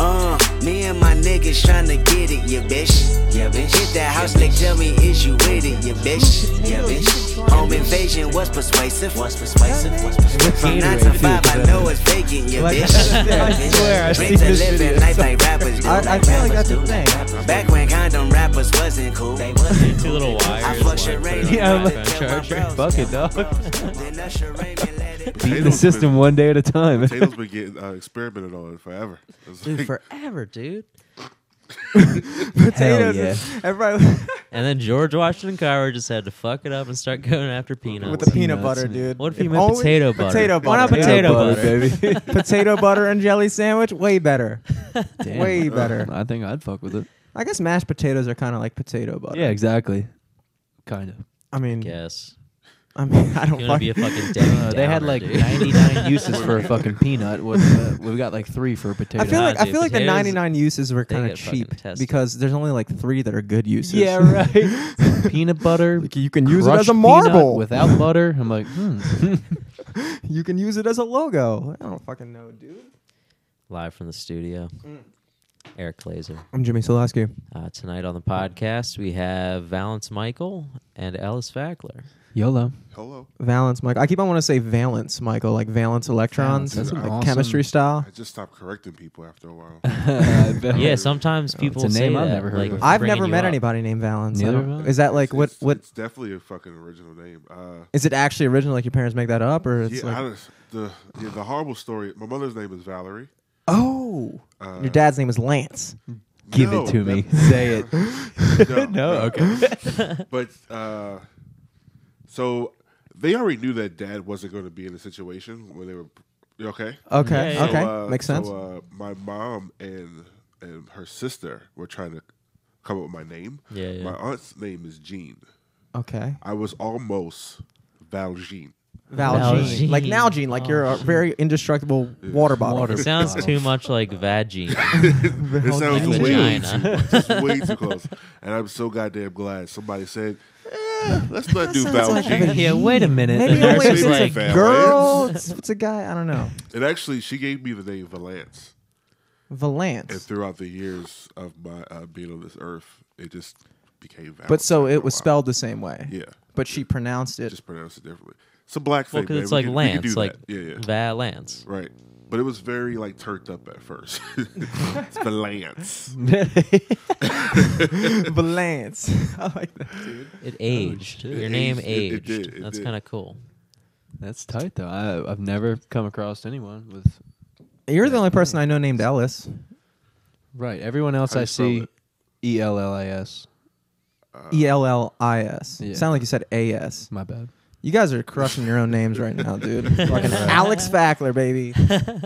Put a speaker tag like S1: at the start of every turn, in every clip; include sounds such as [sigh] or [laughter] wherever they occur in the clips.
S1: Uh, niggas tryna get it, yeah, bitch. Yeah, bitch. Hit that house, they tell me, is you with it, yeah, bitch. Yeah, bitch. Home invasion was persuasive. Was persuasive. Was persuasive. From nine to
S2: Gatorade, too,
S1: five, I
S2: because
S1: know it's vacant, yeah,
S2: Like I
S1: bitch.
S2: said, [laughs] I
S1: Yeah, bitch.
S2: swear I've
S1: Dreams
S2: seen
S1: of
S2: this
S1: living
S2: video.
S1: life like rappers do.
S2: I- I
S1: like
S2: feel like
S1: rappers
S2: that's the
S1: do,
S2: thing.
S1: rappers- Back when condom rappers wasn't cool, they
S2: [laughs]
S1: wasn't
S3: Two little
S1: I
S3: wires.
S1: flush
S3: one
S1: a
S3: for
S1: rain.
S3: the
S2: Yeah, I'm
S3: iPhone
S2: like-
S3: charger.
S2: Fuck it, dog.
S1: Then usher Raymond let it
S2: Beating the
S4: Potatoes
S2: system
S4: been-
S2: one day at a time.
S4: [laughs] Potatoes been getting uh, experimented on forever. It's
S3: Dude, [laughs]
S4: like-
S3: forever, dude.
S2: Hell yeah.
S5: Everybody [laughs]
S3: And then George Washington Carver just had to fuck it up and start going after peanuts.
S5: with the peanut
S2: Peanuts,
S5: butter,
S2: man.
S5: dude.
S3: What if
S5: If
S3: you meant
S5: only-
S3: potato butter?
S5: Potato
S3: Why not
S5: butter.
S3: potato
S2: Peanut
S3: butter?
S2: baby.
S5: [laughs]
S3: [laughs]
S5: potato butter and jelly sandwich, way better.
S2: Damn.
S5: Way better.
S2: I think I'd fuck with it.
S5: I guess mashed potatoes are kind of like potato butter.
S2: Yeah, exactly. Kind of.
S5: I mean,
S3: Yes.
S5: I mean, I don't
S3: You want to be a
S5: fucking-
S3: fucking Debbie
S5: [laughs]
S2: Uh, they had
S3: Downer,
S2: like
S3: dude.
S2: 99 uses for a fucking peanut. What, uh, we got like three for a potato.
S5: I feel like
S3: Nah,
S5: I
S3: dude,
S5: feel like the
S3: potatoes-
S5: 99 uses were
S3: they
S5: kind of
S3: get fucking
S5: cheap
S3: tested.
S5: because there's only like three that are good uses.
S2: yeah, right. [laughs] peanut butter.
S5: [laughs] Like, you can use it
S2: crushed
S5: as a
S2: peanut
S5: marble.
S2: without butter. I'm like, hmm.
S5: you can use it as a logo. I don't fucking know, dude.
S3: Live from the studio.
S4: Mm.
S3: Eric Glazer.
S5: I'm Jimmy Solaski.
S3: Uh, tonight on the podcast, we have Valence Michael and Ellis Fackler.
S2: [laughs] YOLO.
S4: hello.
S5: Valence, Michael. I keep on want to say valence, Michael, like valence
S2: Valence,
S5: electrons,
S2: that's
S5: like
S2: an awesome-
S5: chemistry style.
S4: I just stopped correcting people after a while.
S3: Yeah,
S4: Oh,
S3: sometimes people
S2: a
S3: say
S2: name
S3: that,
S2: I've never heard
S3: like,
S2: of.
S5: I've
S3: bringing
S5: never
S3: you
S5: met
S3: up.
S5: anybody named Valence. I
S2: Neither
S5: don't-
S2: have I.
S5: Is that [laughs] like what?
S4: It's-
S5: What
S4: It's definitely a fucking original name. Uh,
S5: is it actually original? Like your parents make that up, or it's
S4: yeah,
S5: like
S4: I just, the yeah, the horrible story. My mother's name is Valerie.
S5: oh,
S4: Uh,
S5: your dad's name is Lance.
S2: Give
S4: no,
S2: it to
S4: [laughs]
S2: me.
S4: that-
S2: Say it.
S5: [laughs]
S4: no,
S2: [laughs] okay.
S4: But uh, so they already knew that dad wasn't going to be in the situation when they were you okay.
S3: Yeah,
S5: Okay,
S3: yeah,
S5: okay,
S4: So, uh,
S5: makes sense.
S4: So, uh, my mom and and her sister were trying to come up with my name.
S3: Yeah, yeah.
S4: My aunt's name is Jean. uh,
S5: okay,
S4: I was almost Valjean.
S5: Valjean,
S3: Valjean.
S5: like Nalgene, like you're a very indestructible water bottle.
S2: Water.
S3: [laughs] It sounds
S4: [laughs]
S3: too much like vagine.
S4: It sounds
S3: like
S4: way
S3: vagina.
S4: too, much. It's way too close. And I'm so goddamn glad somebody said, eh, let's not do
S5: sounds like
S4: Valjean.
S2: yeah, wait a minute. [laughs]
S5: Maybe
S3: The
S5: only
S3: nurse
S5: if
S3: is
S5: it's
S3: like-
S5: a girl. It's, it's a guy. I don't know.
S4: and actually, she gave me the name Valance. And
S5: Valance.
S4: throughout the years of my uh, being on this earth, it just became Valance.
S5: But so
S4: after a
S5: it was
S4: while.
S5: spelled the same way.
S4: Yeah.
S5: But she pronounced it.
S4: Just pronounce it differently. It's a black
S3: well, because
S4: thing. man.
S3: it's
S4: We
S3: like
S4: can- we can do
S3: Lance, like
S4: that. Yeah, yeah.
S3: Valance.
S4: Right. But it was very like turned up at first. [laughs] it's
S2: [laughs]
S4: Valance.
S5: [laughs] Valance. [laughs] I like that, dude.
S3: It aged.
S4: it
S3: Your name
S4: aged. It- it
S3: aged.
S4: did, it
S3: That's
S4: did.
S3: kind of cool.
S2: That's tight though. I, I've never come across anyone with.
S5: You're the only person I know named Ellis.
S2: Right. Everyone else
S4: How do
S2: I
S4: you spell
S2: see,
S4: it?
S2: E L L I S.
S4: Uh,
S5: E L L I S.
S2: Yeah.
S5: Sound like you said A S.
S2: My
S5: [laughs]
S2: bad.
S5: You guys are crushing your own names right now, dude. Fucking Alex Fackler, baby.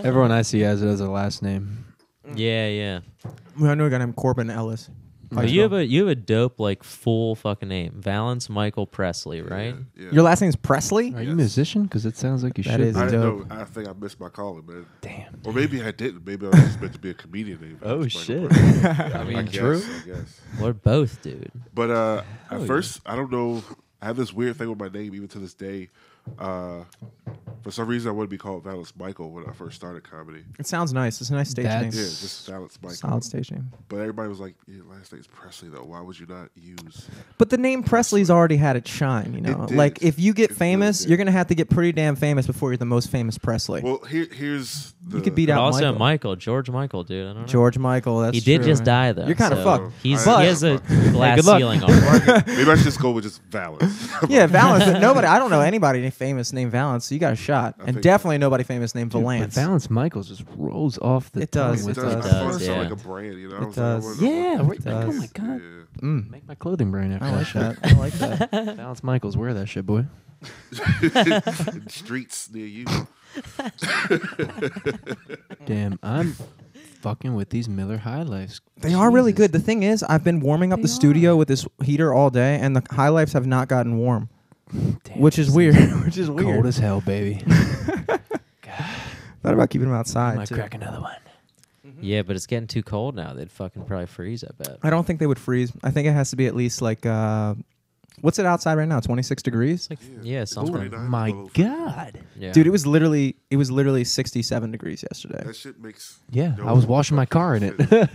S2: Everyone I see has it as a last name.
S4: Mm.
S3: Yeah, yeah.
S5: I know a guy named Corbin Ellis.
S3: But you have a you have a dope like full fucking name, Valence Michael Presley, right?
S4: Yeah.
S5: Your last name's Presley?
S2: Are you
S4: Yes.
S2: a musician? Because it sounds like you
S5: That
S2: should.
S5: is
S2: be.
S4: I don't
S5: dope.
S4: know. I think I missed my calling, man.
S2: Damn.
S4: Or maybe I didn't. Maybe I was just meant to be a comedian. Named
S2: Oh,
S4: Alex Michael
S2: shit.
S4: Brown.
S2: [laughs] I mean,
S4: I
S2: true.
S4: Guess, I guess.
S3: We're both, dude.
S4: But uh, at
S2: yeah.
S4: first, I don't know. I have this weird thing with my name, even to this day. Uh, for some reason, I wanted to be called Valance Michael when I first started comedy.
S5: It sounds nice. It's a nice stage
S2: That's-
S4: Yeah,
S5: name.
S4: just Valance Michael.
S5: Solid stage name.
S4: But everybody was like, "Your last name's Presley, though. Why would you not use?"
S5: But the name Presley's already had its shine, you know.
S4: did.
S5: Like if you
S4: It
S5: get
S4: really
S5: famous,
S4: did.
S5: you're gonna have to get pretty damn famous before you're the most famous Presley.
S4: Well, uh, here, here's the,
S5: you could beat
S3: But
S5: out
S3: also
S5: Michael.
S3: Michael. George Michael, dude. I don't know.
S5: George Michael. That's
S3: he did
S5: true,
S3: just
S5: man.
S3: die though.
S5: You're kind of
S3: so
S5: fucked.
S3: He's
S5: But-
S3: he has a glass
S2: good luck.
S3: ceiling on him.
S4: Maybe I should just go with just [laughs] Valance.
S5: Yeah, Valance. nobody. I
S4: [laughs]
S5: don't know anybody named famous named Valance. So you got a shot, and
S4: think-
S5: definitely nobody famous named
S2: Dude, but
S5: Valance.
S2: Valance Michaels just rolls off the
S5: It
S2: tongue.
S5: does,
S4: it
S2: with
S4: does.
S2: the-
S4: I
S3: does,
S4: thought it
S3: yeah.
S4: sounded like a brand, you know. I
S5: It
S4: was like, I
S5: does.
S4: wouldn't- I
S2: Yeah.
S4: wouldn't-
S2: Right, like, oh
S5: does.
S2: my god.
S4: Yeah.
S5: Mm,
S2: Make my clothing brand after
S5: I like
S2: that.
S5: that. I like that. [laughs]
S2: shit. [laughs] Valance Michaels, wear that shit, boy.
S4: In [laughs] streets near you.
S2: Damn, I'm fucking with these Miller High Lifes.
S5: They are really
S2: Jesus.
S5: good. The thing is, I've been warming up
S2: They
S5: the studio with this heater all day, and the high lifes have not gotten warm,
S2: Damn,
S5: which is
S2: this
S5: weird.
S2: thing's
S5: [laughs] which is weird.
S2: Cold as hell,
S5: [laughs]
S2: baby.
S5: Thought about keeping them
S2: I
S5: outside.
S2: might
S5: too.
S2: crack another one.
S3: Yeah, but it's getting too cold now. They'd fucking probably freeze. I bet.
S5: I don't think they would freeze. I think it has to be at least like uh, what's it outside right now? Twenty six degrees.
S3: It's like yeah,
S2: Oh
S3: something.
S4: 29
S2: my
S4: below freezing.
S2: god.
S3: Yeah.
S5: Dude, it was literally it was literally sixty seven degrees yesterday.
S4: That shit makes.
S2: Yeah,
S4: no
S2: I was washing my [laughs]
S4: fucking
S2: car in it.
S4: sense.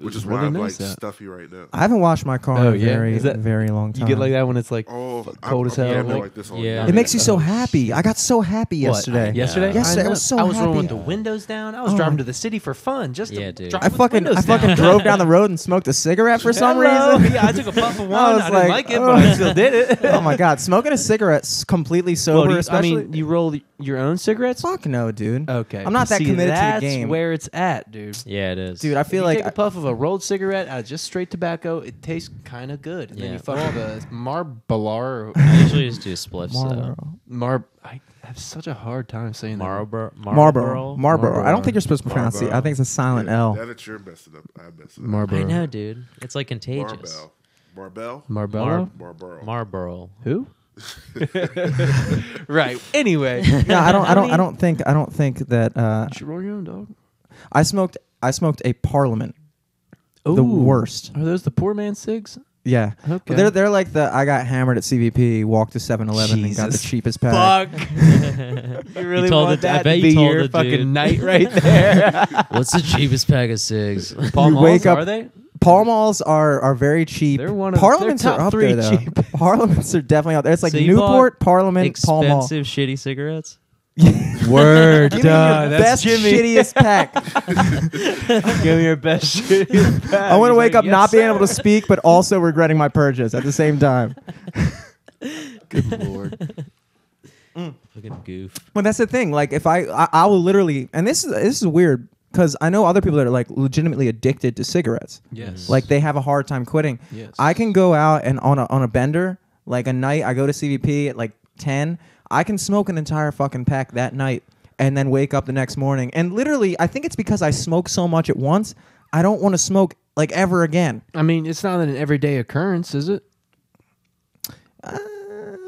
S4: which is why
S2: really
S4: I'm
S2: nice
S4: like
S2: out.
S4: stuffy right now.
S5: I haven't washed my car
S2: Oh,
S5: in a
S2: yeah.
S5: very,
S2: Is that-
S5: very long time.
S2: You get like that when it's like
S4: Oh,
S2: f-
S4: I-
S2: cold as
S4: I-
S2: hell.
S4: Yeah, I've been
S2: like-
S4: like this all
S3: yeah.
S4: night.
S5: It makes you so
S2: Oh,
S5: happy. I got so happy
S2: What,
S5: yesterday.
S2: Yesterday?
S3: Yeah.
S5: Yesterday, I
S2: know.
S5: was so
S2: I was rolling with
S5: happy.
S2: the windows down. I was
S5: Oh,
S2: driving
S5: my-
S2: to the city for fun, just to
S3: Yeah, dude.
S2: drive
S5: I
S2: with
S5: fucking,
S2: windows
S5: I fucking
S2: down.
S5: drove down the road and smoked a cigarette for some
S2: Hello.
S5: reason.
S2: [laughs] Yeah, I took a puff of one.
S5: [laughs] I
S2: I,
S5: was
S2: didn't
S5: like,
S2: like it, but I
S5: "Ugh."
S2: still did
S5: [laughs]
S2: it.
S5: oh my god, smoking a cigarette s- completely
S2: Well,
S5: sober.
S2: do you- I
S5: especially,
S2: mean, you roll your own cigarettes?
S5: fuck no, dude.
S2: Okay,
S5: I'm not that
S2: See,
S5: committed to
S2: that's
S5: the game,
S2: Where it's at, dude.
S3: Yeah, it is.
S5: dude. I
S2: If
S5: feel
S2: you
S5: like
S2: take a puff of a rolled cigarette out of just straight tobacco. It tastes kind of good, and then
S3: Yeah.
S2: you fuck with a
S5: [laughs]
S2: Marlboro.
S3: I usually just do spliffs.
S5: Marlboro.
S3: Marlboro.
S2: Mar. I have such a hard time saying that.
S3: Marlboro.
S5: Marlboro. Marlboro. I don't think you're supposed to pronounce
S4: Marlboro.
S5: it. I think it's a silent
S4: Yeah,
S5: L.
S4: That it's your messing up. I messed it up.
S3: I
S2: Marlboro.
S3: know, dude. It's like contagious.
S4: Barbell. Barbell.
S2: Marbello?
S3: Mar-
S4: Barbell.
S3: Marlboro. [laughs]
S2: Who? right. [laughs] Anyway,
S5: No, I don't. I don't. I don't think. I don't think that. Uh,
S2: you should roll your own dog.
S5: I smoked. I smoked a Parliament. The
S2: Ooh.
S5: worst.
S2: Are those the poor man cigs?
S5: Yeah.
S2: Okay.
S5: They're they're like the I got hammered at CVP, walked to 7-Eleven, and got the
S2: Jesus.
S5: cheapest pack.
S2: [laughs] you
S3: really told want the- I that to bet you
S2: be
S3: be told your
S2: your
S3: the
S2: fucking
S3: fucking dude.
S2: night
S3: night
S2: right [laughs] there.
S3: What's the [laughs] cheapest pack of cigs?
S2: Paul
S5: You
S2: Malls,
S5: wake up-
S2: are they?
S5: Pall malls are are very cheap.
S2: They're one of-
S5: Parliaments
S2: they're top
S5: are up
S2: three
S5: there though.
S2: cheapest.
S5: [laughs] Parliaments are definitely out there. It's like
S3: So you bought
S5: Newport, Parliament, Pall Mall.
S3: Expensive [laughs] shitty cigarettes.
S2: [laughs] Word,
S5: Give me your best
S2: [laughs]
S5: shittiest pack.
S2: Give me your [laughs] best shittiest pack.
S5: I want to
S2: He's
S5: wake
S2: like,
S5: up not
S2: "Yes,
S5: being able to speak, but also regretting my purges at the same time.
S2: sir." Lord.
S3: Fucking goof.
S5: Well, that's the thing. Like, if I, I, I will literally, and this is this is weird because I know other people that are like legitimately addicted to cigarettes.
S2: Yes.
S5: Like they have a hard time quitting.
S2: Yes.
S5: I can go out and on a on a bender, like a night I go to CVP at like ten. I can smoke an entire fucking pack that night, and then wake up the next morning. And literally, I think it's because I smoke so much at once. I don't want to smoke like ever again.
S2: I mean, it's not an everyday occurrence, is it?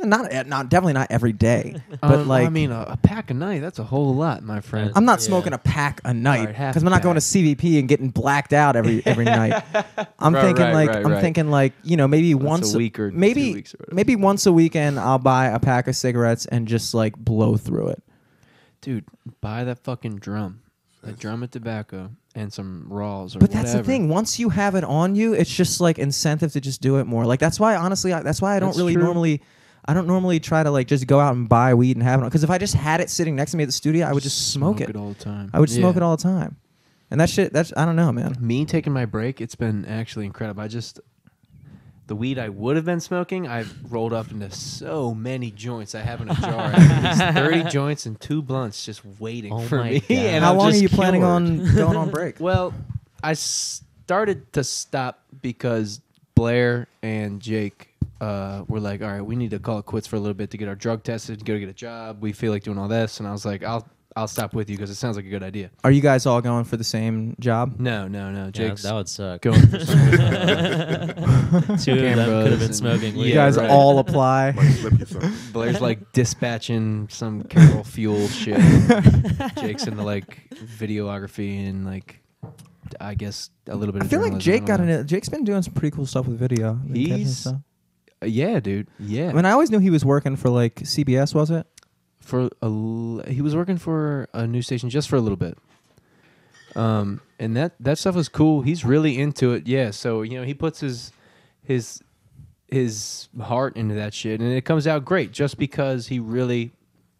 S5: Not not definitely not every day, but
S2: Um,
S5: like
S2: I mean, a, a pack a night, that's a whole lot, my friend.
S5: I'm not
S3: Yeah.
S5: smoking a pack a night
S2: Alright, half
S5: because I'm not
S2: pack.
S5: going to CVP and getting blacked out every
S2: [laughs]
S5: every night. I'm
S2: Right,
S5: thinking
S2: right,
S5: like
S2: right,
S5: I'm
S2: right.
S5: thinking like you know maybe
S2: a
S5: once
S2: week or
S5: maybe
S2: two weeks or whatever.
S5: maybe once a weekend I'll buy a pack of cigarettes and just like blow through it.
S2: Dude, buy that fucking drum. A drum of tobacco and some raws or
S5: But
S2: whatever.
S5: that's the thing. Once you have it on you, it's just like incentive to just do it more. Like that's why honestly, I, that's why I don't
S2: That's
S5: really
S2: true.
S5: normally. I don't normally try to like just go out and buy weed and have it because if I just had it sitting next to me at the studio, I would just smoke, it.
S2: all the time.
S5: I would smoke
S2: Yeah.
S5: it all the time, and that shit. That's I don't know, man.
S2: me taking my break, it's been actually incredible. I just the weed I would have been smoking, I've rolled up into so many joints I have in a jar. At least
S3: [laughs]
S2: Thirty joints and two blunts just waiting
S3: Oh
S2: for
S3: my
S2: me. [laughs]
S3: God.
S2: And
S5: How
S2: I'm
S5: long are
S2: just
S5: you planning
S2: cured. [laughs]
S5: on going on break?
S2: Well, I started to stop because Blair and Jake uh, were like, "All right, we need to call it quits for a little bit to get our drug tested, go get a job. We feel like doing all this." And I was like, "I'll I'll stop with you because it sounds like a good idea."
S5: Are you guys all going for the same job?
S2: No, no, no,
S3: Yeah,
S2: Jake's
S3: that would
S2: [laughs]
S3: suck.
S2: going for
S3: Two of them could have been
S2: Camrose
S3: smoking.
S2: and-
S3: weed.
S5: You
S2: Yeah,
S5: guys
S2: right. [laughs]
S5: all apply.
S4: Might slip you something.
S2: Blair's like dispatching some Carol Fuel
S3: [laughs]
S2: shit. Jake's in the like videography and like, I guess a little bit.
S5: I
S2: of
S5: feel like
S2: journalism,
S5: Jake
S2: I
S5: got
S2: don't
S5: in
S2: know.
S5: it. Jake's been doing some pretty cool stuff with video. Been catching
S2: He's-
S5: stuff.
S2: Uh, Yeah, dude. Yeah.
S5: I mean, I always knew he was working for like CBS, was it?
S2: for a l- he was working for a news station just for a little bit. Um, and that that stuff was cool. He's really into it. Yeah. So you know he puts his his his heart into that shit, and it comes out great just because he really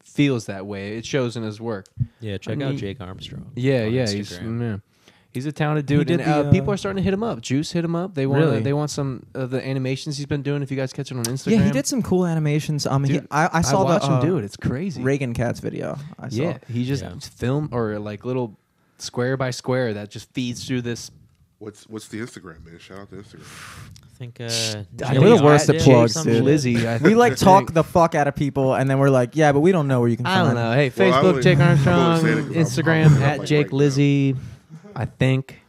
S2: feels that way. It shows in his work.
S3: Yeah, check
S2: I
S3: out
S2: mean-
S3: Jake Armstrong.
S2: Yeah,
S3: on
S2: yeah, he's
S3: Instagram.
S2: yeah. he's a talented dude,
S5: did
S2: and uh,
S5: the, uh,
S2: people are starting to hit him up. Juice hit him up. They want
S5: Really?
S2: they want some of the animations he's been doing. If you guys catch it on Instagram,
S5: Yeah, he did some cool animations. Um, he,
S2: Dude,
S5: I, I saw
S2: watch
S5: the
S2: him
S5: uh,
S2: do it. It's crazy.
S5: Reagan Cats video. I saw.
S2: yeah, he just
S3: Yeah.
S2: film or like little square by square that just feeds through this.
S4: What's what's the Instagram, man? Shout out to Instagram.
S3: I think. Uh,
S5: think we're the
S3: Jake
S5: worst at
S3: Armstrong or
S5: plugs,
S3: some
S5: dude.
S3: shit.
S2: Lizzie, I
S5: We
S2: think-
S5: like talk the fuck out of people, and then we're like, yeah, but we don't know where you can
S2: I
S5: find.
S2: don't know. Hey,
S4: Well, I
S2: Facebook
S4: would-
S2: Jake
S4: I would say
S2: Armstrong,
S4: that 'cause I'm-
S2: Instagram
S4: I'm
S2: at
S4: like
S2: Jake
S4: right now.
S2: Lizzie, I think.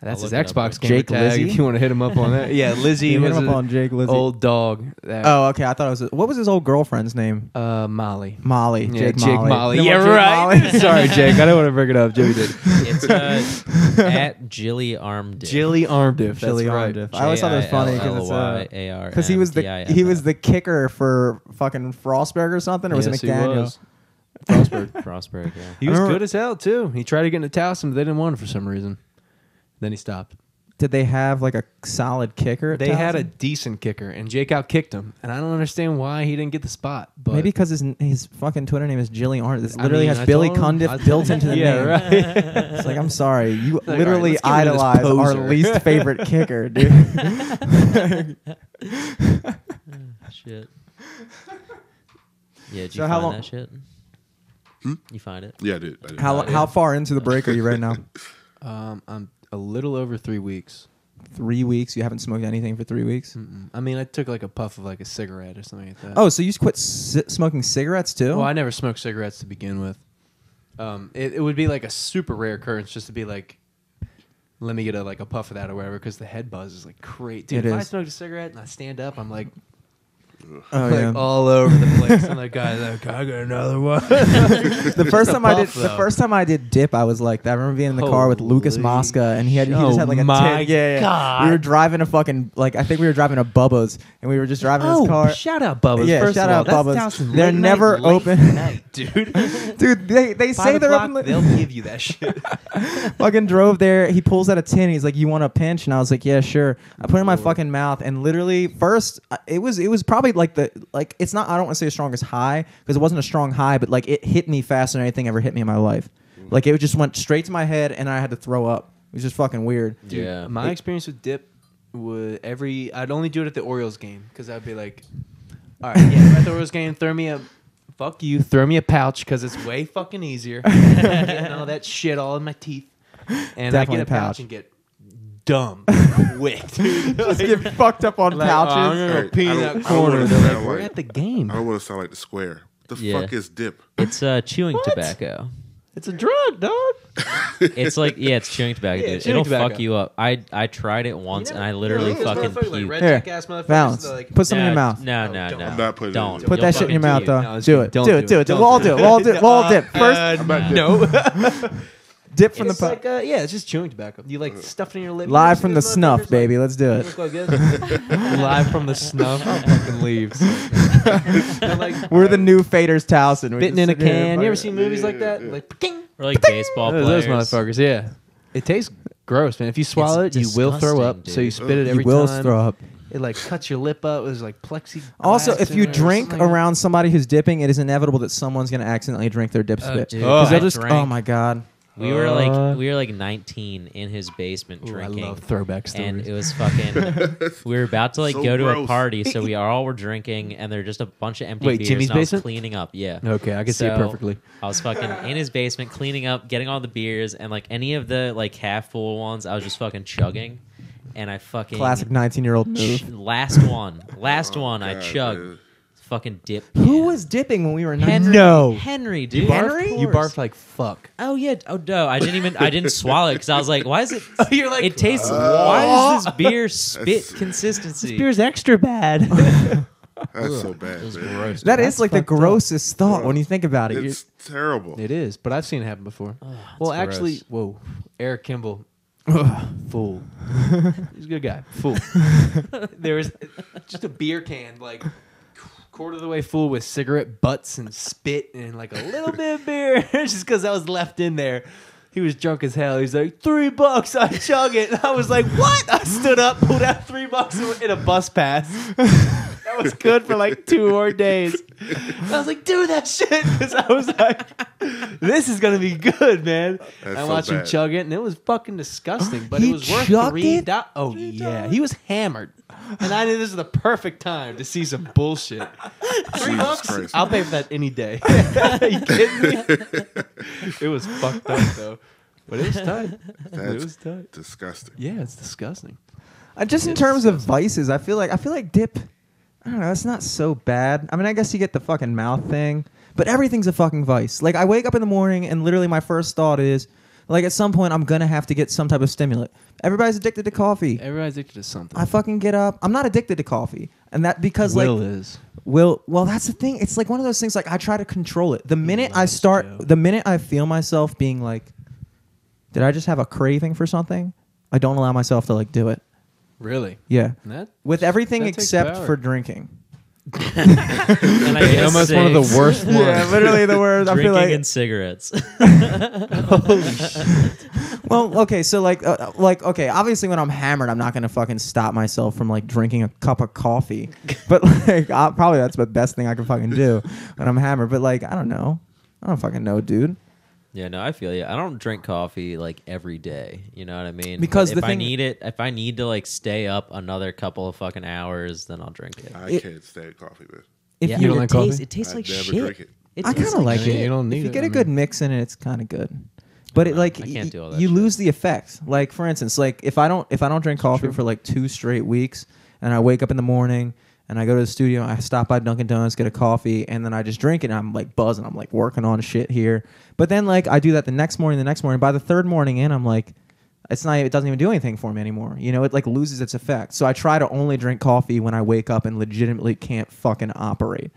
S2: That's
S3: I'll
S2: his
S3: look it
S2: Xbox
S3: up right
S2: gamer
S5: Jake
S2: tag.
S5: Lizzie?
S2: If you want to hit him up on that,
S5: [laughs]
S2: yeah, Lizzie
S5: Yeah, hit
S2: was
S5: him up
S2: a
S5: on Jake Lizzie.
S2: old dog. That,
S5: Oh, okay. I thought it was what was his old girlfriend's name?
S2: uh, Molly.
S5: Molly.
S2: Yeah,
S5: Oh. Jake, Molly. You know
S2: Yeah,
S5: what, Jake
S2: right. [laughs]
S5: Molly?
S2: Sorry, Jake. I don't want to bring it up. Jimmy did.
S3: It's uh, at Jilly Armdiff.
S2: Jilly Armdiff.
S5: Jilly
S2: that's right.
S5: Armdiff. I always thought it was funny 'cause it's, uh,
S3: because
S5: Because he was the he was the kicker for fucking Frostberg or something, or was
S2: Yes,
S5: it
S2: he
S5: McDaniel?
S2: was.
S3: Frostberg. Frostberg, yeah.
S2: He was
S5: remember-
S2: good as hell too. He tried to get into Towson, but they didn't want him for some reason. Then he stopped.
S5: Did they have like a solid kicker? at
S2: They had a
S5: Towson?
S2: decent kicker, and Jake out kicked him, and I don't understand why he didn't get the spot. But
S5: maybe because his his fucking Twitter name is Jilly Arnold. This
S2: I
S5: literally
S2: mean,
S5: has
S2: I
S5: Billy
S2: told him- I
S5: Cundiff
S2: told
S5: built
S2: him. [laughs]
S5: into the
S2: Yeah,
S5: name.
S2: right.
S5: [laughs] It's like I'm sorry, you
S2: all right,
S5: literally
S2: let's get rid of this
S5: idolize our
S2: poser. [laughs]
S5: least favorite kicker, dude.
S3: Shit. Yeah, did
S5: So
S3: you
S5: how
S3: find
S5: long-
S3: that shit? You find it?
S4: Yeah, I did. I did.
S5: How
S4: I did.
S5: how far into the break are you right now?
S2: um, I'm a little over three weeks.
S5: three weeks. You haven't smoked anything for three weeks.
S2: Mm-mm. I mean, I took like a puff of like a cigarette or something like that.
S5: Oh, so you quit c- smoking cigarettes too?
S2: Well, I never smoked cigarettes to begin with. Um, it, it would be like a super rare occurrence just to be like, let me get a like a puff of that or whatever because the head buzz is like great. Dude,
S5: It
S2: if I
S5: is.
S2: smoked a cigarette and I stand up, I'm like,
S5: oh,
S2: like all over the [laughs] place. I'm like, guys, like, I got another one.
S5: the first
S2: a
S5: time I did
S2: puff,
S5: the
S2: though.
S5: first time I did dip, I was like that. I remember being in the car with Lucas
S2: Holy
S5: Mosca, and he had he
S2: shit.
S5: just had like a
S2: Oh my
S5: tin- yeah, yeah.
S2: God.
S5: We were driving a fucking like I think we were driving a Bubba's, and we were just driving
S2: Oh,
S5: his car.
S2: shout out Bubba's.
S5: Yeah,
S2: First
S5: shout
S2: of
S5: out
S2: all,
S5: Bubba's.
S2: That's Towson
S5: They're
S2: late
S5: never
S2: night, late
S5: open.
S2: night, [laughs] dude.
S5: Dude, they, they say
S2: Five
S5: they're
S2: o'clock,
S5: open.
S2: they'll
S5: late-
S2: give you that [laughs] shit.
S5: fucking drove there. He pulls out a tin. He's like, "You want a pinch?" And I was like, "Yeah, sure." I put it in my fucking mouth, and literally, first I- it was it was probably like the like it's not I don't want to say the strongest high because it wasn't a strong high, but like it hit me faster than anything ever hit me in my life.
S2: Mm.
S5: Like it just went straight to my head, and I had to throw up. It was just fucking weird.
S2: Dude,
S3: Yeah.
S2: Uh, My experience with dip would every I'd only do it at the Orioles game because I'd be like, all right, yeah, we're at the Orioles game, throw me a fuck you, throw me a pouch because it's way fucking [laughs] easier. getting all that shit all in my teeth, and
S5: Definitely
S2: I get a pouch.
S5: pouch.
S2: and get [laughs] dumb quick, dude. [laughs]
S5: just get fucked up on
S2: Like, oh, I'm
S5: couches.
S2: gonna
S4: Hey,
S2: pee
S4: I
S2: in
S4: don't-
S2: that
S4: I don't
S2: corner.
S4: wanna
S2: They're like,
S4: sound
S2: we're
S4: like-
S2: at the game.
S4: I don't want to sound like the square. The
S3: Yeah.
S4: fuck is dip?
S3: It's uh, chewing tobacco.
S2: It's a drug, dog.
S3: It's like yeah, it's chewing tobacco,
S2: Yeah,
S3: dude.
S2: it's chewing
S3: It'll
S2: tobacco.
S3: fuck you up. I I tried it once and I literally fucking puked.
S2: Like,
S5: Here,
S2: red ass motherfuckers.
S5: Valance,
S2: they're like,
S5: put some in your mouth.
S3: No,
S2: No,
S3: no,
S2: don't.
S3: no.
S2: I'm
S4: Oh, not putting it
S3: don't.
S4: in.
S3: You'll
S5: Put that shit in your mouth,
S3: fucking
S5: though.
S2: No, it's
S5: do
S2: good.
S5: it.
S2: Don't
S5: do it.
S2: do
S5: Do
S2: it.
S5: it.
S2: Don't
S5: We'll all
S2: do
S5: do
S2: it.
S5: it. We'll all do it. We'll all dip. First,
S2: Uh,
S4: not
S2: no.
S5: [laughs] dip from the
S2: it's
S5: pa-
S2: like, uh, yeah, it's just chewing tobacco. You like stuffing your lips.
S5: live from the snuff, baby. Let's do it. [laughs]
S2: Live from the snuff, [laughs] fucking leaves.
S5: We're the new faders, Towson. We're
S2: bitten in
S5: just
S2: a
S5: sitting here
S2: can. You ever
S5: fucking-
S2: seen movies like that? Like, ding.
S3: Or like baseball
S2: Those
S3: players.
S2: motherfuckers, yeah. It tastes gross, man. If you swallow
S3: It's
S2: it, you will throw
S3: disgusting,
S2: up. So you
S3: dude.
S2: spit it
S5: You
S2: every
S5: will
S2: time.
S5: throw up.
S2: It like cuts your lip up. It was like plexi.
S5: Also, if you drink around somebody who's dipping, it is inevitable that someone's going to accidentally drink their dip spit.
S3: dude.
S5: 'Cause
S2: Oh,
S5: they'll
S3: I
S5: just,
S3: drank-
S5: oh my god.
S3: We were like
S2: Uh,
S3: we were like 19 in his basement
S2: Ooh, I
S3: drinking.
S2: love throwback
S3: And
S2: stories.
S3: it was
S4: [laughs]
S3: fucking. we were about to like
S4: So
S3: go to a
S4: gross.
S3: party, so
S4: [laughs]
S3: we all were drinking, and there were just a bunch of empty
S2: Wait,
S3: beers.
S2: Jimmy's
S3: and I was
S2: basement?
S3: cleaning up. Yeah.
S2: Okay, I can see it
S3: So,
S2: perfectly.
S3: I was fucking in his basement cleaning up, getting all the beers, and like any of the like half full ones, I was just fucking chugging, and I fucking
S5: Classic 19 year old
S3: ch-
S5: move.
S3: last one, last one, I
S4: Oh, God,
S3: chugged.
S4: dude.
S3: Fucking dip.
S5: Who
S3: can.
S5: was dipping when we were
S3: Henry?
S5: 19? No.
S3: Henry, dude.
S5: Henry?
S2: Oh. You barf like fuck.
S3: Oh yeah. Oh no. I didn't even.
S2: [laughs]
S3: I didn't swallow it because I was like, "Why is it?
S2: You're like,
S3: it tastes.
S2: [laughs]
S3: why is this beer spit consistency?
S2: extra bad.
S5: [laughs]
S4: That's so bad. man.
S5: That is like the grossest thought when you think about it. You-
S4: It's terrible.
S2: It is, but I've seen it happen before. well,
S3: that's
S2: actually,
S3: gross.
S2: whoa, Eric Kimball, fool. He's a good guy, fool. there was just a beer can, like quarter of the way full with cigarette butts and spit and like a little bit of beer, [laughs] just because I was left in there. He was drunk as hell. He's like, three bucks, I chug it. I was like, what? I stood up, pulled out three bucks in a bus pass. That was good for like two more days. I was like, do that shit. [laughs] Because I was like, this is going to be good, man. I
S4: so
S2: watched him
S4: bad.
S2: chug it, and it was fucking disgusting, but
S5: He
S2: it was worth
S5: chugged
S2: three
S5: it?
S2: dollars. Oh, yeah. He was hammered. And I knew this is the perfect time to see some bullshit. Three
S4: Jesus
S2: bucks?
S4: Christ.
S2: I'll pay for that any day. [laughs] you kidding
S4: [laughs]
S2: me? It was fucked up, though. But it was tight. it
S4: That's
S2: was tight.
S4: disgusting.
S2: Yeah, it's disgusting.
S5: Uh, [laughs] just in terms of vices, I feel like I feel like dip. I don't know. It's not so bad. I mean, I guess you get the fucking mouth thing, but everything's a fucking vice. Like I wake up in the morning and literally my first thought is, like, at some point I'm gonna have to get some type of stimulant. Everybody's addicted to coffee.
S2: Everybody's addicted to something.
S5: I fucking get up. I'm not addicted to coffee, and that because
S2: Will
S5: like
S2: is.
S5: Will, well, that's the thing. It's like one of those things. Like I try to control it. The minute I
S2: loves
S5: start,
S2: Joe.
S5: the minute I feel myself being like, did I just have a craving for something? I don't allow myself to like do it.
S2: Really?
S5: Yeah
S2: That
S5: with everything
S2: That takes
S5: except
S2: power.
S5: for drinking.
S3: and I guess
S2: almost one of the [laughs]
S3: six,
S2: worst
S5: [laughs]
S2: ones.
S5: literally the word.
S3: Drinking and cigarettes.
S2: Holy shit.
S5: well, okay, so like, uh, like, okay, obviously when I'm hammered, I'm not gonna fucking stop myself from like drinking a cup
S2: [laughs]
S5: of coffee, but like, i probably that's the best thing I can fucking do when I'm hammered. But like, I don't know, I don't fucking know, dude.
S3: [laughs] Yeah, no, I feel you. I don't drink coffee like every day. You know what I mean?
S5: Because
S3: But
S5: the
S3: if I
S5: thing-
S3: need it, if I need to like stay up another couple of fucking hours, then I'll drink it.
S4: I
S5: It-
S4: can't stand coffee, man.
S5: If
S3: Yeah.
S5: you,
S2: don't
S3: it
S2: like
S3: tastes,
S2: coffee?
S3: It tastes
S4: I
S3: like
S4: never
S3: shit.
S4: drink it.
S5: I
S3: tastes
S5: kind of like
S2: shit.
S5: it.
S2: You don't
S5: if
S2: need
S5: you
S2: it,
S5: get
S2: I
S5: a good
S2: mean.
S5: mix in it, it's kind of good. But it like
S3: I can't
S5: y-
S3: do all that
S5: you
S3: shit.
S5: lose the effect. Like for instance, like if I don't if I don't drink coffee for like two straight weeks, and I wake up in the morning and I go to the studio, I stop by Dunkin' Donuts, get a coffee, and then I just drink it. and I'm like buzzing. I'm like working on shit here. But then like I do that the next morning, the next morning. By the third morning in, I'm like, it's not. It doesn't even do anything for me anymore. You know, it like loses its effect. So I try to only drink coffee when I wake up and legitimately can't fucking operate.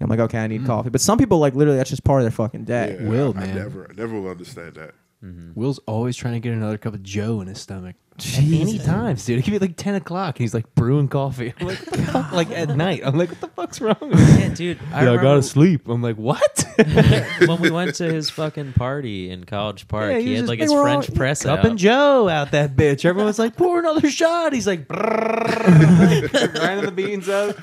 S5: I'm like, okay, I need coffee. But some people like literally that's just part of their fucking day.
S4: Yeah,
S2: Will,
S4: I, I
S2: man.
S4: never, I never will understand that.
S2: Will's always trying to get another cup of Joe in his stomach. At any times, dude. It could be like ten o'clock, and he's like brewing coffee. I'm like, what the fuck? Like at night, I'm like, what the fuck's wrong? With
S3: Yeah, dude. I,
S2: I, yeah, I
S3: remember
S2: gotta sleep. I'm like, [laughs] what?
S3: when we went to his fucking party in College Park.
S2: Yeah, he
S3: he,
S2: was
S3: had
S2: just-
S3: like
S2: they
S3: his
S2: were all-
S3: French press
S2: Up
S3: out.
S2: and Joe out that bitch. Everyone's like, pour another shot. He's like, "Brrrr." [laughs] grinding the beans up.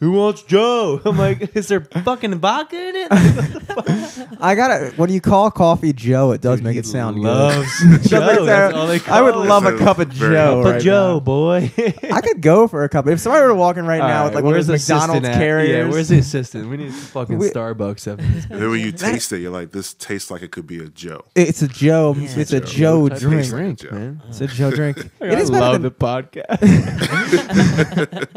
S2: Who wants Joe? I'm like, is there fucking vodka in it?
S5: I gotta when you call coffee Joe, it does make it sound good. [laughs]
S2: Loves
S5: Does make
S2: Joe. That's
S5: it sound-
S2: all they
S5: I would
S2: call it.
S5: love a
S4: That's
S5: cup of
S4: very
S5: Joe.
S4: helpful.
S2: But
S5: right
S2: Joe,
S5: now.
S2: boy. [laughs]
S5: I could go for a cup. If somebody were walking right now with like one of
S2: the
S5: those McDonald's
S2: Yeah,
S5: carriers,
S2: where's the assistant? We need fucking
S5: [laughs] We-
S2: Starbucks up in this.
S4: And then when you taste it, you're like, this tastes like it could be a Joe.
S5: it's a Joe. It's a Joe
S2: Type of
S5: drink.
S4: drink.
S2: man.
S5: It's a
S2: [laughs]
S5: Joe drink. it
S2: I
S5: is better
S2: love
S5: than,
S2: the
S5: [laughs]
S2: podcast.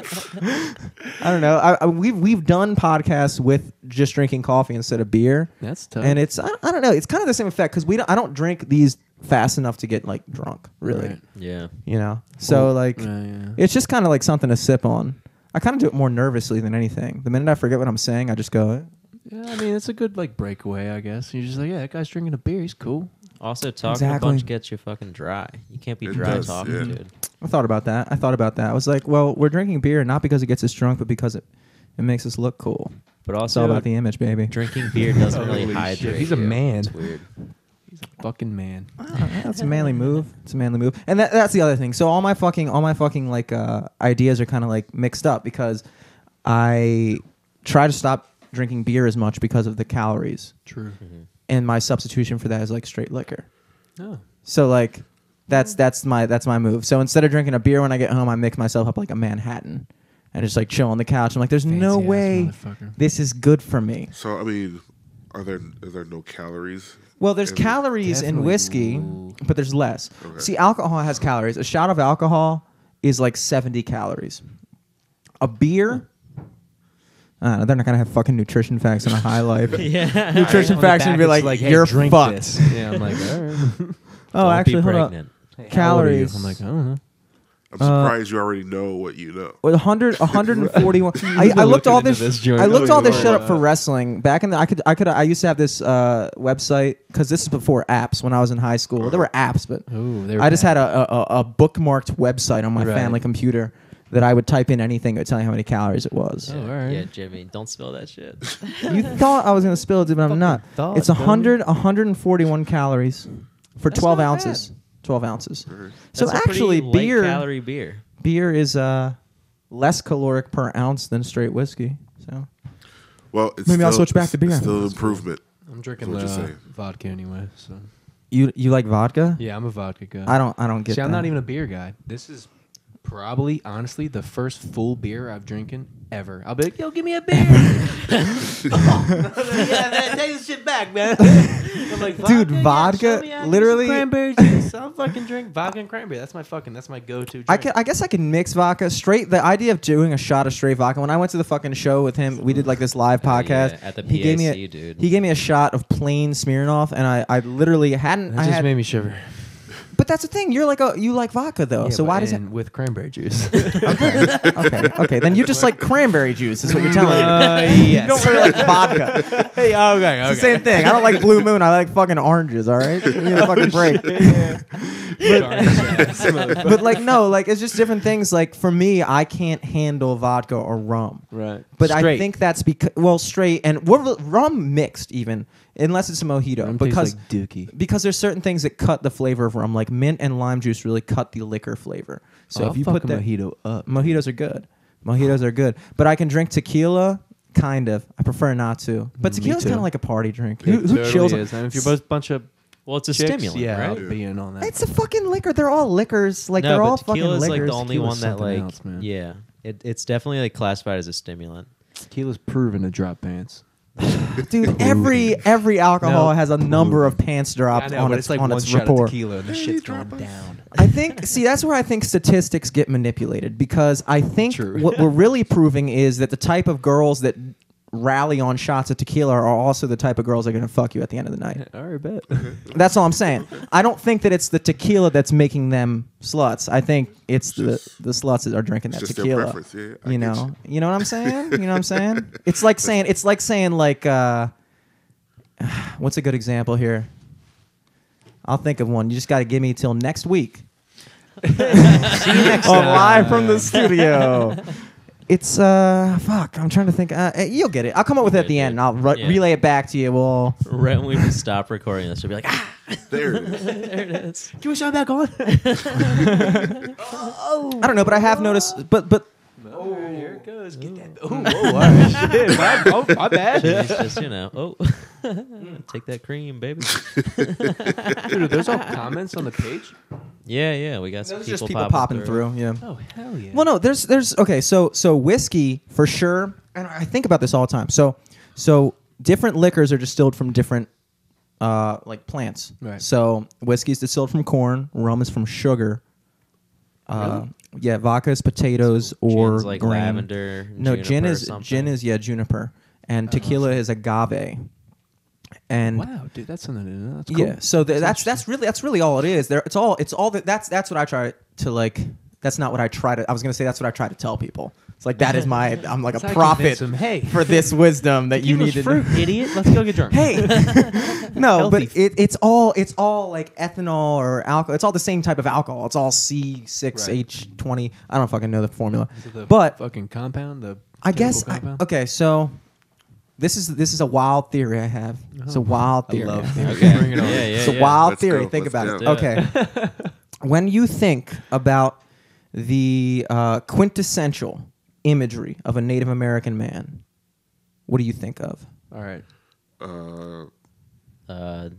S5: I don't know. I, I, we've we've done podcasts with just drinking coffee instead of beer.
S2: That's tough.
S5: And it's I, I don't know. It's kind of the same effect because we don't, I don't drink these fast enough to get like drunk really.
S2: Right.
S3: yeah.
S5: You know. So like.
S2: Yeah, yeah.
S5: It's just kind of like something to sip on. I kind of do it more nervously than anything. The minute I forget what I'm saying, I just go.
S2: Yeah, I mean, it's a good like breakaway, I guess. You're just like, yeah, that guy's drinking a beer. He's cool.
S3: Also, talking a
S5: Exactly.
S3: bunch gets you fucking dry. You can't be
S4: It
S3: dry
S4: does,
S3: talking,
S4: yeah.
S3: dude.
S5: I thought about that. I thought about that. I was like, well, we're drinking beer not because it gets us drunk, but because it, it makes us look cool.
S3: But
S5: It's
S3: also
S5: all about the image, baby.
S3: drinking beer doesn't
S2: Holy
S3: really
S2: shit,
S3: hydrate.
S2: he's a
S3: you.
S2: man.
S3: It's weird.
S2: Fucking man.
S5: That's a manly move. It's a manly move. And that, that's the other thing. So all my fucking all my fucking like uh, ideas are kind of like mixed up because I try to stop drinking beer as much because of the calories,
S2: True.
S5: and my substitution for that is like straight liquor.
S2: Oh. Hmm.
S5: So like that's that's my that's my move. So instead of drinking a beer when I get home, I mix myself up like a Manhattan and just like chill on the couch. I'm like, there's no
S2: Fancy ass
S5: way
S2: motherfucker.
S5: this is good for me.
S4: So, I mean, are there is there no calories?
S5: Well, there's
S4: in-
S5: calories in
S2: Definitely.
S5: whiskey,
S2: Ooh.
S5: but there's less.
S4: Okay.
S5: See, alcohol has calories. A shot of alcohol is like 70 calories. A beer, I don't know, they're not gonna have fucking nutrition facts in a
S2: [laughs]
S5: high life. Oh,
S3: Yeah. [laughs]
S5: Nutrition
S2: On the
S5: facts
S2: back,
S5: would be
S2: it's
S5: like,
S2: hey,
S5: you're
S2: drink
S5: fucked.
S2: this. Yeah,
S5: [laughs]
S2: I'm like, all right.
S5: Oh,
S3: Don't
S5: actually,
S3: be
S5: hold up.
S3: pregnant.
S2: How old are you?
S5: Calories.
S2: I'm like, "Uh-huh." I don't know.
S4: I'm
S5: Uh,
S4: surprised you already know what you know.
S5: With
S2: [laughs]
S5: 100, 141. I,
S2: You've
S5: I
S2: been
S5: looked
S2: looking
S5: all
S2: into
S5: this.
S2: this joint.
S5: I looked
S2: Oh,
S5: all this
S2: you
S5: shit
S2: are.
S5: up for wrestling back in the. I could. I could. I used to have this uh, website because this is before apps. When I was in high school, there were apps, but
S2: Ooh, they were
S5: I just had a, a- a, a bookmarked website on my
S2: Right.
S5: family computer that I would type in anything. It would tell you how many calories it was.
S2: Oh, all
S3: Yeah,
S2: right.
S3: Jimmy, don't spill that shit.
S5: You thought I was gonna spill it, but I'm not.
S2: Oh. thought,
S5: It's 100, 141 calories for 12
S3: not
S5: ounces. 12 ounces. So
S3: That's a pretty
S5: actually,
S3: light
S5: beer.
S3: calorie beer.
S5: beer is uh, less caloric per ounce than straight whiskey. So
S4: Well, it's
S5: Maybe
S4: still,
S5: I'll switch back to
S4: it's
S5: beer.
S4: Still improvement.
S2: I'm drinking
S4: That's what you're
S2: uh,
S4: saying.
S2: vodka anyway. So
S5: you you like vodka?
S2: yeah, I'm a vodka guy.
S5: I don't I don't get.
S2: See, I'm
S5: that.
S2: not even a beer guy. This is probably, honestly, the first full beer I've drinking ever. I'll be like, yo, give me a [laughs] beer. yeah, man, take this shit back, [laughs] man. I'm like,
S5: Dude,
S2: yeah,
S5: vodka,
S2: show me how to get
S5: literally-
S2: some cranberry juice. I'll fucking drink vodka and cranberry. That's my fucking. That's my go-to. Drink.
S5: I can I guess I can mix vodka straight. The idea of doing a shot of straight vodka. When I went to the fucking show with him, we did like this live
S3: yeah,
S5: podcast.
S3: at the
S5: he gave me a,
S3: PAC, dude.
S5: He gave me a shot of plain Smirnoff, and I, I literally hadn't.
S2: That
S5: I
S2: just
S5: had,
S2: made me shiver.
S5: but that's the thing. You're like a you like vodka though. so why does it? [laughs]
S2: and with cranberry [laughs] juice?
S5: Okay, okay. Then you just like cranberry juice is what you're telling me.
S2: [laughs]
S5: You don't really like vodka.
S2: Uh, Hey, okay, Oh, [laughs]
S5: It's the same thing. I don't like Blue Moon. I like fucking oranges. All right, Give me a fucking break. [laughs] but like no, like it's just different things. Like for me, I can't handle vodka or rum.
S2: Right.
S5: But I
S2: Straight.
S5: think that's because well, straight and well, rum mixed even unless it's a mojito
S2: Rum tastes
S5: because
S2: like dookie.
S5: because there's certain things that cut the flavor of rum, like mint and lime juice really cut the liquor flavor. So
S2: I'll
S5: if you
S2: fuck
S5: put
S2: a
S5: that,
S2: mojito up.
S5: uh, mojitos are good. Mojitos are good, but I can drink tequila. Kind of. I prefer not to. But
S2: Mm, Me
S5: tequila's
S2: too.
S5: kind of like a party drink.
S2: It
S5: Who, who
S2: totally
S5: chills?
S2: is. I mean, if you're both bunch of
S3: Well, it's a
S2: chicks,
S3: stimulant,
S2: yeah,
S3: right?
S2: I'll be in on that.
S5: It's a fucking liquor. They're all liquors. Like
S3: no,
S5: they're
S3: but
S5: all fucking
S3: tequila
S5: liquors.
S3: is like the only
S2: Tequila's
S3: one that
S2: something
S3: like
S2: else, man.
S3: yeah, it, it's definitely like classified as a stimulant.
S2: Tequila's proven to drop pants.
S5: Dude, every every alcohol
S2: No.
S5: has a number of pants dropped on its, on its rapport.
S2: tequila and the shit's going down.
S5: I think see that's where I think statistics get manipulated because I think
S2: True.
S5: what we're really proving is that the type of girls that rally on shots of tequila are also the type of girls that are going to fuck you at the end of the night.
S2: [laughs] All right, bet. [laughs]
S5: That's all I'm saying. I don't think that it's the tequila that's making them sluts. I think it's
S4: just-
S5: the the sluts that are drinking that
S4: it's just their
S5: tequila.
S4: preference, yeah, I
S5: you
S4: get
S5: know, you. know what I'm saying. You know what I'm
S4: [laughs]
S5: saying. It's like saying it's like saying like uh, [sighs] what's a good example here? I'll think of one. You just got to give me till next [laughs] week. See you next time. Oh, Live from the studio. [laughs] It's uh fuck. I'm trying to think. Uh, you'll get it. I'll come up with it at the end. And I'll re-
S3: Yeah.
S5: relay it back to you. Well,
S3: Right when we stop recording this, we'll be like, ah,
S4: There
S3: [laughs]
S4: it is.
S3: there it is.
S2: Can we shine back on?
S5: I don't know, but I have noticed. But but
S2: Oh, Here it goes. Get that. [laughs] Oh, whoa, all right. Shit, my, oh, my bad.
S3: It's just you know, oh, [laughs] take that cream, baby.
S2: Dude, there's all comments on the page.
S3: Yeah, yeah, we got some
S5: Those
S3: people,
S5: just people popping, through. Yeah.
S2: Oh hell yeah.
S5: Well, no, there's there's okay. So so whiskey for sure, and I think about this all the time. So so different liquors are distilled from different uh like plants.
S2: Right.
S5: So whiskey is distilled from corn. Rum is from sugar. Uh, yeah, vodka is potatoes or
S3: Gin's like
S5: grain.
S3: lavender,
S5: No, gin
S3: juniper or
S5: is
S3: something. Uh-huh.
S5: gin is yeah juniper, and tequila is agave. And
S2: wow, dude, that's something to know. That's cool.
S5: yeah. So th- that's that's really that's really all it is. There, it's all it's all that that's that's what I try to like. That's not what I try to. I was gonna say that's what I try to tell people. It's
S2: [laughs]
S5: like that is my. I'm like
S2: That's
S5: a
S2: how I
S5: prophet
S2: convince 'em, "Hey, [laughs]
S5: for this wisdom that you need to.
S2: fruit, idiot. Let's go get drunk. [laughs]
S5: Hey, [laughs] no,
S2: Healthy.
S5: but it, it's all it's all like ethanol or alcohol. It's all the same type of alcohol. It's all C six
S2: Right.
S5: H twenty. I don't fucking know the formula,
S2: The
S5: but
S2: fucking compound. The
S5: I
S2: chemical
S5: guess I,
S2: compound.
S5: okay. So this is this is a wild theory I have. It's a wild theory.
S2: Oh. love
S5: have. [laughs]
S2: theories.
S3: Okay. Bring it on. Yeah, yeah,
S5: It's a
S3: yeah.
S5: wild
S4: Let's
S5: theory.
S4: go.
S5: Think
S4: Let's
S5: about
S4: go.
S5: it. Okay.
S2: [laughs]
S5: when you think about the uh, quintessential imagery of a Native American man, what do you think of?
S2: All right.
S4: Uh,
S3: Uh,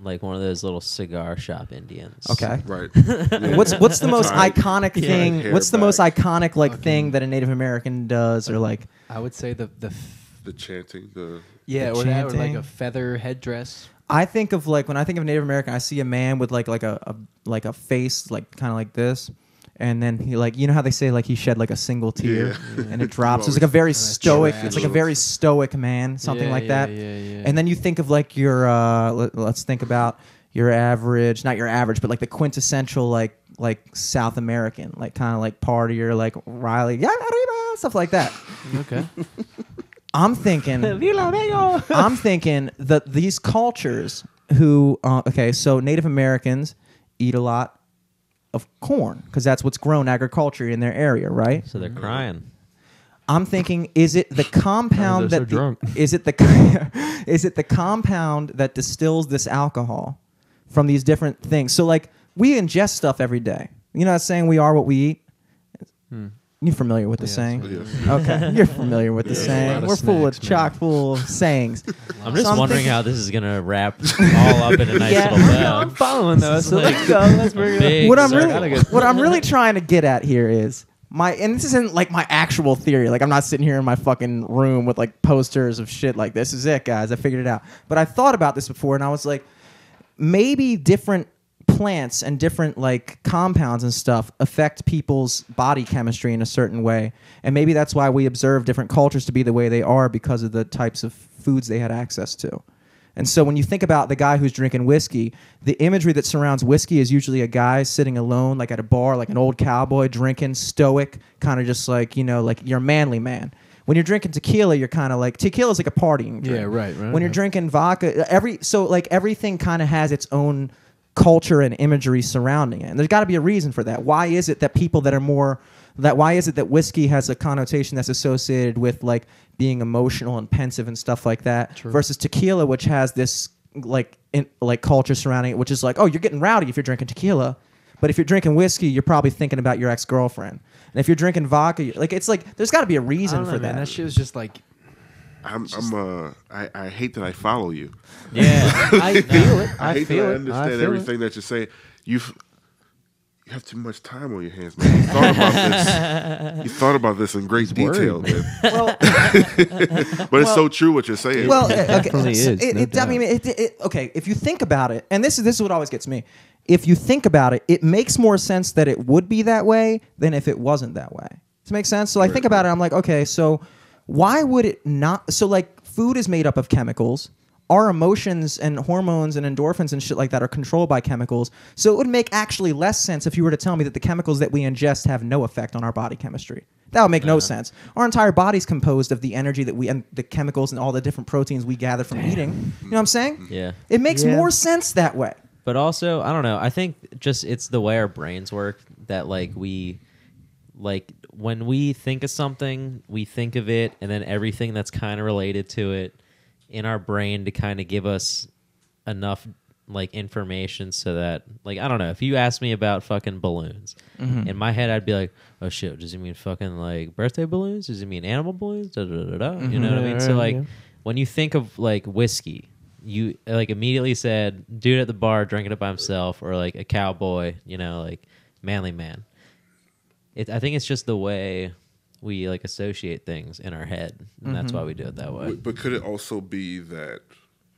S3: like one of those little cigar shop Indians.
S5: Okay.
S4: right. Yeah.
S5: [laughs] What's what's the most
S4: Sorry.
S5: iconic thing?
S4: Hair
S5: What's the most
S4: back.
S5: iconic like thing that a Native American does or like?
S2: I would say the the f-
S4: the chanting? The
S2: yeah,
S5: The
S2: or that, or like
S5: chanting.
S2: a feather
S5: [laughs]
S2: headdress.
S5: I think of like when I think of Native American, I see a man with like like a, a like a face like kind of like this, and then he like you know how they say like he shed like a single tear
S4: Yeah.
S5: and it drops. It's
S4: Always
S5: like a very
S2: kinda
S5: stoic.
S2: tragic.
S5: It's like a very stoic man, something
S2: Yeah,
S5: like
S2: yeah,
S5: that.
S2: yeah, yeah.
S5: And then you think of like your uh, let, let's think about your average, not your average, but like the quintessential like like South American, like kind of like partier, like Riley, yeah, arriba, stuff like that.
S4: [laughs]
S2: Okay.
S5: I'm thinking. I'm thinking that these cultures who uh, okay, so Native Americans eat a lot of corn because that's what's grown agriculture in their area, right?
S3: So they're crying.
S5: I'm thinking, is it the compound
S2: they're so
S5: that the-
S2: drunk.
S5: [laughs] is it the [laughs] is it the compound that distills this alcohol from these different things? So like we ingest stuff every day. You know, what I'm saying we are what we eat. You're familiar with the
S2: Hmm. Yes.
S5: saying.
S4: Yes.
S5: Okay, you're familiar with the
S2: Yeah. A lot
S5: saying.
S2: of
S5: We're full of
S2: snacks, man.
S5: chock full of sayings.
S3: I'm just
S5: So I'm
S3: wondering
S5: thinking-
S3: how this is gonna
S5: [laughs]
S3: wrap all up in a nice
S5: Yeah. [laughs]
S3: little
S2: No, [laughs]
S3: bow.
S2: I'm following though. So
S3: like
S2: let's go. Let's bring it
S3: big
S2: up.
S5: what I'm
S3: circle.
S5: really what
S2: [laughs]
S5: I'm really trying to get at here is my and this isn't like my actual theory. Like I'm not sitting here in my fucking room with like posters of shit like this is it, guys. I figured it out. But I thought about this before and I was like maybe different plants and different like compounds and stuff affect people's body chemistry in a certain way and maybe that's why we observe different cultures to be the way they are because of the types of foods they had access to and so when you think about the guy who's drinking whiskey the imagery that surrounds whiskey is usually a guy sitting alone like at a bar like an old cowboy drinking stoic kind of just like you know like you're a manly man when you're drinking tequila you're kind of like tequila's like a partying drink
S2: Yeah, right, right,
S5: when you're
S2: right.
S5: drinking vodka every so like everything kind of has its own culture and imagery surrounding it. And there's got to be a reason for that. Why is it that people that are more that why is it that whiskey has a connotation that's associated with like being emotional and pensive and stuff like that versus tequila which has this like in, like culture surrounding it which is like oh you're getting rowdy if you're drinking tequila but if you're drinking whiskey you're probably thinking about your ex-girlfriend and if you're drinking vodka you like it's like there's got to be a
S2: I
S5: reason
S2: don't know,
S5: for
S2: man.
S5: that
S2: That shit was just
S4: [laughs]
S2: like
S4: I'm, I'm uh, I, I hate that I follow you.
S3: Yeah.
S2: I feel it.
S4: I,
S2: I
S4: hate
S2: feel
S4: that I
S2: it.
S4: understand
S2: feel it.
S4: everything that you're saying. You've you have too much time on your hands, man. You thought about this. You thought about this in great
S2: word,
S4: detail,
S2: man.
S4: man. [laughs] but it's so true what you're saying.
S5: Well,
S2: It
S5: uh, okay.
S2: definitely
S5: so
S2: is,
S5: It,
S2: no
S5: it- I mean, it, it- okay. If you think about it, and this is this is what always gets me. If you think about it, it makes more sense that it would be that way than if it wasn't that way. Does it make sense? So I think about it. I'm like, okay, so why would it not? So like, food is made up of chemicals. Our emotions and hormones and endorphins and shit like that are controlled by chemicals. So it would make actually less sense if you were to tell me that the chemicals that we ingest have no effect on our body chemistry. That would make
S4: Uh-huh.
S5: no sense. Our entire body's composed of the energy that we and the chemicals and all the different proteins we gather from eating. You know what I'm saying?
S3: Yeah.
S5: It makes
S2: Yeah.
S5: more sense that way.
S3: but also i don't know i think just it's the way our brains work that like we like when we think of something we think of it and then everything that's kind of related to it in our brain to kind of give us enough like information so that like i don't know if you asked me about fucking balloons
S2: Mm-hmm.
S3: in my head i'd be like oh shit does it mean fucking like birthday balloons does it mean animal balloons da, da, da, da, da. you know what i mean so
S2: Mm-hmm. Yeah,
S3: like
S2: yeah.
S3: when you think of like whiskey, you like immediately said dude at the bar drinking it by himself or like a cowboy, you know, like manly man. It, I think it's just the way we like associate things in our head, and that's why we do it that way.
S4: But could it also be that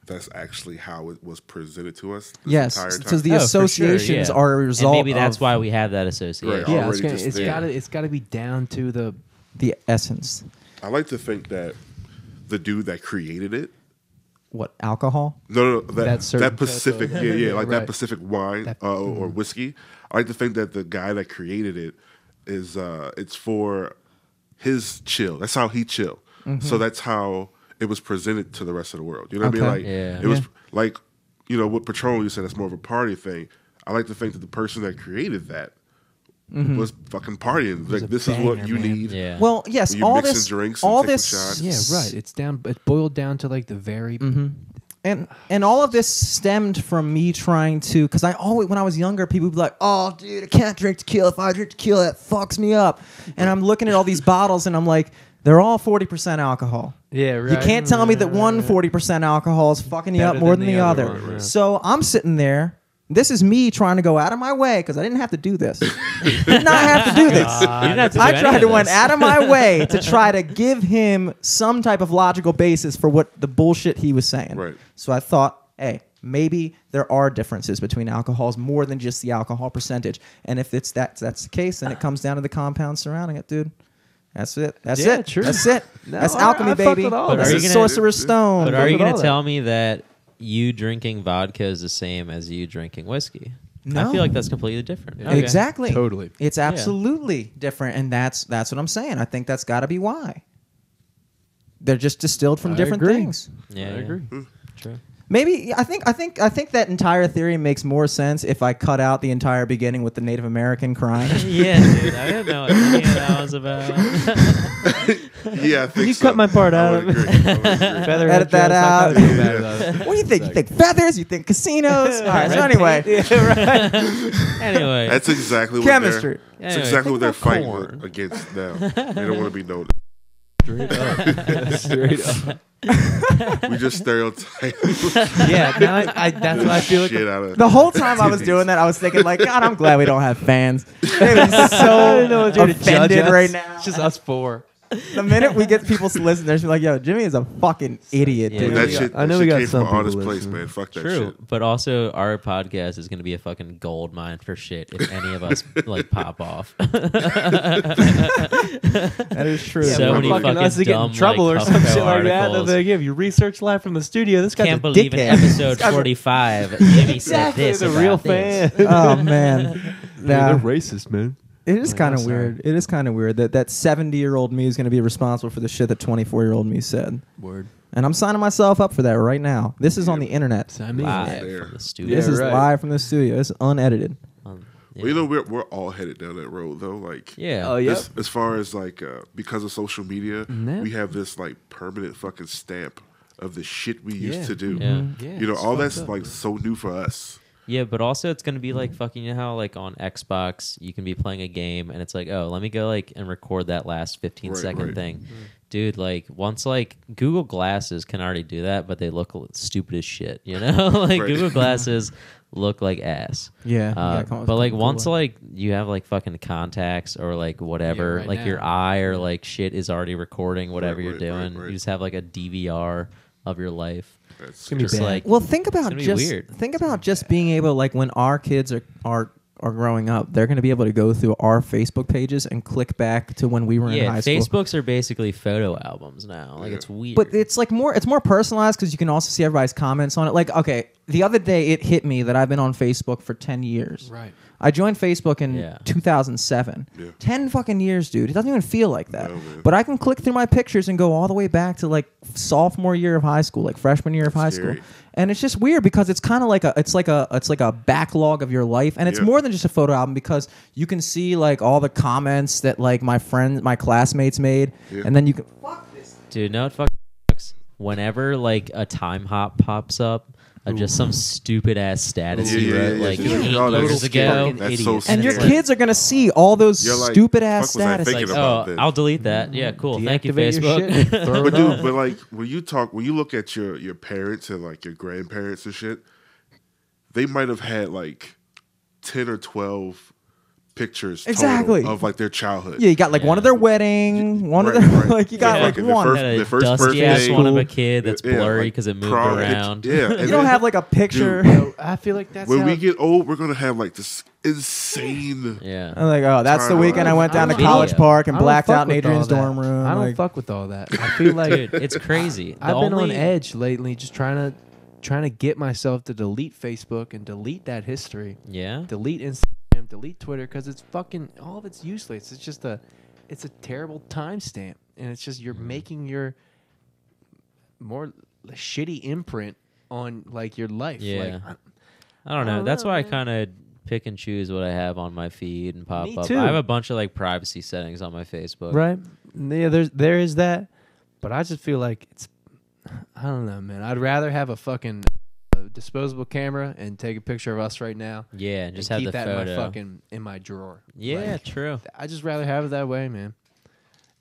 S4: that's actually how it was presented to us? this
S5: Yes.
S4: entire
S5: So
S4: time?
S5: the
S3: Oh, for sure,
S5: associations
S3: yeah.
S5: are a
S3: And
S5: result
S3: maybe that's
S5: of
S3: why we have that association.
S4: Right.
S2: Yeah, I was
S4: already
S2: gonna,
S4: just
S2: it's
S4: there.
S2: got to it's got to be down to the
S5: the essence.
S4: I like to think that the dude that created it.
S5: What alcohol?
S4: No, no, no that
S2: That
S4: that,
S2: certain type
S4: Pacific,
S2: of-
S4: yeah, yeah, like
S2: Right.
S4: that Pacific wine
S2: That- mm-hmm.
S4: uh, or whiskey. I like to think that the guy that created it is uh, it's for his chill. That's how he chill.
S2: Mm-hmm.
S4: So that's how it was presented to the rest of the world. You know what I mean?
S5: Okay.
S4: Like
S3: Yeah.
S4: it was
S5: Yeah.
S4: like you know what Patron you said. That's more of a party thing. I like to think that the person that created that was fucking partying.
S2: Mm-hmm. a
S4: Like this is what
S2: banger,
S4: you
S2: man.
S4: need.
S3: Yeah.
S5: Well, yes,
S4: You
S5: all
S4: mix and
S5: this,
S4: drinks and
S5: all
S4: take a
S5: this,
S4: shot.
S2: yeah right. It's down. It's boiled down to like the very
S5: Mm-hmm. and and all of this stemmed from me trying to because I always when I was younger people would be like oh dude I can't drink tequila if I drink tequila that fucks me up and I'm looking at all these bottles and I'm like they're all 40% alcohol
S2: yeah
S5: you can't tell me that one 40% alcohol is fucking you
S2: Better
S5: up more
S2: than
S5: than,
S2: the
S5: the,
S2: other
S5: other,
S2: one, yeah.
S5: so I'm sitting there this is me trying to go out of my way because I didn't have to do this [laughs] I did not have to
S2: [laughs]
S5: do this
S3: You didn't have to do
S5: I
S3: any
S5: tried
S3: of
S5: to went
S3: this.
S5: out of my way to try to give him some type of logical basis for what the bullshit he was saying.
S4: Right.
S5: So I thought, hey, maybe there are differences between alcohols more than just the alcohol percentage. And if it's that that's the case, then it comes down to the compound surrounding it, dude. That's it. That's
S2: Yeah,
S5: it.
S2: true.
S5: That's it.
S2: [laughs] No,
S5: that's
S2: I-
S5: alchemy,
S2: I fucked
S5: baby.
S2: with all
S3: that.
S5: That's
S3: Are
S5: the
S3: you gonna-
S5: sorcerer's stone.
S3: but are you
S2: Look at
S3: going
S2: all
S3: to
S2: that.
S3: tell me that you drinking vodka is the same as you drinking whiskey? I
S5: No.
S3: feel like that's completely different. Okay.
S5: Exactly.
S2: Totally.
S5: It's absolutely different, and that's that's what I'm saying. I think that's got to be why. They're just distilled
S2: I
S5: from different
S2: agree.
S5: things.
S3: Yeah,
S2: I
S3: yeah.
S2: agree.
S4: Mm-hmm.
S3: True.
S5: Maybe I think I think I think that entire theory makes more sense if I cut out the entire beginning with the Native American crying.
S3: [laughs] yeah, dude. I didn't know what any of that was
S5: [laughs]
S3: about.
S4: [laughs]
S3: [laughs]
S4: Yeah, I
S2: [laughs]
S4: think
S2: You
S4: so.
S2: cut my part
S4: I
S2: out.
S4: would agree. I
S2: [laughs]
S4: would agree.
S5: Edit that out.
S2: out.
S5: what do you think? You think feathers? You think casinos? All right. So
S2: [laughs]
S5: anyway,
S3: anyway,
S4: That's exactly what
S5: Chemistry.
S4: They're, that's
S3: Anyway, think
S4: exactly what they're
S3: about
S4: fighting
S3: corn.
S4: against
S2: [laughs]
S4: now. They don't want to be noticed.
S2: Straight up.
S4: [laughs] We just stereotype the
S2: [laughs] Yeah, now I, I, that's what I feel like.
S4: shit out of.
S5: the whole time I
S4: [laughs]
S5: was doing that, I was thinking like, God, I'm glad we don't have fans. They were
S2: [laughs]
S5: so offended right now.
S2: It's just us four.
S5: the minute we get people to listen, they're just like, Yo, Jimmy is a fucking idiot,
S3: Yeah.
S5: dude.
S4: that
S2: we got-
S4: shit.
S2: I know
S4: that
S2: we
S4: shit
S2: got
S4: came
S2: some
S4: from an honest
S2: people
S4: place,
S2: listening.
S4: man. Fuck that
S3: True,
S4: shit.
S3: but also our podcast is going to be a fucking gold mine for shit if any
S2: [laughs]
S3: of us like pop off.
S5: That is true.
S3: So many
S2: fucking
S3: fucking
S2: us to get in
S3: dumb,
S2: trouble
S3: like,
S2: or some
S3: Huffpo
S2: shit like that. That
S3: articles.
S2: they give you research live from the studio. This guy's
S3: Can't
S2: a
S3: believe in
S2: dickhead.
S3: episode forty-five, Jimmy said
S2: Exactly,
S3: this.
S2: the
S3: about
S2: real
S3: this.
S2: fan.
S5: oh man,
S2: They're
S5: yeah.
S2: racist, man.
S5: It is
S2: Like, I'm
S5: kind of
S2: sorry.
S5: weird. It is kind of weird that that 70 year old me is going to be responsible for the shit that 24 year old me said.
S2: Word.
S5: And I'm signing myself up for that right now. This is on the internet.
S2: I mean,
S3: live
S4: there.
S3: from the studio.
S5: This
S2: Yeah,
S5: is
S2: right.
S5: live from the studio. It's unedited.
S3: Um, yeah.
S4: Well, you know, we're we're all headed down that road though. Like,
S3: yeah.
S2: Oh, yeah.
S4: As, as far as like uh, because of social media,
S2: Mhm.
S4: we have this like permanent fucking stamp of the shit we
S2: Yeah.
S4: used to do.
S3: Yeah.
S2: Yeah,
S4: you know,
S2: it's
S4: all
S2: fucked
S4: that's
S2: up,
S4: like so new for us.
S3: Yeah, but also it's gonna be like fucking you know how like on Xbox you can be playing a game and it's like, oh, let me go like and record that last fifteen
S4: Right,
S3: second
S4: right.
S3: thing. Dude, like once like Google Glasses can already do that, but they look l- stupid as shit, you know? [laughs] like
S4: Right. [laughs]
S3: Google Glasses look like ass.
S5: Yeah,
S3: Uh,
S5: yeah, come on,
S3: but like
S5: come
S3: once
S5: forward.
S3: like you have like fucking contacts or like whatever,
S2: right
S3: like your
S2: now.
S3: eye or like shit is already recording whatever
S4: Right,
S3: you're
S4: right, right,
S3: doing.
S4: right.
S3: You just have like a DVR of your life.
S4: That's
S2: gonna be
S3: just
S2: bad.
S3: like
S5: Well, think about
S3: gonna be
S5: just
S3: weird.
S5: think about just being able like when our kids are are are growing up, they're going to be able to go through our Facebook pages and click back to when we were in
S3: yeah,
S5: high school.
S3: Facebooks are basically photo albums now. Like it's weird.
S5: But it's like more it's more personalized because you can also see everybody's comments on it. Like, okay, the other day it hit me that I've been on Facebook for ten years.
S2: Right.
S5: I joined Facebook in
S3: Yeah.
S5: 2007.
S4: Yeah.
S5: Ten fucking years, dude. It doesn't even feel like that.
S4: No, man.
S5: but I can click through my pictures and go all the way back to like sophomore year of high school, like freshman year of high
S4: Scary.
S5: school. And it's just weird because it's kind of like a it's like a it's like a backlog of your life, and it's
S4: Yeah.
S5: more than just a photo album because you can see like all the comments that like my friends, my classmates made,
S4: Yeah.
S5: and then you can.
S3: Dude, no, it fucking sucks. Whenever like a time hop pops up, uh, just some stupid ass status
S4: Yeah,
S3: you
S4: yeah,
S3: wrote
S4: yeah,
S3: like
S4: yeah.
S3: eight
S4: No, that's
S3: years
S4: just
S3: ago.
S4: fucking That's so
S5: And your
S4: It's like-
S5: kids are gonna see all those
S4: You're like,
S5: stupid ass
S4: fuck was I
S5: status.
S4: thinking
S3: Like,
S4: about
S3: oh,
S4: this.
S3: I'll delete that. Yeah, cool. Thank you,
S2: Deactivate your
S3: Facebook. [laughs]
S2: shit, [laughs] throw
S4: But
S2: it
S4: dude,
S2: up.
S4: but like when you talk, when you look at your your parents and like your grandparents and shit, they might have had like ten or twelve pictures total
S5: Exactly.
S4: of like their childhood.
S5: Yeah, you got like one of their wedding, one
S4: Right,
S5: of their
S4: right.
S5: [laughs] like you got
S4: Yeah.
S5: like
S4: Fucking the
S5: one.
S4: first-
S3: Had a
S4: the first
S3: dusty ass
S4: birthday.
S3: one of a
S2: Cool.
S3: kid that's
S4: Yeah,
S3: blurry
S4: like,
S3: because it moved
S4: prom pic-
S3: around.
S4: Yeah, and
S5: you
S4: then-
S5: don't have like a picture.
S2: So, I feel like that's
S4: when
S2: how
S4: we get old, we're gonna have like this insane.
S3: Yeah.
S5: I'm like, oh, that's the
S4: Turn
S5: weekend I
S4: around.
S5: went down to
S3: Video.
S5: College Park and
S2: I don't
S5: blacked
S2: fuck
S5: out in
S2: with all
S5: Adrian's
S2: that.
S5: dorm room.
S2: I don't
S5: like-
S2: fuck with all that. I feel like
S3: Dude, it's crazy. The
S2: I've been on
S3: only-
S2: edge lately, just trying to trying to get myself to delete Facebook and delete that history,
S3: Yeah.
S2: delete Instagram, delete Twitter, because it's fucking all of it's useless. It's just a it's a terrible timestamp, and it's just you're
S3: Mm-hmm.
S2: making your more shitty imprint on like your life.
S3: Yeah.
S2: Like, I-
S3: I don't know.
S2: don't
S3: That's
S2: know,
S3: why I
S2: man.
S3: kind of pick and choose what I have on my feed and pop
S2: Me
S3: up.
S2: too.
S3: I have a bunch of like privacy settings on my Facebook.
S2: right? Yeah, there's there is that, but I just feel like it's I don't know, man. I'd rather have a fucking uh, disposable camera and take a picture of us right now.
S3: Yeah, and just
S2: and
S3: have
S2: keep
S3: the
S2: that
S3: photo.
S2: in my fucking in my drawer.
S3: yeah,
S2: Like,
S3: true.
S2: I just rather have it that way, man.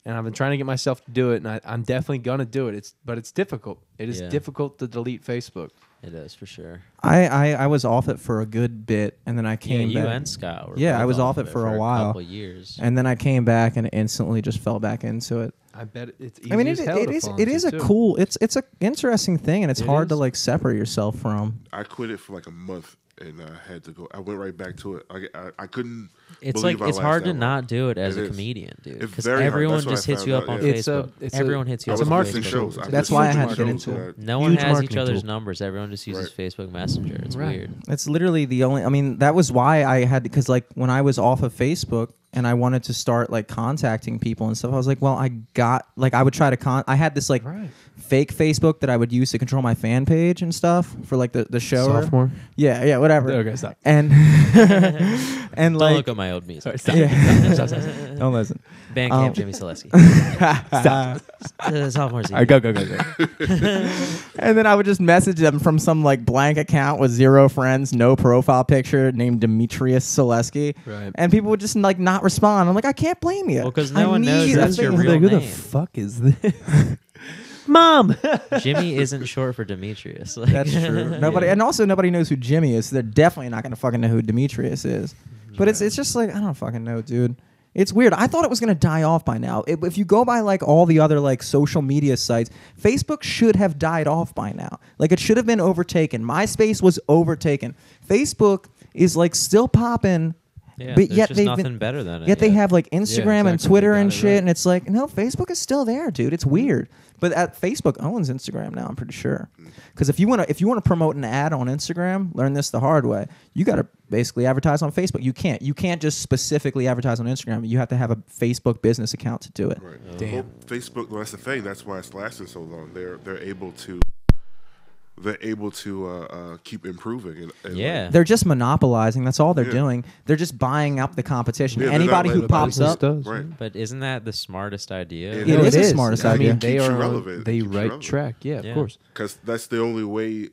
S2: And I've been trying to get myself to do it, and I, I'm definitely gonna do it. It's but it's difficult. It is
S3: Yeah.
S2: difficult to delete Facebook.
S3: It is for sure.
S5: I, I I was off it for a good bit, and then I came
S3: yeah, you
S5: back.
S3: and Scott were
S5: Yeah, I
S3: both
S5: was off it for a while.
S3: couple years.
S5: and then I came back and instantly just fell back into it.
S2: I bet it's. Easy
S5: I mean,
S2: as
S5: it,
S2: hell
S5: it
S2: to
S5: is
S2: fall
S5: it
S2: into,
S5: is a
S2: too.
S5: cool. It's it's a interesting thing, and it's
S2: It
S5: hard to
S2: is.
S5: like separate yourself from.
S4: I quit it for like a month, and I had to go. I went right back to it. I I, I couldn't.
S3: it's
S4: believe
S3: like
S4: I
S3: it's
S4: laughed
S3: hard
S4: that
S3: to
S4: long.
S3: not do it as
S4: It
S3: a
S4: is.
S3: comedian, dude.
S4: It's
S3: Because
S4: very hard.
S3: everyone
S4: That's what
S3: just
S4: I
S3: hits you
S4: found
S3: up
S4: out,
S3: on
S4: yeah.
S2: It's a-
S3: Facebook.
S2: it's a-
S3: everyone hits you
S4: I
S3: up
S2: It's
S4: was
S2: a
S3: on
S2: marketing
S4: missing
S3: Facebook.
S4: shows. I
S5: That's
S4: missed
S5: why I
S4: so
S5: had
S4: many
S5: to get
S4: shows
S5: into it.
S4: that-
S3: No one
S2: Huge
S3: has each
S2: marketing
S3: other's
S2: tool.
S3: numbers. Everyone just uses Facebook Messenger. It's
S2: Right.
S3: weird.
S5: It's literally the only. I mean, that was why I had because like when I was off of Facebook and I wanted to start like contacting people and stuff, I was like, well, I got like I would try to con. I had this like
S2: Right.
S5: fake Facebook that I would use to control my fan page and stuff for like the the show. or-
S2: Sophomore.
S5: Yeah, yeah, whatever.
S2: Okay, stop.
S5: And [laughs] and
S3: Don't
S5: like
S3: look at my old music.
S5: yeah. [laughs] Don't listen.
S3: Bandcamp
S5: Um,
S3: Jimmy
S5: [laughs]
S3: Selesky. [laughs]
S5: Stop.
S3: Uh, Sophomore season.
S5: go go go go.
S3: [laughs]
S5: and then I would just message them from some like blank account with zero friends, no profile picture, named Demetrius Selesky.
S2: Right.
S5: And people would just like not respond. I'm like, I can't blame you.
S3: Well, 'cause
S5: I
S3: no one knows
S5: need-
S3: that's
S5: I
S3: your
S5: think-
S3: real
S2: Who the
S3: name.
S2: fuck is this?
S3: [laughs]
S2: Mom.
S3: Jimmy isn't short for Demetrius. Like,
S5: [laughs] That's true. Nobody, and also nobody knows who Jimmy is. So they're definitely not gonna fucking know who Demetrius is.
S3: Mm-hmm.
S5: But it's it's just like I don't fucking know, dude. It's weird. I thought it was gonna die off by now. If if you go by like all the other like social media sites, Facebook should have died off by now. Like it should have been overtaken. MySpace was overtaken. Facebook is like still popping
S3: Yeah,
S5: but
S3: there's
S5: yet
S3: just
S5: they've
S3: nothing
S5: been-
S3: better than it.
S5: Yet they
S3: yeah.
S5: have like Instagram and
S2: exactly.
S5: Twitter
S2: You got
S5: and
S2: it
S5: shit,
S2: right.
S5: and it's like no, Facebook is still there, dude. It's weird. But at Facebook owns Instagram now. I'm pretty sure. Because if you want to, if you want to promote an ad on Instagram, learn this the hard way. You got to basically advertise on Facebook. You can't. You can't just specifically advertise on Instagram. You have to have a Facebook business account to do it.
S4: Right.
S2: Damn.
S4: Well, Facebook. Well, that's the thing. That's why it's lasting so long. They're they're able to they're able to uh, uh, keep improving. And, and like,
S3: Yeah.
S5: They're just monopolizing. That's all they're
S4: Yeah.
S5: doing. They're just buying up the competition.
S4: Yeah, they're not
S5: Anybody
S4: letting
S5: who
S4: the
S5: pops
S2: business
S5: up,
S2: does,
S4: right.
S2: yeah.
S3: But isn't that the smartest idea?
S4: It
S5: It
S2: No,
S5: is the smartest
S2: I mean,
S5: idea.
S2: they
S4: Keeps you
S2: are on
S4: relevant.
S2: the
S4: Keeps you
S2: right
S4: relevant.
S2: track. Yeah, of
S3: Yeah.
S2: course.
S4: because that's the only way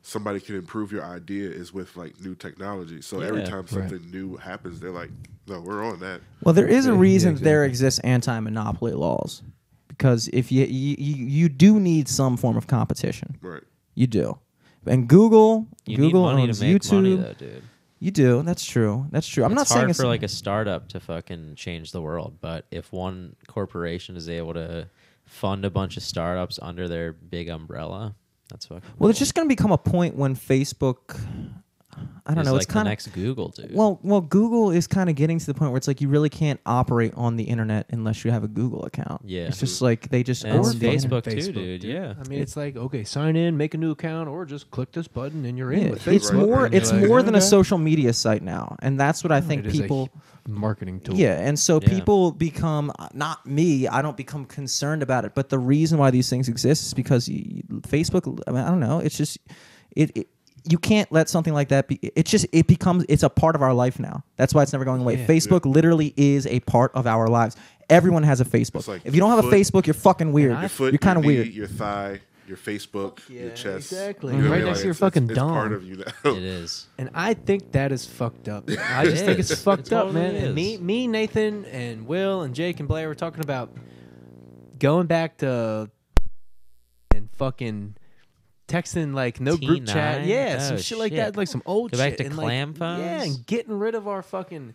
S4: somebody can improve your idea is with like new technology. So every
S3: Yeah.
S4: time something new happens, they're like, "No, we're on that."
S5: Well, there is a
S2: Yeah,
S5: reason there
S2: exactly.
S5: exists anti-monopoly laws, because if you you, you you do need some form of competition,
S4: Right.
S5: you do. And Google,
S3: You
S5: Google
S3: need money
S5: owns
S3: to make
S5: YouTube.
S3: money, though, dude.
S5: You do. That's true. That's true. I'm
S3: it's
S5: not
S3: hard
S5: saying it's
S3: for like a startup to fucking change the world, but if one corporation is able to fund a bunch of startups under their big umbrella, that's fucking.
S5: well, it's
S3: cool.
S5: just going to become a point when Facebook. I don't know.
S3: Like
S5: it's kind
S3: the
S5: of
S3: next Google, dude.
S5: well, well, Google is kind of getting to the point where it's like you really can't operate on the internet unless you have a Google account.
S3: Yeah.
S5: it's just like they just
S3: And
S5: own
S3: it's
S5: the
S3: Facebook
S5: internet.
S3: too, dude, yeah.
S2: I mean, it's like okay, sign in, make a new account, or just click this button and you're in.
S5: Yeah,
S2: with
S4: Facebook,
S5: it's
S4: right?
S5: more.
S4: And
S5: It's
S2: you're like,
S5: more than a
S2: okay.
S5: social media site now, and that's what I think
S2: It is a
S5: people.
S2: hu- marketing tool.
S5: Yeah, and so
S3: Yeah.
S5: people become uh, not me. I don't become concerned about it, but the reason why these things exist is because you, Facebook. I, mean, I don't know. It's just it. it you can't let something like that be it's just it becomes it's a part of our life now that's why it's never going away
S2: Yeah.
S5: facebook literally is a part of our lives everyone has a facebook
S4: It's like
S5: if you don't have
S4: foot-
S5: a facebook you're fucking weird
S2: I-
S4: Your foot,
S5: you're kind of
S4: your knee,
S5: weird
S4: Your thigh, your Facebook,
S2: yeah,
S4: your chest.
S2: exactly.
S4: You know
S2: Mm-hmm. Right
S4: what I mean?
S2: next to your
S4: it's-
S2: fucking
S4: it's, it's part
S2: dong.
S4: of you now. [laughs]
S3: it is.
S2: And I think that is fucked
S3: [laughs]
S2: up. I just think it's
S3: is.
S2: fucked
S3: It
S2: up,
S3: totally
S2: man. And me,
S3: is.
S2: me, Nathan, and Will, and Jake and Blair were talking about going back to and fucking texting like no group chat,
S3: T9?
S2: yeah, some
S3: Oh,
S2: shit, like
S3: shit.
S2: that, like some old
S3: Go
S2: shit.
S3: back to
S2: and
S3: clam
S2: like,
S3: phones?
S2: yeah, and getting rid of our fucking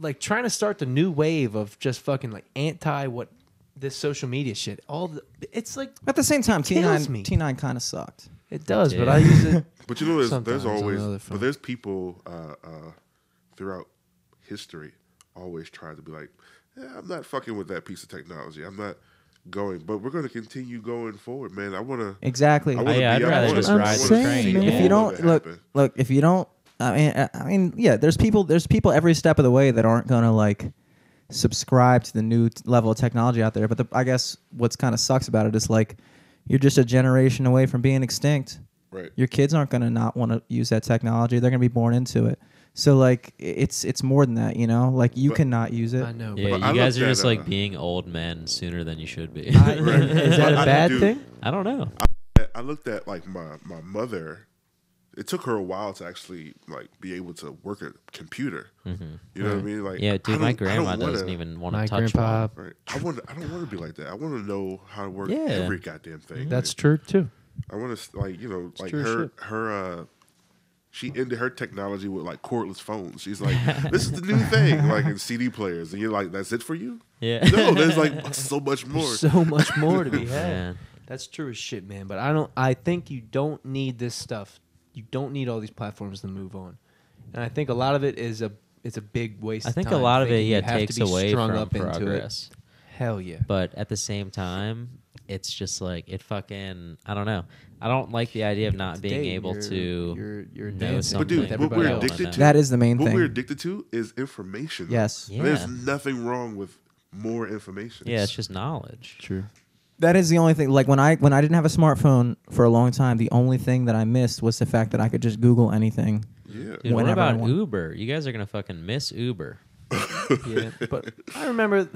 S2: like trying to start the new wave of just fucking like anti what this social media shit. All the, it's like
S5: at the same time
S2: kills
S5: t9
S2: me.
S5: t9 kind of sucked
S2: it does, but
S3: Yeah.
S2: I use it.
S4: But you know, there's,
S2: Sometimes
S4: there's
S2: on
S4: always,
S2: the other
S4: but
S2: front.
S4: there's people uh, uh, throughout history always try to be like, "Yeah, I'm not fucking with that piece of technology. I'm not going. But we're going to continue going forward, man. I
S2: [laughs]
S4: want to.
S5: exactly
S4: I wanna
S3: Oh, yeah,
S4: be
S3: I'd
S4: out- I
S3: rather
S4: wanna-
S3: just
S4: I
S3: ride
S4: wanna
S3: the
S4: see
S3: train,
S5: man.
S4: all
S5: If you
S3: yeah.
S4: of
S5: don't
S4: it
S5: look,
S4: happen.
S5: look, if you don't, I mean, I- I mean, yeah, there's people, there's people every step of the way that aren't gonna like subscribe to the new t- level of technology out there. But the, I guess what's kind of sucks about it is like you're just a generation away from being extinct.
S4: Right.
S5: Your kids aren't gonna not want to use that technology. They're gonna be born into it. So like i- it's it's more than that, you know. Like you
S4: But-
S5: cannot use
S2: [laughs]
S5: it.
S2: I know,
S3: Yeah,
S4: But I
S3: you guys
S4: looked
S3: are
S4: at,
S3: just like
S4: uh,
S3: being old men sooner than you should be.
S2: but I,
S3: I,
S2: is that
S4: I-
S2: a
S4: I
S2: bad
S4: do.
S2: thing?
S3: don't know.
S4: I looked at like my my mother. It took her a while to actually like be able to work a computer.
S2: Mm-hmm.
S4: You know what I mean? Like,
S3: Yeah,
S4: I
S3: dude, my
S4: don't- I
S3: grandma
S4: don't wanna-
S3: doesn't even want
S2: My
S3: to touch
S2: grandpa,
S3: one.
S4: Right. I want. I don't want to be like that. I want to know how to work
S3: Yeah.
S4: every goddamn thing.
S2: Mm-hmm. that's true too.
S4: I want to like you know like
S2: true as
S4: her
S2: shit.
S4: her uh she ended her technology with like cordless phones. She's like, this is the new thing, like in CD players, and you're like, that's it for you?
S3: Yeah.
S4: No, there's like so much more.
S2: so much more to
S3: [laughs]
S2: be had.
S3: Yeah.
S2: That's true as shit, man. But I don't. I think you don't need this stuff. You don't need all these platforms to move on. And I think a lot of it is a it's a big waste.
S3: I think
S2: of time
S3: a lot of it
S2: thinking you
S3: yeah
S2: have to
S3: takes
S2: be
S3: away
S2: strung
S3: from
S2: up
S3: progress.
S2: Into it. Hell yeah.
S3: but at the same time it's just like it fucking i don't know i don't like the idea of not being
S2: Today,
S3: able
S2: you're-
S3: to
S2: you're- you're
S3: know
S2: dancing
S3: something
S4: But dude,
S2: with
S4: what
S2: everybody
S4: we're
S2: else.
S4: addicted to
S5: That is the main
S4: what
S5: thing.
S4: we're addicted to is information.
S5: Yes.
S3: Yeah.
S4: There's nothing wrong with more information.
S3: yeah it's just knowledge
S2: True.
S5: That is the only thing. Like when I when I didn't have a smartphone for a long time, the only thing that I missed was the fact that I could just Google
S4: [laughs]
S5: anything.
S4: yeah.
S3: Dude, what
S5: Whenever I
S3: about
S5: want.
S3: uber you guys are gonna fucking miss uber
S2: Yeah. But I remember.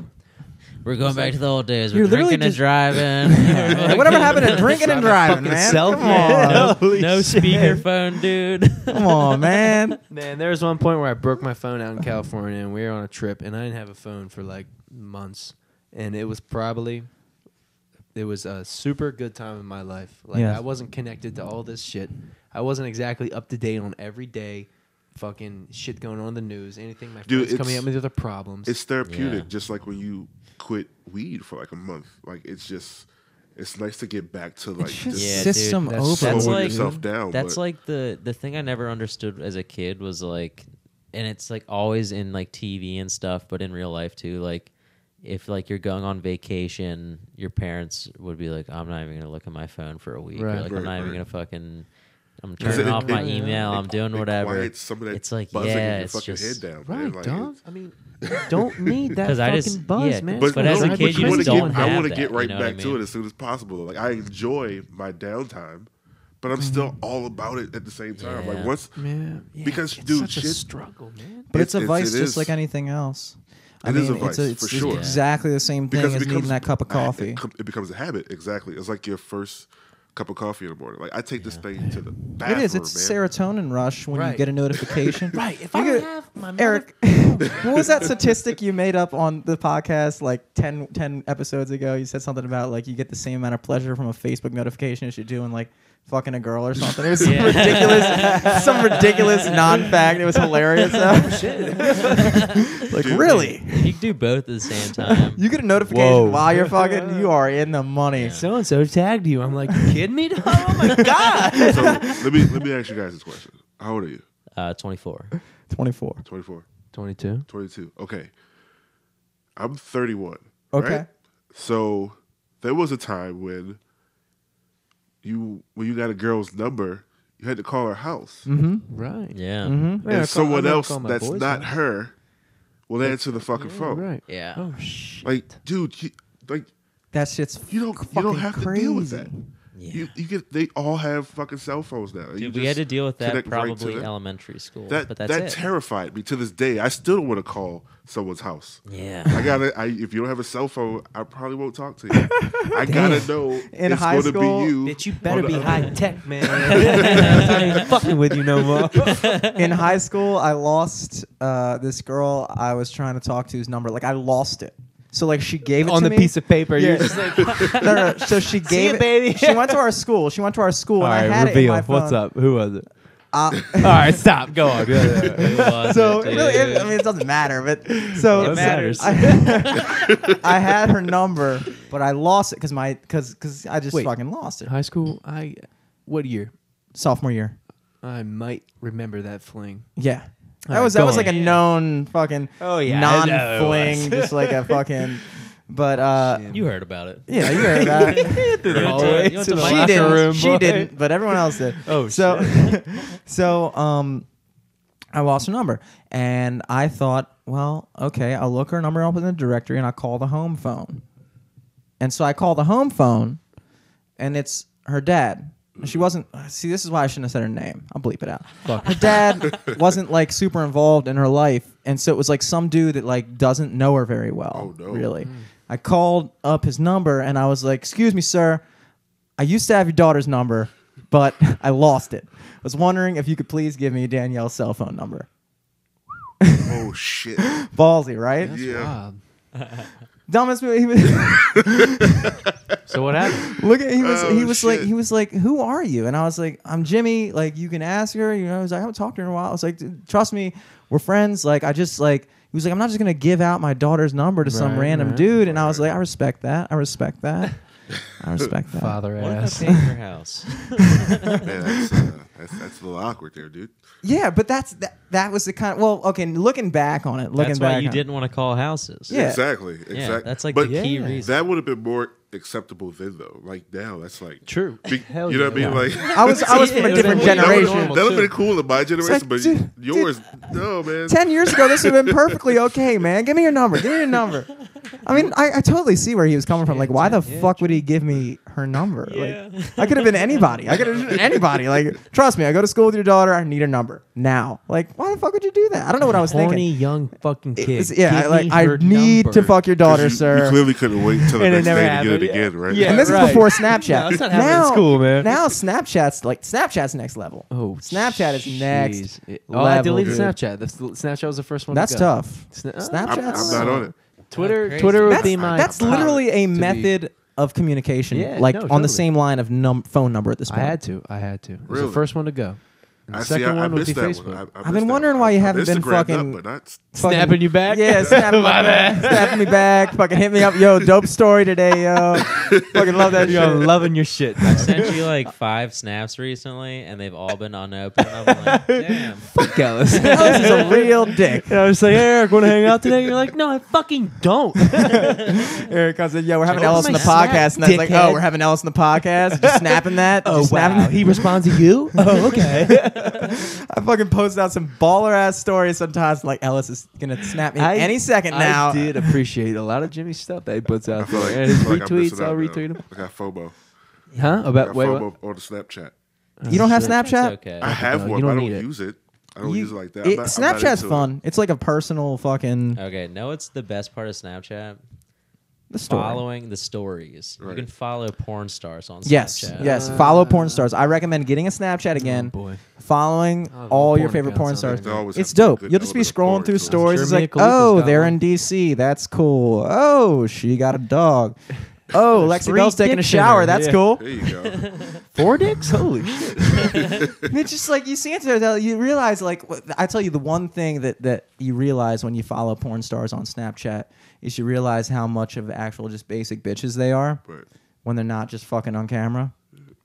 S3: we're going back to the old days
S5: You're
S3: we're
S5: literally
S3: drinking and
S5: just- [laughs]
S3: driving [laughs]
S5: Whatever happened
S4: [laughs]
S5: to drinking and driving,
S2: fucking
S5: man?
S2: selfie.
S5: Come on.
S3: no, no speakerphone dude
S5: [laughs]
S3: [laughs]
S5: Come
S4: [laughs]
S5: on, man.
S2: Man, there was one point where I broke my phone out in California, and we were on a trip, and I didn't have a phone for like months, and it was probably it was a super good time in my life. Like
S5: Yes.
S2: I wasn't connected to all this shit. I wasn't exactly up to date on every day, fucking shit going on in the news, anything. My
S4: Dude,
S2: friends coming
S4: it's-
S2: at me with other problems.
S4: It's therapeutic,
S3: Yeah.
S4: just like when you quit weed for like a month. Like it's just it's nice to get back to like
S5: It's just
S4: just
S3: Yeah, dude,
S5: system
S2: that's-
S5: over.
S4: slowing
S3: that's like-
S4: yourself down.
S3: That's
S4: but-
S3: like the the thing I never understood as a kid was like and it's like always in like TV and stuff, but in real life too. Like if like you're going on vacation, your parents would be like, "I'm not even gonna look at my phone for a week."
S2: Right.
S3: Or, like
S4: Right,
S3: I'm not even
S4: right.
S3: gonna fucking. I'm
S4: 'Cause
S3: turning
S4: it-
S3: off
S4: [laughs]
S3: my
S4: it-
S3: email.
S4: it-
S3: I'm doing
S4: it
S3: whatever.
S4: quiets some of that
S3: it's like
S4: buzzing
S3: yeah,
S4: in your
S3: it's
S4: fucking
S3: just
S4: head down. man.
S2: Right,
S4: Like, [laughs]
S2: dog.
S4: it's-
S2: I mean, don't need
S3: [laughs]
S2: that
S3: because
S2: fucking
S3: I just
S2: buzz,
S3: yeah,
S2: man. That's
S3: But, but
S2: why
S3: as
S2: I
S3: a
S2: drive
S4: but
S3: kid, you
S2: crazy.
S4: wanna
S3: just don't
S4: get,
S3: have
S4: I wanna
S3: that,
S4: get right
S3: you know
S4: back
S3: what I
S4: to
S3: mean?
S4: it as soon as possible. Like I enjoy my downtime, but I'm still all about it at the same time.
S3: Mm-hmm. Yeah.
S4: Like once
S2: Yeah, yeah,
S4: Because,
S2: it's
S4: dude,
S2: such a
S4: shit-
S2: struggle, man.
S5: But it's, a vice
S4: it
S5: just
S4: is.
S5: like anything else. I
S4: It
S5: mean,
S4: is a
S5: it's,
S4: vice,
S5: it's
S4: for
S5: just
S4: sure.
S5: exactly the same thing
S4: because
S5: as
S4: it becomes
S5: needing that cup of
S4: I- it
S5: coffee.
S4: com- It, becomes a habit. Exactly. It's like your first cup of coffee in the morning. Like I take this thing to the bathroom.
S5: It is. It's
S4: man.
S5: serotonin rush when you
S2: Right. [laughs]
S5: get a notification.
S2: Right, if
S5: You
S2: I
S5: get-
S2: have my mother-
S5: Eric, [laughs] what was that statistic you made up on the podcast like 10, 10 episodes ago? You said something about like you get the same amount of pleasure from a Facebook notification as you do in like fucking a girl or something. It was some
S3: Yeah.
S5: ridiculous,
S2: [laughs]
S5: some ridiculous non-fact. It was hilarious.
S2: Oh,
S5: though. [laughs] like
S4: Dude.
S5: really,
S3: If [laughs] you do both at the
S4: [laughs]
S3: same time.
S5: you get a notification
S2: Whoa.
S5: while you're fucking. You are in the money.
S2: So and so tagged you. I'm like, you kidding me? dog? Oh
S4: [laughs]
S2: my
S5: God,
S4: [laughs] so let me let me ask you guys this question. How old are you?
S3: uh, 24.
S5: twenty-four.
S4: 24,
S2: 22.
S4: 22. Okay. I'm 31.
S5: Okay.
S4: right? So there was a time when you when you got a girl's number, you had to call her house.
S5: Mm-hmm.
S2: Right.
S3: Yeah.
S2: Man, I
S4: and
S2: call- I
S4: someone
S2: never
S4: else
S2: call my
S4: that's
S2: boys
S4: not
S2: that.
S4: her will answer the fucking phone.
S2: Right.
S3: Yeah.
S2: Oh shit.
S4: Like, dude, you, like
S5: That shit's
S4: you don't you
S5: fucking
S4: don't have to deal with
S5: crazy.
S4: that.
S3: Yeah.
S4: You you get they all have fucking cell phones now. You
S3: Dude, we
S4: just
S3: had to deal with that
S4: connect right to
S3: probably
S4: them.
S3: elementary school.
S4: That
S3: but that's
S4: that
S3: it.
S4: terrified me to this day. I still don't want to call someone's house.
S3: yeah.
S4: [laughs] I gotta. I, if you don't have a cell phone, I probably won't talk to you.
S5: [laughs]
S4: I gotta know
S5: In
S4: it's
S5: high
S4: gonna
S5: school,
S4: be you.
S2: Bitch, you
S4: on
S2: better
S4: the
S2: be
S4: other-
S2: high [laughs] tech, man. I'm not even fucking with you no [laughs] more.
S5: in high school, I lost uh, this girl I was trying to talk to's number. Like I lost it. So like she gave it
S2: On
S5: to
S2: the
S5: me.
S2: piece of paper,
S5: Yeah.
S2: you're [laughs] just like,
S5: no, no, no. So she gave
S2: ya,
S5: it.
S2: baby.
S5: [laughs] She went to our school. She went to our school.
S2: all
S5: and I
S2: right,
S5: had
S2: reveal.
S5: It in my
S2: What's
S5: phone.
S2: up? Who was it?
S5: Uh,
S2: [laughs] All right, stop. Go on. Go [laughs] on.
S3: It was
S5: so
S3: it,
S5: it really,
S3: dude.
S5: it, I mean, it doesn't matter. But so
S2: Well, [laughs] it matters.
S5: I, [laughs] I had her number, but I lost it because my because because I just
S2: Wait.
S5: fucking lost it.
S2: High school. I. What year?
S5: Sophomore year.
S2: I might remember that fling.
S5: Yeah. That
S2: right,
S5: was
S2: go
S5: that was
S2: on.
S5: like a known fucking
S2: Oh, yeah, I
S5: non
S2: know it was. [laughs]
S5: fling, just like a fucking. But uh,
S2: Shit.
S3: you heard about it.
S5: yeah, you heard
S2: [laughs]
S5: that.
S3: You went to-
S2: hallway
S3: you went
S2: to
S3: to
S2: the
S3: my-
S5: she
S2: locker
S5: didn't.
S2: room,
S5: she
S2: boy.
S5: didn't. But everyone else did.
S2: [laughs] Oh,
S5: so [laughs] so um, I lost her number, and I thought, well, okay, I'll look her number up in the directory, and I call the home phone. And so I call the home phone, and it's her dad. She wasn't. See, this is why I shouldn't have said her name. I'll bleep it out. Her dad [laughs] wasn't like super involved in her life, and so it was like some dude that like doesn't know her very well.
S4: Oh, no.
S5: Really, I called up his number, and I was like, "Excuse me, sir, I used to have your daughter's number, but [laughs] I lost it. I was wondering if you could please give me Danielle's cell phone number."
S4: [laughs] Oh shit!
S5: Ballsy, right?
S4: yeah.
S5: Um,
S2: Rob.
S5: Dumbest. He was. [laughs]
S2: So what happened?
S5: Look at he was
S4: Oh,
S5: he was like
S4: shit.
S5: he was like who are you and I was like I'm Jimmy like you can ask her you know I was like I haven't talked to her in a while I was like "Dude, trust me we're friends like I just like he was like I'm not just gonna give out my daughter's number to some
S2: Right,
S5: random
S2: right,
S5: dude and I was like I respect that I respect that I respect that
S2: Father
S3: What if
S2: ass.
S3: I paid your house?
S4: Man, that's, uh, that's that's a little awkward there, dude.
S5: yeah but that's that, that was the kind well okay looking back on it looking
S3: That's
S5: back
S3: why you
S5: on it.
S3: didn't want to call houses.
S5: Yeah.
S4: Exactly. Exactly.
S3: that's like
S4: but
S3: the key Yeah. reason.
S4: That would have been more acceptable then, though. Like now, that's like
S2: True.
S4: Be-
S2: Hell
S4: you know
S2: yeah.
S4: what I mean? Like
S5: I was I was from a
S2: Yeah,
S5: different
S2: it was
S4: that would
S5: generation
S2: normal.
S4: that would have been cool in my generation,
S5: like,
S4: but
S5: dude,
S4: yours, no, man.
S5: Ten years ago, this would have been perfectly okay, man. Give me your number. Give me your number. I mean, I, I totally see where he was coming from. Like, why the fuck would he give me her number?
S3: Yeah.
S5: Like, I could have been anybody. I could have been anybody. Like, trust me, I go to school with your daughter. I need her number now. Like, why the fuck would you do that? I don't know what I was
S2: Horny
S5: thinking.
S2: young fucking
S5: It
S2: kid.
S5: was- yeah, I,
S2: Give
S5: like
S2: me
S5: I
S2: her
S5: need
S2: number.
S5: to fuck your
S4: 'Cause
S5: daughter,
S4: you,
S5: sir.
S4: You clearly couldn't wait till the
S2: And it
S4: next day
S2: never
S4: to
S2: happened,
S4: get it
S2: yeah.
S4: again, right?
S2: Yeah.
S5: and this
S2: right.
S5: is before
S2: [laughs] No,
S5: Snapchat.
S2: it's not happening in school, man.
S5: Now Snapchat's like Snapchat's next level.
S2: Oh,
S5: Snapchat is next.
S2: jeez. Oh, I
S5: level,
S2: deleted
S5: dude.
S2: Snapchat. The, Snapchat was the first one. to
S5: That's
S2: go.
S5: tough.
S2: Sna- oh,
S4: I'm,
S5: Snapchat's
S4: I'm not on it.
S2: Twitter.
S3: That's
S2: Twitter
S3: crazy.
S2: would
S5: that's,
S2: be my.
S5: that's
S2: top
S5: literally a
S2: to be-
S5: method of communication
S2: Yeah,
S5: like
S2: no,
S5: on the
S2: totally.
S5: same line of num- phone number at this
S2: I
S5: point
S2: had to. I had to. It was
S4: Really?
S2: the first one to go. And the
S4: I see.
S2: second
S4: I, I
S2: one would
S4: missed
S2: be
S4: that
S2: Facebook.
S4: one. I, I
S5: been
S4: missed that
S5: wondering
S4: one.
S5: why you
S4: I
S5: haven't been
S4: Instagrammed up,
S5: fucking-
S4: but
S5: [laughs]
S4: not
S5: Fucking-
S2: [laughs] Snapping you back? [laughs]
S5: yeah snapping, my snapping me back fucking hit me up yo dope story today yo Fucking love that
S2: You're
S5: shit.
S2: loving your
S4: [laughs]
S2: shit.
S3: I sent
S5: [laughs]
S3: you like five snaps recently, and they've all been unopened. I'm
S5: [laughs]
S3: like, damn.
S2: Fuck Ellis.
S5: This
S2: [laughs]
S5: is a real dick.
S2: And I was like, Eric, want to hang out today? You're like, no, I fucking
S5: [laughs]
S2: don't.
S5: Eric comes in, yeah, we're having
S2: Open
S5: Ellis in the
S2: Oh my
S5: podcast,
S2: snap,
S5: and I was like,
S2: dickhead. Oh,
S5: oh, we're having Ellis in the podcast. Just
S2: [laughs]
S5: snapping that. just snapping that.
S2: He responds to
S5: [laughs]
S2: you? Oh, okay.
S5: I fucking posted out some baller ass stories sometimes. Like Ellis is gonna snap me
S2: I-
S5: any second now.
S2: I did appreciate a lot of Jimmy's stuff that he puts
S4: I
S2: out
S4: feel
S2: there.
S4: like,
S2: and
S4: I
S2: his
S4: feel [laughs] like I'm
S2: retweets,
S4: missing out
S2: I'll
S4: now.
S2: retweet him.
S4: I got FOBO.
S2: Huh?
S5: Uh,
S4: I
S2: About
S4: got
S2: wait,
S4: FOBO
S2: what?
S4: on the Snapchat.
S5: You
S2: Oh,
S5: don't have
S3: That's
S5: Snapchat?
S3: Okay.
S4: I have
S2: no,
S4: one,
S2: you
S4: but I
S2: don't
S4: don't
S2: need it.
S4: use it. I don't
S5: You-
S4: use it like that.
S5: it-
S4: I'm not- I'm not
S5: Snapchat's
S4: into it.
S5: fun. It's like a personal fucking
S3: Okay. No, it's the best part of Snapchat.
S2: Uh,
S5: the story.
S3: Following the stories. You
S4: Right.
S3: can follow porn stars on
S5: Yes,
S3: Snapchat.
S5: yes. Follow
S4: Uh,
S5: porn stars. I recommend getting a Snapchat again.
S2: Oh, boy.
S5: Following
S2: Oh,
S5: all
S2: porn
S5: your favorite
S2: accounts
S5: porn
S2: on
S5: stars.
S2: there.
S4: They always
S5: It's
S4: have, like,
S5: dope.
S4: good
S5: You'll just be
S4: element of
S5: scrolling through
S4: stories.
S5: stories. It's
S2: Jeremy
S5: like,
S2: Kalifa's
S5: oh,
S2: got
S5: they're
S2: one.
S5: in DC. That's cool. Oh, she got
S2: [laughs]
S5: a dog. Oh, Lexi
S2: Three
S5: Bell's taking a
S2: dicks in
S5: shower.
S2: her,
S5: That's
S2: yeah.
S5: cool.
S4: There you go.
S5: [laughs]
S2: Four dicks? Holy shit.
S5: And it's just like you see it there, though, you realize like wh- I tell you the one thing that that you realize when you follow porn stars on Snapchat is you realize how much of actual just basic bitches they are
S4: Right.
S5: when they're not just fucking on camera.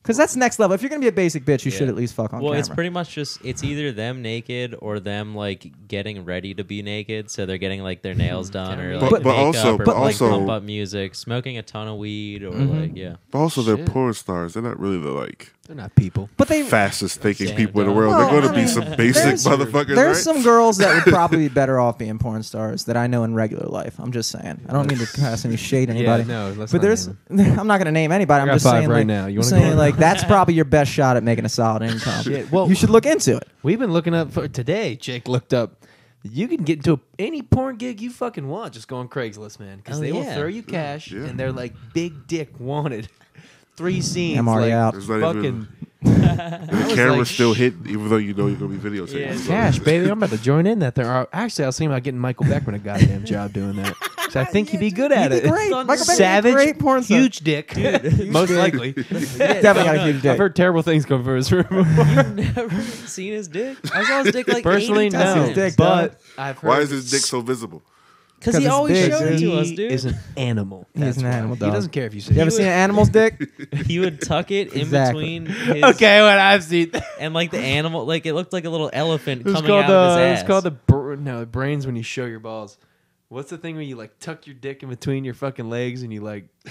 S5: Because that's next level. If you're gonna be a basic bitch, you
S3: Yeah.
S5: should at least fuck on
S3: well,
S5: camera.
S3: it's pretty much just it's either them naked or them like getting ready to be naked, so they're getting like their nails done or
S2: But-
S3: like
S4: but
S3: makeup
S4: also-
S3: or
S4: but
S3: like
S4: also-
S3: pump up music, smoking a ton of weed or
S5: Mm-hmm.
S3: like yeah.
S4: But also, they're
S2: Shit.
S4: porn stars. They're not really the like
S2: They're not people.
S5: but they
S4: fastest thinking
S3: Yeah,
S4: people in the
S3: dog.
S4: world.
S5: Well,
S4: they're going
S5: I
S4: to be
S5: mean,
S4: some basic
S5: there's-
S4: motherfuckers.
S5: there's
S4: right?
S5: some girls that would
S4: [laughs]
S5: probably be better off being porn stars that I know in regular life. I'm just saying. I don't mean to cast any shade at
S2: Yeah,
S5: anybody.
S2: no, let's not
S5: but there's [laughs] I'm not gonna name anybody. I'm
S2: got
S5: just
S2: five
S5: saying
S2: right
S5: like,
S2: now. You
S5: I'm
S2: wanna
S5: saying
S2: go?
S5: like
S2: [laughs]
S5: that's probably your best shot at making a solid income.
S2: Shit, well-
S5: you should look into it.
S2: We've been looking up for today. Jake looked up. You can get into any porn gig you fucking want just go on Craigslist, man, because
S3: Oh,
S2: they will
S3: yeah.
S2: throw you cash
S4: yeah.
S2: and they're like big dick wanted. [laughs] Three scenes,
S5: I'm already
S2: like,
S5: out.
S4: There's not
S2: fucking
S4: even-
S2: [laughs] I
S4: [laughs] The
S2: was
S4: camera's
S2: like,
S4: still
S2: "Shh."
S4: hit, even though you know you're going to be videotaping.
S2: Yeah,
S4: So- [laughs]
S2: cash, baby. I'm about to join in that. There are actually, I was thinking about getting Michael Beckman a goddamn job doing [laughs] that. So I think he'd be good at
S5: be
S2: it.
S5: great. Michael Beckman's
S2: savage,
S5: great porn star.
S2: huge dick, [laughs] most
S5: dick.
S2: likely.
S5: [laughs] Definitely
S3: [laughs]
S5: got a huge
S2: I've
S5: dick.
S2: heard terrible things come from his [laughs] room.
S3: You've never seen his dick? I saw his dick like
S2: Personally,
S3: 80
S2: no.
S3: times.
S5: his dick,
S2: but I've heard
S4: Why is his dick so visible?
S3: Because
S5: 'Cause
S3: he
S5: it's
S3: always
S5: big,
S3: showed it
S5: dude.
S3: to us,
S2: he
S3: dude.
S2: is an animal.
S5: He is
S2: That's
S5: an
S2: why.
S5: animal
S2: He
S5: dog.
S2: doesn't care if you say.
S5: You
S2: [laughs]
S5: ever
S2: it.
S5: seen an animal's dick?
S2: [laughs]
S3: he would tuck it in
S5: Exactly.
S3: between his
S2: okay, what I've seen. [laughs]
S3: and like the animal like it looked like a little elephant
S2: It was
S3: coming
S2: called
S3: out of
S2: the.
S3: his
S2: It
S3: ass.
S2: was called the. Br- no, brains when you show your balls. What's the thing where you like tuck your dick in between your fucking legs and you like? [laughs]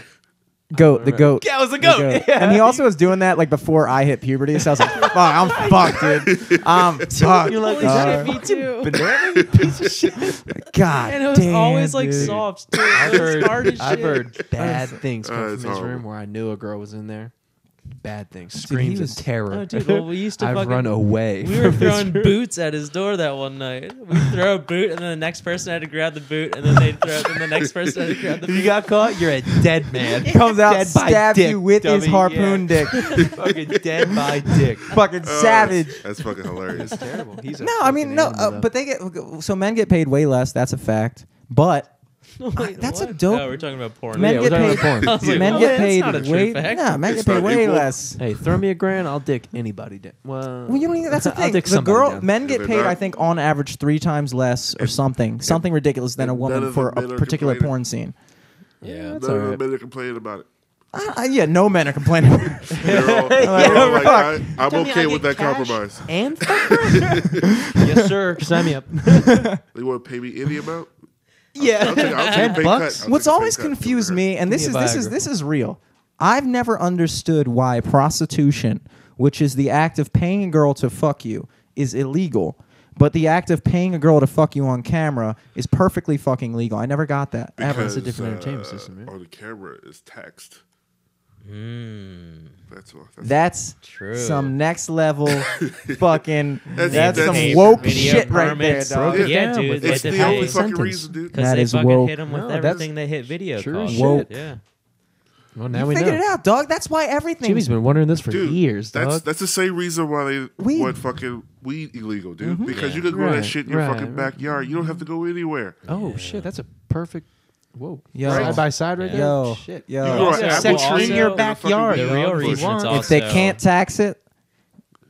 S5: Goat, the goat.
S2: Yeah, it was a
S5: The
S2: goat.
S3: [laughs]
S2: Yeah.
S5: And he also was doing that like before I hit puberty, so I was like, "Fuck, I'm fucked, dude.
S3: [laughs]
S5: I'm fucked."
S2: You're like,
S3: Holy shit,
S5: dog.
S3: me too.
S2: banana, you piece of shit.
S5: God
S3: And it was
S5: damn,
S3: always like
S5: dude.
S3: soft. Too. I've
S2: heard-
S3: hard as shit.
S2: I've heard bad things come
S4: Uh,
S2: from
S4: it's
S2: his
S4: horrible.
S2: room where I knew a girl was in there. Bad things, screams
S5: was-
S2: of terror.
S3: Oh, dude, well, we used to
S2: I've
S3: fucking-
S2: run away. [laughs]
S3: We were
S2: from his
S3: throwing
S2: room.
S3: boots at his door that one night. We throw a boot, and then the next person had to grab the boot, and then they throw it, and the next person had
S2: [laughs]
S3: to grab the
S2: You
S3: boot.
S2: got caught. You're a dead
S5: [laughs]
S2: man.
S5: comes out,
S2: Dead by
S5: stabs
S2: dick,
S5: you with his
S2: dummy.
S5: harpoon
S2: Yeah.
S5: dick.
S3: [laughs]
S2: Fucking dead by dick.
S5: Fucking
S4: Oh,
S5: savage.
S4: That's fucking hilarious.
S2: Terrible. He's a
S5: No, I
S2: fucking
S5: mean no,
S2: animal,
S5: uh,
S2: though.
S5: but they get so men get paid way less. That's a fact. But
S3: Wait,
S5: That's a
S3: what?
S5: dope-
S3: No, we're talking about porn.
S5: men
S2: yeah, we're
S5: get
S2: talking
S5: paid.
S2: about
S5: [laughs]
S2: porn.
S3: I was like,
S5: men
S3: well,
S5: get
S3: that's
S5: paid
S3: not a true
S5: way.
S3: fact.
S5: Nah, men
S4: It's
S5: get paid
S4: not
S5: way
S4: equal.
S5: less.
S2: hey, throw me a grand. I'll dick anybody. Down. Well,
S5: Well, you don't even, that's the
S2: [laughs] I'll
S5: thing.
S2: dick
S5: The
S2: somebody
S5: girl,
S2: down.
S5: men get
S4: they're
S5: paid,
S4: not-
S5: I think, on average three times less or something, something ridiculous than a
S4: and none
S5: woman
S4: of the
S5: for
S4: men
S5: a
S4: are
S5: particular
S4: complaining.
S5: porn scene.
S2: yeah,
S4: None of the men are complaining
S2: [laughs]
S4: about it.
S5: Uh, uh, yeah, no men are complaining.
S4: They're all, they're all like, I, I'm okay with that compromise.
S5: [laughs]
S2: And yes, sir. Sign me up.
S4: They want to pay me any amount? I'll
S5: yeah.
S4: take, I'll take
S2: Ten
S4: a pay
S2: bucks?
S4: Cut. I'll
S5: What's
S4: take a pay
S5: always
S4: cut. Give it to
S5: confused
S4: her.
S5: me, and this
S2: me
S5: is
S2: a
S5: this is
S2: Viagra.
S5: this is real. I've never understood why prostitution, which is the act of paying a girl to fuck you, is illegal, but the act of paying a girl to fuck you on camera is perfectly fucking legal. I never got that ever.
S4: Because,
S2: different entertainment system, yeah.
S4: On the camera is taxed.
S2: Hmm.
S4: That's what. That's,
S5: That's
S3: True.
S5: some
S3: [laughs]
S5: next level fucking. That's,
S4: that's-
S5: some woke
S3: Video
S5: shit right there,
S3: permits,
S5: dog.
S4: bro.
S3: Yeah,
S2: Yeah, but
S3: dude.
S2: that's
S3: like,
S4: it's
S2: the
S3: they-
S4: the only
S2: highest
S4: fucking
S2: sentence.
S4: reason, dude.
S3: Because
S5: That
S3: they
S5: is
S3: fucking
S5: woke.
S3: hit him
S2: No,
S3: with
S2: that's
S3: everything. They hit video
S2: sure
S3: calls.
S2: as
S5: shit.
S3: Yeah.
S2: Well, now
S5: You
S2: we
S5: figured
S2: know.
S5: it out, dog. That's why everything.
S2: Jimmy's been wondering this for
S4: Dude,
S2: years,
S4: that's
S2: dog.
S4: that's the same reason why they
S5: Weed.
S4: want fucking weed illegal, dude. Because
S3: Yeah.
S4: you could grow
S2: Mm-hmm. Right,
S4: that shit in your
S2: right,
S4: fucking
S2: right.
S4: backyard. You don't have to go anywhere.
S2: oh shit, that's a perfect. Whoa,
S5: Yo.
S2: side by side right
S3: Yeah.
S2: there.
S5: Yo.
S2: shit,
S5: Yo.
S4: You
S5: Oh,
S4: grow
S3: also-
S4: an apple
S3: Sex
S4: tree
S3: in your
S4: a fucking
S2: backyard.
S3: The
S4: weed
S3: real
S4: bush.
S3: reason it's
S2: If
S5: if they
S3: also-
S5: can't tax it,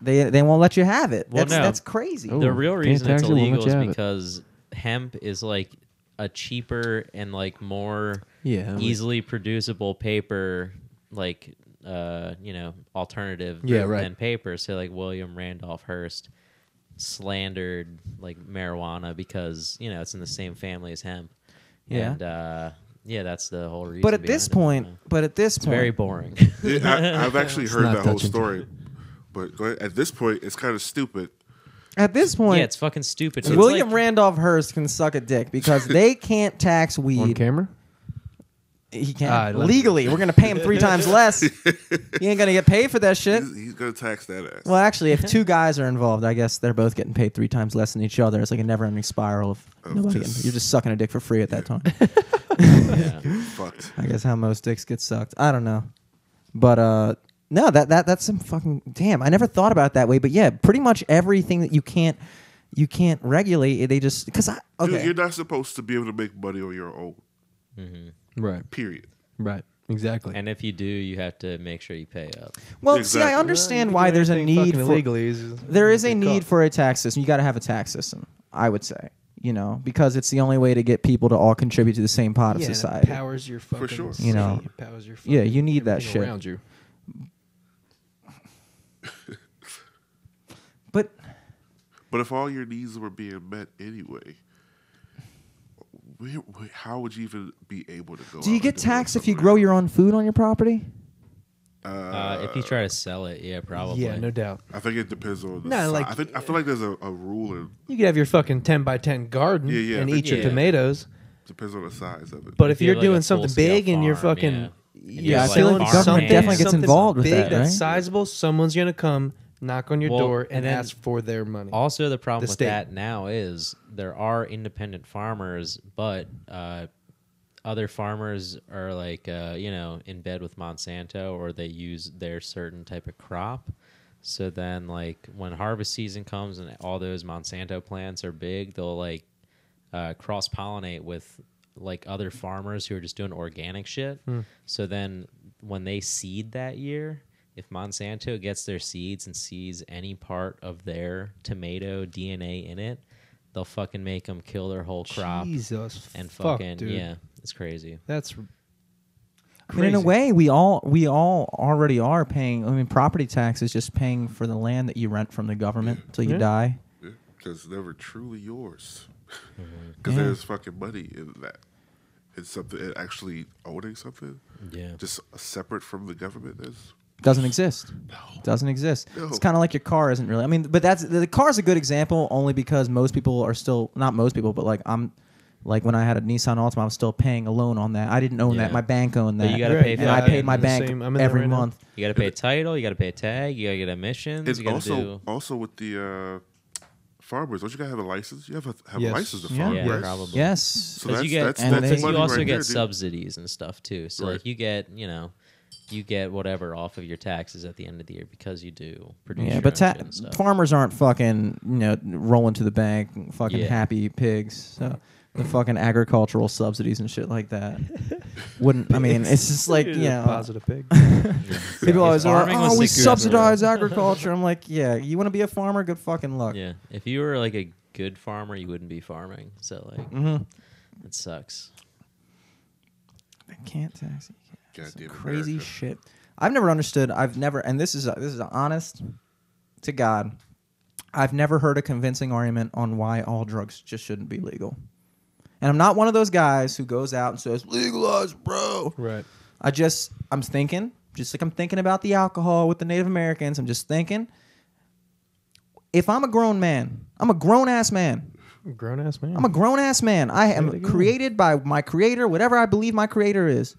S5: they they won't let you have it.
S3: Well,
S5: that's
S3: no.
S5: that's crazy.
S2: Oh.
S3: The real reason it's
S2: Fantastic, we'll let
S3: illegal
S2: you have
S3: is
S2: it.
S3: because hemp is like a cheaper and like more
S2: Yeah, I mean-
S3: easily producible paper like uh you know alternative
S2: Yeah,
S3: than-
S2: right.
S3: than paper so like william randolph hearst slandered like marijuana because you know it's in the same family as hemp
S5: Yeah.
S3: and uh yeah that's the whole reason
S5: But at this
S3: behind
S5: point,
S3: it, you know.
S5: but at this
S3: it's
S5: point,
S3: very boring
S4: It- I, I've actually heard
S2: not
S4: that whole
S2: touching
S4: story, but go ahead. at this point, it's kind of stupid.
S5: at this point,
S3: yeah it's fucking stupid So it's
S5: William
S3: like-
S5: Randolph Hearst can suck a dick because they can't tax
S2: on
S5: weed.
S2: camera.
S5: He
S2: Ah, I
S5: can't
S2: love
S5: legally. We're gonna pay him three times less. He ain't gonna get paid for that shit.
S4: He's, he's gonna tax that ass.
S5: Well, actually, if two guys are involved, I guess they're both getting paid three times less than each other. It's like a never-ending spiral of nobody.
S4: just-
S5: getting- you're just sucking a dick for free at that time.
S4: Fucked.
S5: I guess how most dicks get sucked. I don't know, but uh, no, that that that's some fucking damn. I never thought about it that way, but yeah, pretty much everything that you can't you can't regulate, they just because I
S4: Dude,
S5: okay.
S4: you're not supposed to be able to make money on your own.
S2: Right.
S4: Period.
S2: Right. Exactly.
S3: and if you do you have to make sure you pay up
S5: well, see, I
S4: Exactly.
S5: understand why there's a need for there is a need for a tax system. You got to have a tax system, I would say. You know, because it's the only way to get people to all contribute to the same pot of society.
S2: powers your fucking
S4: sure.
S2: city,
S5: You know.
S2: it powers your
S5: Yeah,
S2: fucking
S5: you need that
S2: everything
S5: shit.
S2: around you.
S5: But
S4: But if all your needs were being met anyway, where, where- how would you even be able to go?
S5: do you get taxed if you grow your own food on your property?
S3: uh, if you try to sell it yeah probably
S2: Yeah, no doubt.
S4: I think it depends on. The
S2: No,
S4: si-
S2: like-
S4: I think I feel like there's a, a rule and
S2: You could have your fucking ten by ten garden
S4: Yeah, yeah,
S2: and
S4: I think-
S2: eat your
S3: Yeah.
S2: tomatoes,
S4: depends on the size of it.
S2: but if,
S3: you're
S2: you're
S3: like a
S2: doing something
S3: full-scale
S2: big and you're
S3: farm,
S2: fucking
S3: yeah. And
S2: you're
S3: you're
S5: Yeah, I
S3: like
S5: feel like
S2: selling
S5: government
S2: something-
S5: definitely gets
S2: something
S5: involved with
S2: big
S5: that, right?
S2: That's sizable. Someone's gonna come knock on your
S3: Well,
S2: door
S3: and
S2: and,
S3: then
S2: ask for their money.
S3: Also, the problem
S2: The
S3: with
S2: state.
S3: that now is there are independent farmers, but uh, other farmers are like uh, you know in bed with Monsanto, or they use their certain type of crop. So then, like when harvest season comes and all those Monsanto plants are big, they'll like uh, cross pollinate with like other farmers who are just doing organic shit.
S2: Hmm.
S3: So then when they seed that year, if Monsanto gets their seeds and sees any part of their tomato DNA in it, they'll fucking make them kill their whole crop
S2: Jesus,
S3: and
S2: fuck,
S3: fucking
S2: dude.
S3: yeah, it's crazy.
S2: that's
S5: I mean, in a
S2: Crazy.
S5: way, we all we all already are paying. I mean, property tax is just paying for the land that you rent from the government till you
S2: Yeah.
S5: die.
S4: because it's never truly yours. [laughs] Because
S5: Yeah.
S4: there's fucking money in that. It's something in actually owning something,
S3: Yeah.
S4: just separate from the government. Is
S5: Doesn't exist. Doesn't exist.
S4: No.
S5: It's kind of like your car isn't really. I mean, but that's the car is a good example only because most people are still not most people, but like I'm, like when I had a Nissan Altima, I was still paying a loan on that. I didn't own
S3: Yeah.
S5: that. My bank owned
S3: But
S5: that.
S3: you gotta Right, pay for
S5: and I
S3: that.
S5: paid my
S2: I'm the
S5: bank
S2: same. I'm in there
S5: every
S2: right now.
S5: month.
S3: You gotta pay title, you gotta pay tag, you gotta get emissions,
S4: it's
S3: you gotta
S4: also
S3: do
S4: also with the uh, farmers? Don't you gotta have a license? You have a, have
S2: Yes.
S4: a license to
S5: Yeah.
S4: farm,
S3: yeah,
S4: right?
S3: probably.
S5: Yes.
S4: So
S3: 'Cause
S4: that's
S3: you get-
S4: that's,
S5: and
S4: that's
S5: they-
S4: money
S3: you also
S4: right
S3: get
S4: there, dude.
S3: subsidies and stuff too. So
S4: Right.
S3: like you get, you know, you get whatever off of your taxes at the end of the year because you do produce.
S5: Yeah,
S3: your
S5: but
S3: own
S5: ta-
S3: shit and stuff.
S5: farmers aren't fucking you know rolling to the bank, fucking
S3: Yeah.
S5: happy pigs. So the fucking agricultural subsidies and shit like that wouldn't. I mean, it's just
S3: [laughs]
S5: like you know,
S2: positive [laughs] pig.
S5: people always are.
S3: farming was
S5: Oh, we
S3: secured-
S5: subsidize agriculture. I'm like, yeah, you want to be a farmer? Good fucking luck.
S3: yeah, if you were like a good farmer, you wouldn't be farming. So like,
S5: Mm-hmm.
S3: it sucks.
S5: I can't tax. You can't.
S4: Goddamn
S5: crazy
S4: America.
S5: shit. I've never understood. I've never, and this is this is honest to God. I've never heard a convincing argument on why all drugs just shouldn't be legal. And I'm not one of those guys who goes out and says legalize, bro.
S2: right.
S5: I just I'm thinking, just like I'm thinking about the alcohol with the Native Americans. I'm just thinking. If I'm a grown man, I'm a grown ass man.
S2: Grown ass man.
S5: I'm a grown ass man. I am created by my creator, whatever I believe my creator is.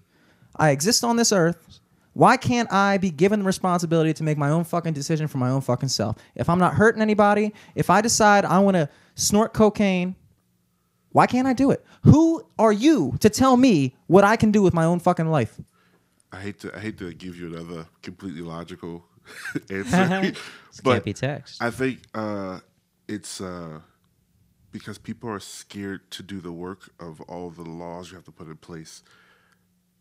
S5: I exist on this earth. Why can't I be given the responsibility to make my own fucking decision for my own fucking self? If I'm not hurting anybody, if I decide I want to snort cocaine, why can't I do it? Who are you to tell me what I can do with my own fucking life?
S4: I hate to I hate to give you another completely logical [laughs] answer, but
S3: Can't be taxed.
S4: I think uh, it's uh, because people are scared to do the work of all the laws you have to put in place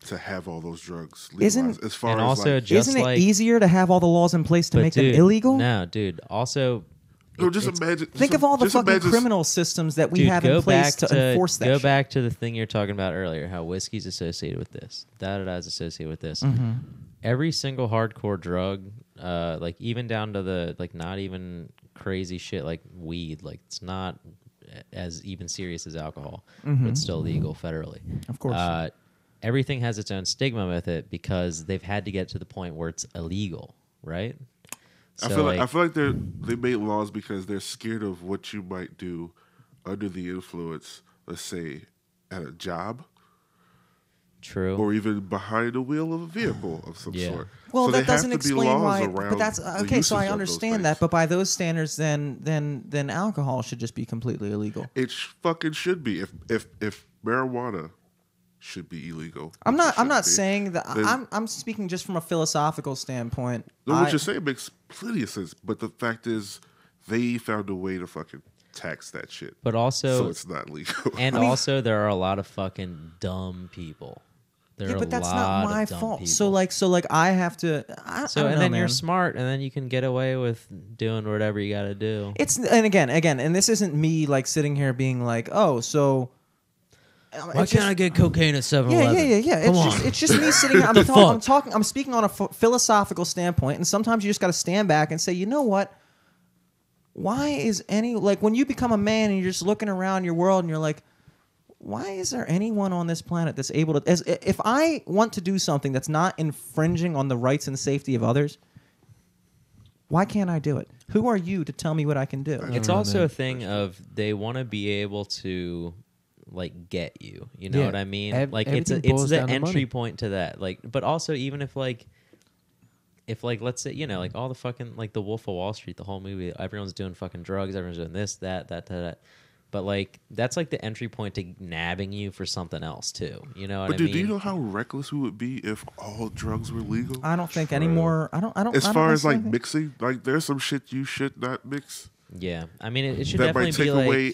S4: to have all those drugs legalized.
S5: Isn't-
S4: as far
S3: And
S4: as
S3: also
S4: like,
S3: just
S5: Isn't it
S3: like-
S5: easier to have all the laws in place to
S3: But
S5: make
S3: dude,
S5: them illegal?
S3: No, dude. Also,
S4: No,
S3: it-
S4: just
S3: it's-
S4: imagine.
S5: Think
S4: just-
S5: of all the
S4: just
S5: fucking
S4: imagine-
S5: criminal systems that we
S3: Dude,
S5: have
S3: go
S5: in place
S3: back to,
S5: to, enforce that.
S3: Go
S5: shit.
S3: back to the thing you're talking about earlier, how whiskey's associated with this, da da da is associated with this.
S5: Mm-hmm.
S3: Every single hardcore drug, uh, like even down to the like not even crazy shit like weed, like it's not as even serious as alcohol, but it's still legal federally.
S5: Mm-hmm. Of course.
S3: uh, everything has its own stigma with it because they've had to get to the point where it's illegal, right? So,
S4: I feel like, I feel like they're they made laws because they're scared of what you might do under the influence. Let's say at a job
S3: true.
S4: or even behind the wheel of a vehicle of some
S3: Yeah.
S4: sort.
S5: Well,
S4: So they
S5: that
S4: have
S5: doesn't
S4: to be
S5: explain
S4: laws
S5: why.
S4: around
S5: But that's uh,
S4: the
S5: okay.
S4: uses
S5: So I
S4: of those
S5: understand
S4: things.
S5: that. But by those standards, then then then alcohol should just be completely illegal.
S4: It sh- fucking should be. If if if marijuana should be illegal,
S5: I'm
S4: which
S5: not.
S4: it
S5: I'm
S4: should
S5: not
S4: be,
S5: saying that.
S4: then-
S5: I'm. I'm speaking just from a philosophical standpoint.
S4: No, what
S5: I-
S4: you're saying makes plenty of sense. But the fact is, they found a way to fucking tax that shit.
S3: but also,
S4: so it's not legal.
S3: And also, there are a lot of fucking dumb people. There
S5: yeah,
S3: are
S5: but that's
S3: a lot
S5: not my
S3: of dumb
S5: fault.
S3: People.
S5: So like. So like. I have to. I,
S3: so
S5: I don't
S3: and
S5: know,
S3: then
S5: man.
S3: you're smart, and then you can get away with doing whatever you got to do.
S5: It's and again, again, and this isn't me like sitting here being like, oh, so. Why
S3: get cocaine at Seven
S5: Yeah, yeah, yeah, yeah. It's just it's just me sitting. here. I'm,
S3: The
S5: talk-
S3: fuck?
S5: I'm talking. I'm speaking on a ph- philosophical standpoint, and sometimes you just got to stand back and say, you know what? Why is any like when you become a man and you're just looking around your world and you're like, why is there anyone on this planet that's able to? As, if I want to do something that's not infringing on the rights and safety of others, why can't I do it? Who are you to tell me what I can do?
S3: It's
S2: know,
S3: also
S2: man.
S3: a thing of they want to be able to like get you. You know
S2: Yeah.
S3: what I mean?
S2: Ev-
S3: like it's a,
S2: everything
S3: it's
S2: boils
S3: the
S2: down to
S3: entry
S2: money.
S3: point to that. Like, but also even if like. If like let's say you know like all the fucking like the Wolf of Wall Street the whole movie everyone's doing fucking drugs everyone's doing this that that that, that. but like that's like the entry point to nabbing you for something else too you know what
S4: [laughs] But
S3: I
S4: dude,
S3: mean
S4: do you know how reckless we would be if all drugs were legal?
S5: I don't think any more. I don't. I don't.
S4: as
S5: I don't
S4: far as
S5: necessarily
S4: like
S5: think-
S4: mixing, like there's some shit you should not mix
S3: yeah I mean it, it should
S4: that
S3: definitely
S4: might take
S3: be like
S4: away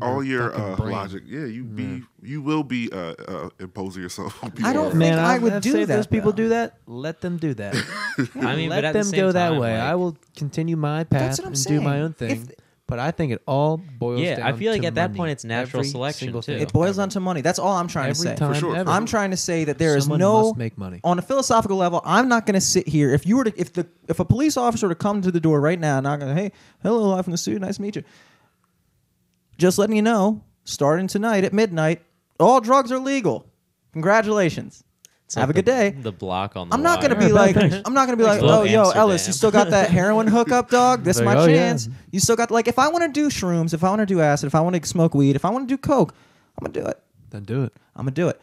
S4: all your
S2: fucking
S4: uh,
S2: brain.
S4: logic. Yeah, you be
S3: Mm.
S4: you will be uh, uh, imposing yourself. [laughs] on
S5: I don't
S4: people.
S5: think I would
S2: I'd
S5: do
S2: say if
S5: that,
S2: Those people
S5: though.
S2: do that. Let them do that. [laughs]
S4: [laughs]
S3: I mean
S2: let
S3: but at
S2: them
S3: the same
S2: go that
S3: time,
S2: way.
S3: like-
S2: I will continue my path
S5: That's what I'm
S2: and do my
S5: saying.
S2: own thing.
S5: If-
S2: but I think it all boils
S3: Yeah, I
S2: down.
S3: feel like
S2: to
S3: at that
S2: money.
S3: point it's natural
S2: Every
S3: selection,
S2: single
S3: too.
S2: thing.
S5: It boils down to money. That's all I'm trying to
S2: every
S5: say.
S2: time.
S4: sure.
S2: ever.
S5: I'm trying to say that there is
S2: Someone
S5: no
S2: must make money.
S5: on a philosophical level. I'm not going to sit here. If you were to, if the if a police officer were to come to the door right now, and I'm going, hey, hello, life in the suit, nice to meet you. Just letting you know, starting tonight at midnight, all drugs are legal. Congratulations.
S3: it's
S5: Have
S3: like
S5: a good
S3: the-
S5: day.
S3: the block on the
S5: I'm not gonna
S3: wire. [laughs]
S2: [laughs]
S5: be like I'm not gonna be like
S3: Thanks. Love
S5: oh yo
S3: Amsterdam.
S5: Ellis you still got that heroin hookup dog this is my
S2: Like, oh, yeah.
S5: chance you still got like if I want to do shrooms if I want to do acid if I want to smoke weed if I want to do coke I'm gonna do it
S2: Then do it.
S5: I'm gonna do it.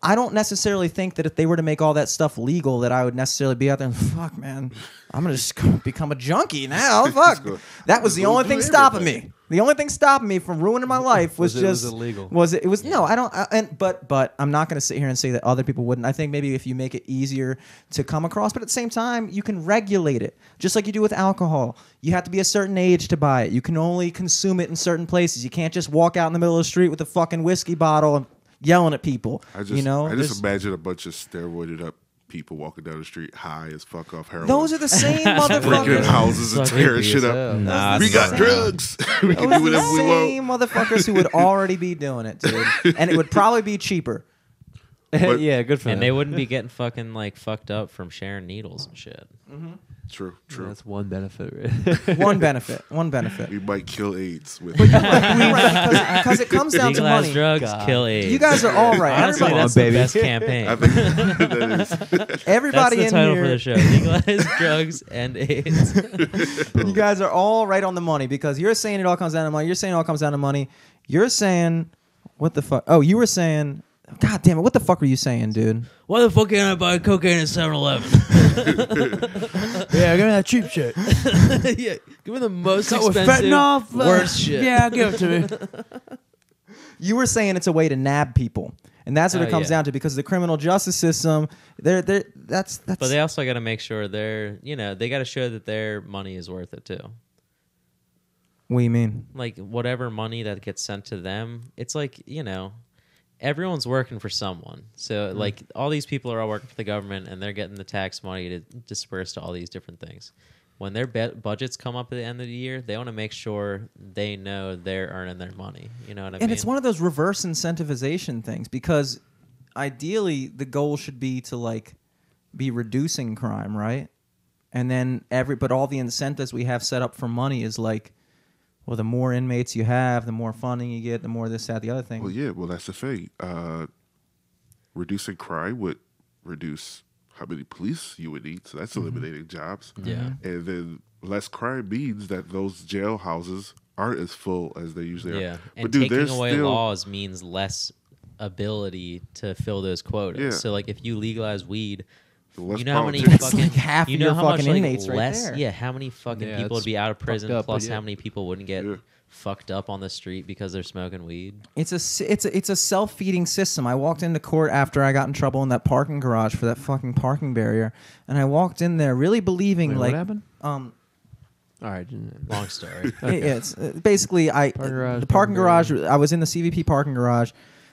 S5: I don't necessarily think that if they were to make all that stuff legal, that I would necessarily be out there. and Fuck, man, I'm gonna just go [laughs] become a junkie now. Fuck,
S4: go-
S5: that was
S4: just
S5: the
S4: go
S5: only
S4: do
S5: thing stopping
S4: everything.
S5: me. The only thing stopping me from ruining my life was,
S2: Was it was
S5: just
S2: illegal.
S5: Was it? It was no. I don't. I, and but but I'm not gonna sit here and say that other people wouldn't. I think maybe if you make it easier to come across, but at the same time, you can regulate it just like you do with alcohol. You have to be a certain age to buy it. You can only consume it in certain places. You can't just walk out in the middle of the street with a fucking whiskey bottle and yelling at people.
S4: I just
S5: you know,
S4: I
S5: There's-
S4: just imagine a bunch of steroided up people walking down the street high as fuck off heroin.
S5: those are the same
S4: breaking in
S5: motherfuckers.
S4: houses and
S2: Creepy
S4: tearing
S2: as
S4: shit
S2: hell.
S4: up.
S3: Nah,
S4: we
S3: it's
S4: got
S3: not.
S4: drugs. [laughs] we
S5: Those
S4: can
S5: are
S4: do
S5: the
S4: whatever we want.
S5: same motherfuckers who would already be doing it, dude, and it would probably be cheaper.
S2: [laughs]
S4: But-
S2: yeah, good for
S3: and they
S2: them.
S3: wouldn't be getting fucking like fucked up from sharing needles and shit.
S4: True, true.
S2: That's one benefit. right? [laughs]
S5: One benefit.
S4: [laughs]
S5: One benefit.
S4: We might kill AIDS with
S5: Because it comes down to
S3: Legalize
S5: money.
S3: drugs, kill AIDS.
S5: You guys are all
S3: [laughs]
S5: right.
S3: honestly,
S5: Everybody-
S3: that's
S2: Come on,
S3: the
S2: baby.
S3: [laughs] best campaign.
S4: [laughs] I
S5: [laughs]
S4: think that is
S5: Everybody
S3: that's the
S5: in
S3: title
S5: here,
S3: for the show: Legalize [laughs] drugs and AIDS.
S5: you guys are all right on the money because you're saying it all comes down to money. You're saying it all comes down to money. You're saying what the fuck? Oh, you were saying, God damn it! What the fuck were you saying, dude?
S3: [laughs] Why the fuck can't I buy cocaine at 7-Eleven?
S2: yeah, give me that cheap [laughs] shit.
S3: [laughs] yeah, give me the most
S2: Cut with
S3: expensive,
S2: fentanyl, uh, [laughs]
S3: worst shit.
S2: Yeah, give it to me.
S5: [laughs] You were saying it's a way to nab people, and that's what
S3: Oh,
S5: it comes
S3: yeah.
S5: down to because the criminal justice system, they're they're that's that's.
S3: But they also got to make sure they're, you know, they got to show that their money is worth it too.
S5: what do you mean?
S3: like whatever money that gets sent to them it's like you know everyone's working for someone so
S5: Mm-hmm.
S3: like all these people are all working for the government and they're getting the tax money to disperse to all these different things when their be- budgets come up at the end of the year, they want to make sure they know they're earning their money. You know what I mean?
S5: and it's one of those reverse incentivization things because ideally the goal should be to like be reducing crime right and then every but all the incentives we have set up for money is like well the more inmates you have the more funding you get the more this that the other thing
S4: Well, yeah. Well, that's the thing. Uh, reducing crime would reduce how many police you would need. So that's
S5: Mm-hmm.
S4: eliminating jobs.
S3: Yeah.
S4: And then less crime means that those jail houses aren't as full as they usually
S3: yeah.
S4: are.
S3: And taking away laws means less ability to fill those quotas.
S4: Yeah.
S3: So like if you legalize weed,
S4: Less
S3: you know how many
S4: politics.
S3: fucking
S5: That's like [laughs] half
S3: you
S5: of
S3: know
S5: your
S3: how much
S5: fucking
S3: like,
S5: inmates right
S3: less
S5: there.
S3: yeah how many fucking
S2: Yeah,
S3: people
S2: it's
S3: would be out of prison
S2: fucked up,
S3: plus
S2: but yeah.
S3: how many people wouldn't get
S4: Yeah.
S3: fucked up on the street because they're smoking weed.
S5: It's a s- it's a, it's a self feeding system. I walked into court after I got in trouble in that parking garage for that fucking parking barrier, and I walked in there really believing
S2: Wait,
S5: like
S2: what happened?
S5: um
S2: All right.
S3: Long
S2: [laughs]
S3: story.
S5: it- it's uh, basically I
S2: Parking garage,
S5: the parking
S2: parking
S5: garage. I was in the CVP parking garage.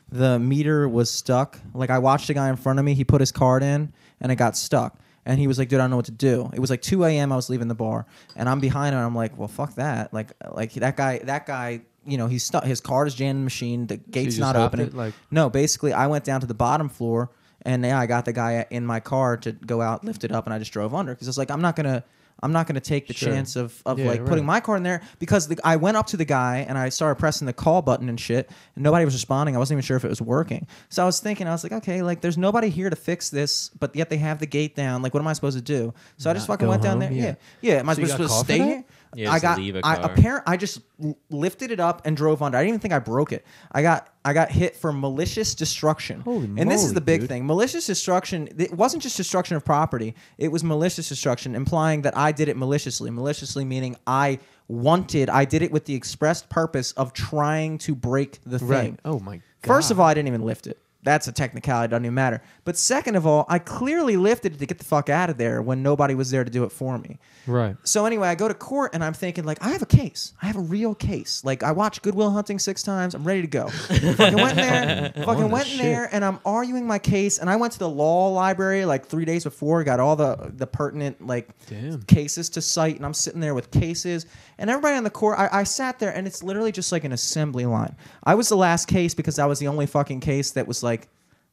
S5: The meter was stuck. Like I watched a guy in front of me. He put his card in, and it got stuck. And he was like, "Dude, I don't know what to do." It was like 2 a.m. I was leaving the bar, and I'm behind him. And I'm like, "Well, fuck that!" Like, uh, like that guy. That guy. You know, he's stuck. His card is jammed in the machine. The gate's
S2: just
S5: not
S2: hopped
S5: opening.
S2: it, like-
S5: no, basically, I went down to the bottom floor, and yeah, I got the guy in my car to go out, lift it up, and I just drove under because it's like I'm not gonna, I'm not gonna take the
S2: Sure.
S5: chance of of
S2: Yeah,
S5: like
S2: right.
S5: putting my card in there because the, I went up to the guy and I started pressing the call button and shit, and nobody was responding. I wasn't even sure if it was working. So I was thinking, I was like, okay, like there's nobody here to fix this, but yet they have the gate down. Like, what am I supposed to do? So I just
S2: Not
S5: fucking
S2: go
S5: went down
S2: home?
S5: there.
S2: Yeah.
S5: Yeah, yeah. Am I
S2: So you
S5: supposed
S2: got
S5: to
S2: called for
S5: stay
S2: that?
S5: here?
S3: Yeah,
S5: I
S3: just
S5: got.
S3: leave a
S5: I
S3: car.
S5: apparent. I just l- lifted it up and drove under. I didn't even think I broke it. I got. I got hit for malicious destruction.
S2: Holy
S5: and this is
S2: moly,
S5: the big
S2: dude.
S5: thing. Malicious destruction. It wasn't just destruction of property. It was malicious destruction, implying that I did it maliciously. Maliciously meaning I wanted. I did it with the expressed purpose of trying to break the thing.
S2: Right. Oh my. God.
S5: First of all, I didn't even lift it. That's a technicality. It doesn't even matter. But second of all, I clearly lifted it to get the fuck out of there when nobody was there to do it for me.
S2: Right.
S5: So anyway, I go to court and I'm thinking like, I have a case. I have a real case. Like I watched Goodwill Hunting six times. I'm ready to go. fucking went
S2: [laughs]
S5: in there. fucking went in there, and I'm arguing my case. And I went to the law library like three days before. Got all the the pertinent like
S2: Damn.
S5: cases to cite, and I'm sitting there with cases. And everybody on the court, I, I sat there, and it's literally just like an assembly line. I was the last case because I was the only fucking case that was like.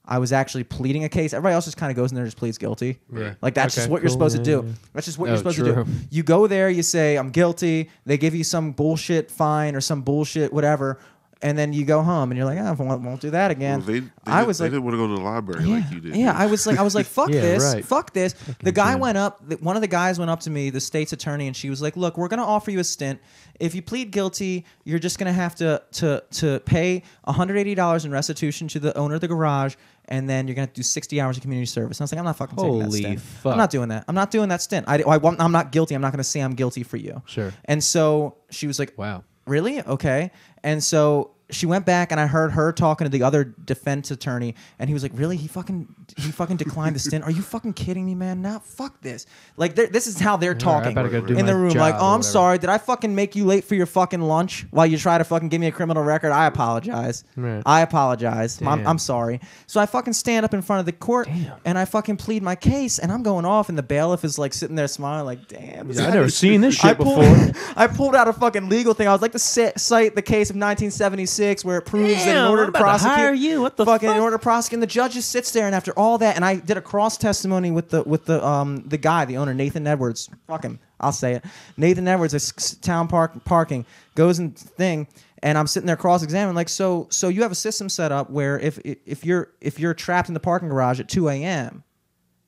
S5: I was actually pleading a case. Everybody else just kind of goes in there and just pleads guilty.
S2: Right.
S5: Like that's
S2: Okay,
S5: just what you're
S2: cool.
S5: supposed
S2: Yeah,
S5: to do.
S2: yeah.
S5: That's just what
S2: Oh,
S5: you're supposed to
S2: true.
S5: do. You go there, you say, I'm guilty. They give you some bullshit fine or some bullshit whatever. And then you go home and you're like, oh, I won't, won't do that
S4: Well,
S5: again.
S4: they, they
S5: I
S4: didn't-
S5: was
S4: they
S5: like,
S4: didn't want to go to the library like you did.
S5: yeah, I was like,
S4: [laughs]
S5: I was like, fuck
S2: Yeah,
S5: this,
S2: right.
S5: fuck this. the guy
S2: Jim.
S5: went up. th- One of the guys went up to me, the state's attorney, and she was like, "Look, we're gonna offer you a stint. If you plead guilty, you're just gonna have to to to pay 180 dollars in restitution to the owner of the garage, and then you're gonna have to do 60 hours of community service." And I was like, "I'm not fucking taking that
S2: Holy
S5: stint.
S2: fuck.
S5: I'm not doing that. I'm not doing that stint. I, I won't- I'm not guilty. I'm not gonna say I'm guilty for you."
S2: Sure.
S5: And so she was like,
S2: Wow.
S5: Really? Okay. And so she went back, and I heard her talking to the other defense attorney, and he was like, "Really? He fucking he fucking declined the stint? Are you fucking kidding me, man? Now fuck this. Like, they're- this is how they're talking
S2: better go do
S5: in the
S2: my
S5: room. Like,
S2: job
S5: oh,
S2: or
S5: I'm
S2: whatever."
S5: sorry. Did I fucking make you late for your fucking lunch while you try to fucking give me a criminal record? I apologize.
S2: Right.
S5: I apologize. I'm,
S2: Damn.
S5: I'm sorry. So I fucking stand up in front of the court and I fucking plead my case, and I'm going off, and the bailiff is like sitting there smiling, like, "Damn, this
S2: I've
S5: guy
S2: never
S5: is-
S2: seen this
S5: I
S2: shit
S5: pulled,
S2: before.
S5: [laughs] I pulled out a fucking legal thing. I was like to sit, cite the case of 1976 where it proves that in
S3: Damn,
S5: order
S3: I'm about
S5: to
S3: to
S5: prosecute
S3: hire you. What the
S5: fucking in
S3: fuck?
S5: order to prosecute, and the judge just sits there. And after all that, and I did a cross testimony with the with the um the guy, the owner, Nathan Edwards. Fuck him, I'll say it. Nathan Edwards, this s- town park parking goes and thing. And I'm sitting there cross-examining, like, so, so you have a system set up where if if you're if you're trapped in the parking garage at 2 a.m.,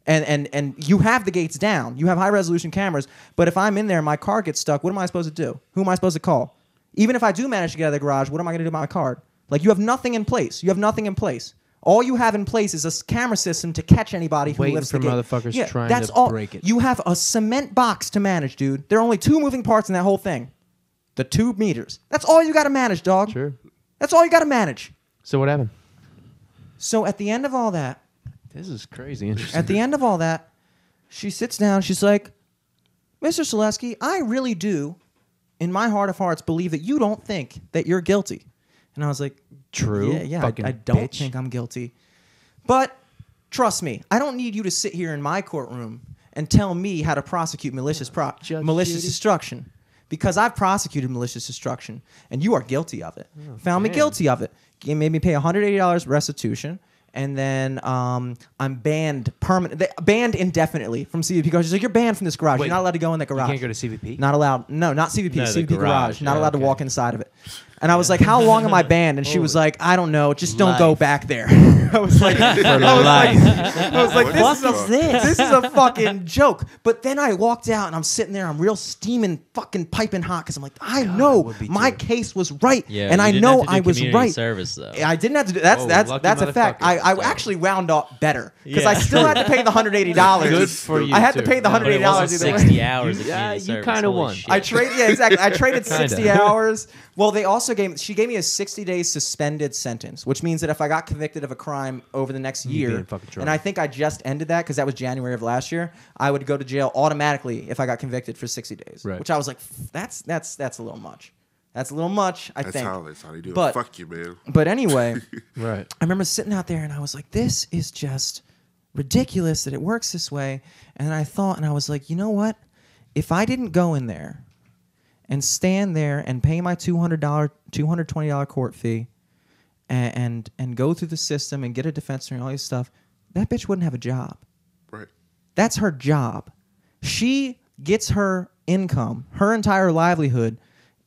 S5: and and and you have the gates down. You have high resolution cameras. But if I'm in there and my car gets stuck, what am I supposed to do? Who am I supposed to call? Even if I do manage to get out of the garage, what am I going to do about my card? Like you have nothing in place. You have nothing in place. All you have in place is a s- camera system to catch anybody who
S2: Waiting
S5: lifts
S2: for
S5: the gate.
S2: motherfuckers
S5: yeah,
S2: trying
S5: that's
S2: to
S5: all.
S2: break it.
S5: You have a cement box to manage, dude. There are only two moving parts in that whole thing. The two meters. That's all you got to manage, dog.
S2: Sure.
S5: That's all you got to manage.
S2: So what happened?
S5: So at the end of all that,
S2: This is crazy. Interesting.
S5: at the end of all that, she sits down. She's like, Mr. Selesky, I really do, in my heart of hearts, believe that you don't think that you're guilty. And I was like,
S2: True,
S5: Yeah, yeah.
S2: fucking
S5: I, I don't
S2: bitch."
S5: think I'm guilty. But trust me, I don't need you to sit here in my courtroom and tell me how to prosecute malicious pro-
S2: Judge
S5: malicious
S2: Judy.
S5: destruction because I've prosecuted malicious destruction and you are guilty of it. Found me guilty of it. You made me pay $180 restitution. And then um, I'm banned permanent, they- banned indefinitely from CVP garage. She's like, you're banned from this garage.
S2: Wait,
S5: you're not allowed to go in that garage.
S2: can't go to CVP?
S5: Not allowed. No, not CVP.
S3: No, the
S5: CVP garage.
S3: garage.
S5: Not
S3: Yeah,
S5: allowed to
S3: okay.
S5: walk inside of it. And I was like, how long am I banned? And she was like, I don't know. Just don't go
S2: Life.
S5: back there. [laughs] I was like, [laughs] I was like, I was like,
S4: What
S5: this
S4: the
S5: is a
S4: fuck?
S5: this is a fucking joke. But then I walked out and I'm sitting there, I'm real steaming, fucking piping hot because I'm like, I know
S2: would be
S5: my
S2: too.
S5: case was right,
S3: Yeah,
S5: and
S3: you
S5: I
S3: didn't
S5: know
S3: have to do
S5: I was
S3: community
S5: right.
S3: Service though.
S5: I didn't have to do that's
S2: Whoa,
S5: that's
S2: lucky
S5: that's a fact. I, I
S2: motherfucker.
S5: actually wound up better because I
S3: Yeah.
S5: still had to pay the hundred eighty
S2: Good
S5: dollars.
S2: for you.
S5: I had to
S2: too.
S5: pay the
S3: But it
S5: $180
S3: wasn't
S5: either way.
S3: sixty hours. of
S2: You- [laughs] yeah,
S3: community
S2: you
S3: service.
S2: kinda
S3: Holy
S2: won.
S3: shit.
S5: I trade yeah exactly.
S2: [laughs]
S5: I traded
S3: Kinda.
S5: sixty hours. Well, they also gave she gave me a sixty day suspended sentence, which means that if I got convicted of a crime over the next
S2: be
S5: year,
S2: in fucking trouble.
S5: and I think I just ended that because that was January of last year, I would go to jail automatically if I got convicted for sixty days.
S2: Right.
S5: Which I was like, that's that's that's a little much. That's a little much. I
S4: That's
S5: think.
S4: how that's how they do it.
S5: But-
S4: Fuck you, man.
S5: But
S4: [laughs]
S5: anyway.
S2: Right.
S5: I remember sitting out there and I was like, this is just ridiculous that it works this way. And I thought, and I was like, you know what? If I didn't go in there and stand there and pay my $200, $220 court fee and, and, and go through the system and get a defense attorney and all this stuff, that bitch wouldn't have a job.
S4: Right.
S5: That's her job. She gets her income, her entire livelihood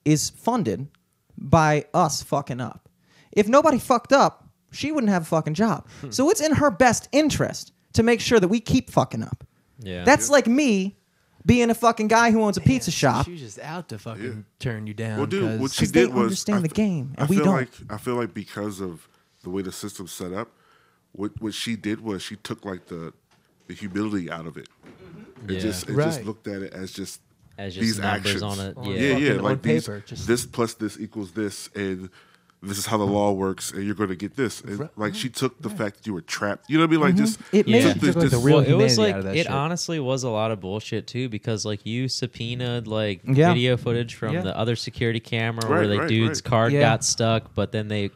S5: is funded by us fucking up. If nobody fucked up, she wouldn't have a fucking job.
S2: Hmm.
S5: so it's in her best interest to make sure that we keep fucking up.
S3: Yeah.
S5: That's like me being a fucking guy who owns a pizza shop.
S2: She was just out to fucking
S4: Yeah.
S2: turn you down.
S4: Well, dude, what she
S5: 'cause they
S4: did was
S5: understand the
S4: th-
S5: game, and
S4: I
S5: we
S4: feel
S5: don't.
S4: Like, I feel like because of the way the system's set up, what what she did was she took like the the humility out of it. It
S3: Yeah.
S4: just it just
S2: Right.
S4: looked at it as just
S3: Mm-hmm. As just
S4: these
S3: numbers
S4: actions.
S3: on it, yeah.
S4: yeah, yeah.
S2: Fucking on
S4: Like these,
S2: paper, just-
S4: this plus this equals this, and this is how the law works, and you're going to get this. And like she took the fact that you were trapped. You know what I mean? Like just
S5: Mm-hmm. It made-
S4: took
S5: She
S2: took, like, the real
S3: well, it was
S2: humanity
S3: like
S2: out of that
S3: it
S2: shit.
S3: honestly was a lot of bullshit too because like you subpoenaed like
S5: Yeah.
S3: video footage from
S5: Yeah.
S3: the other security camera
S4: Right,
S3: where the
S4: right,
S3: dude's
S4: right.
S3: card
S5: Yeah.
S3: got stuck, but then they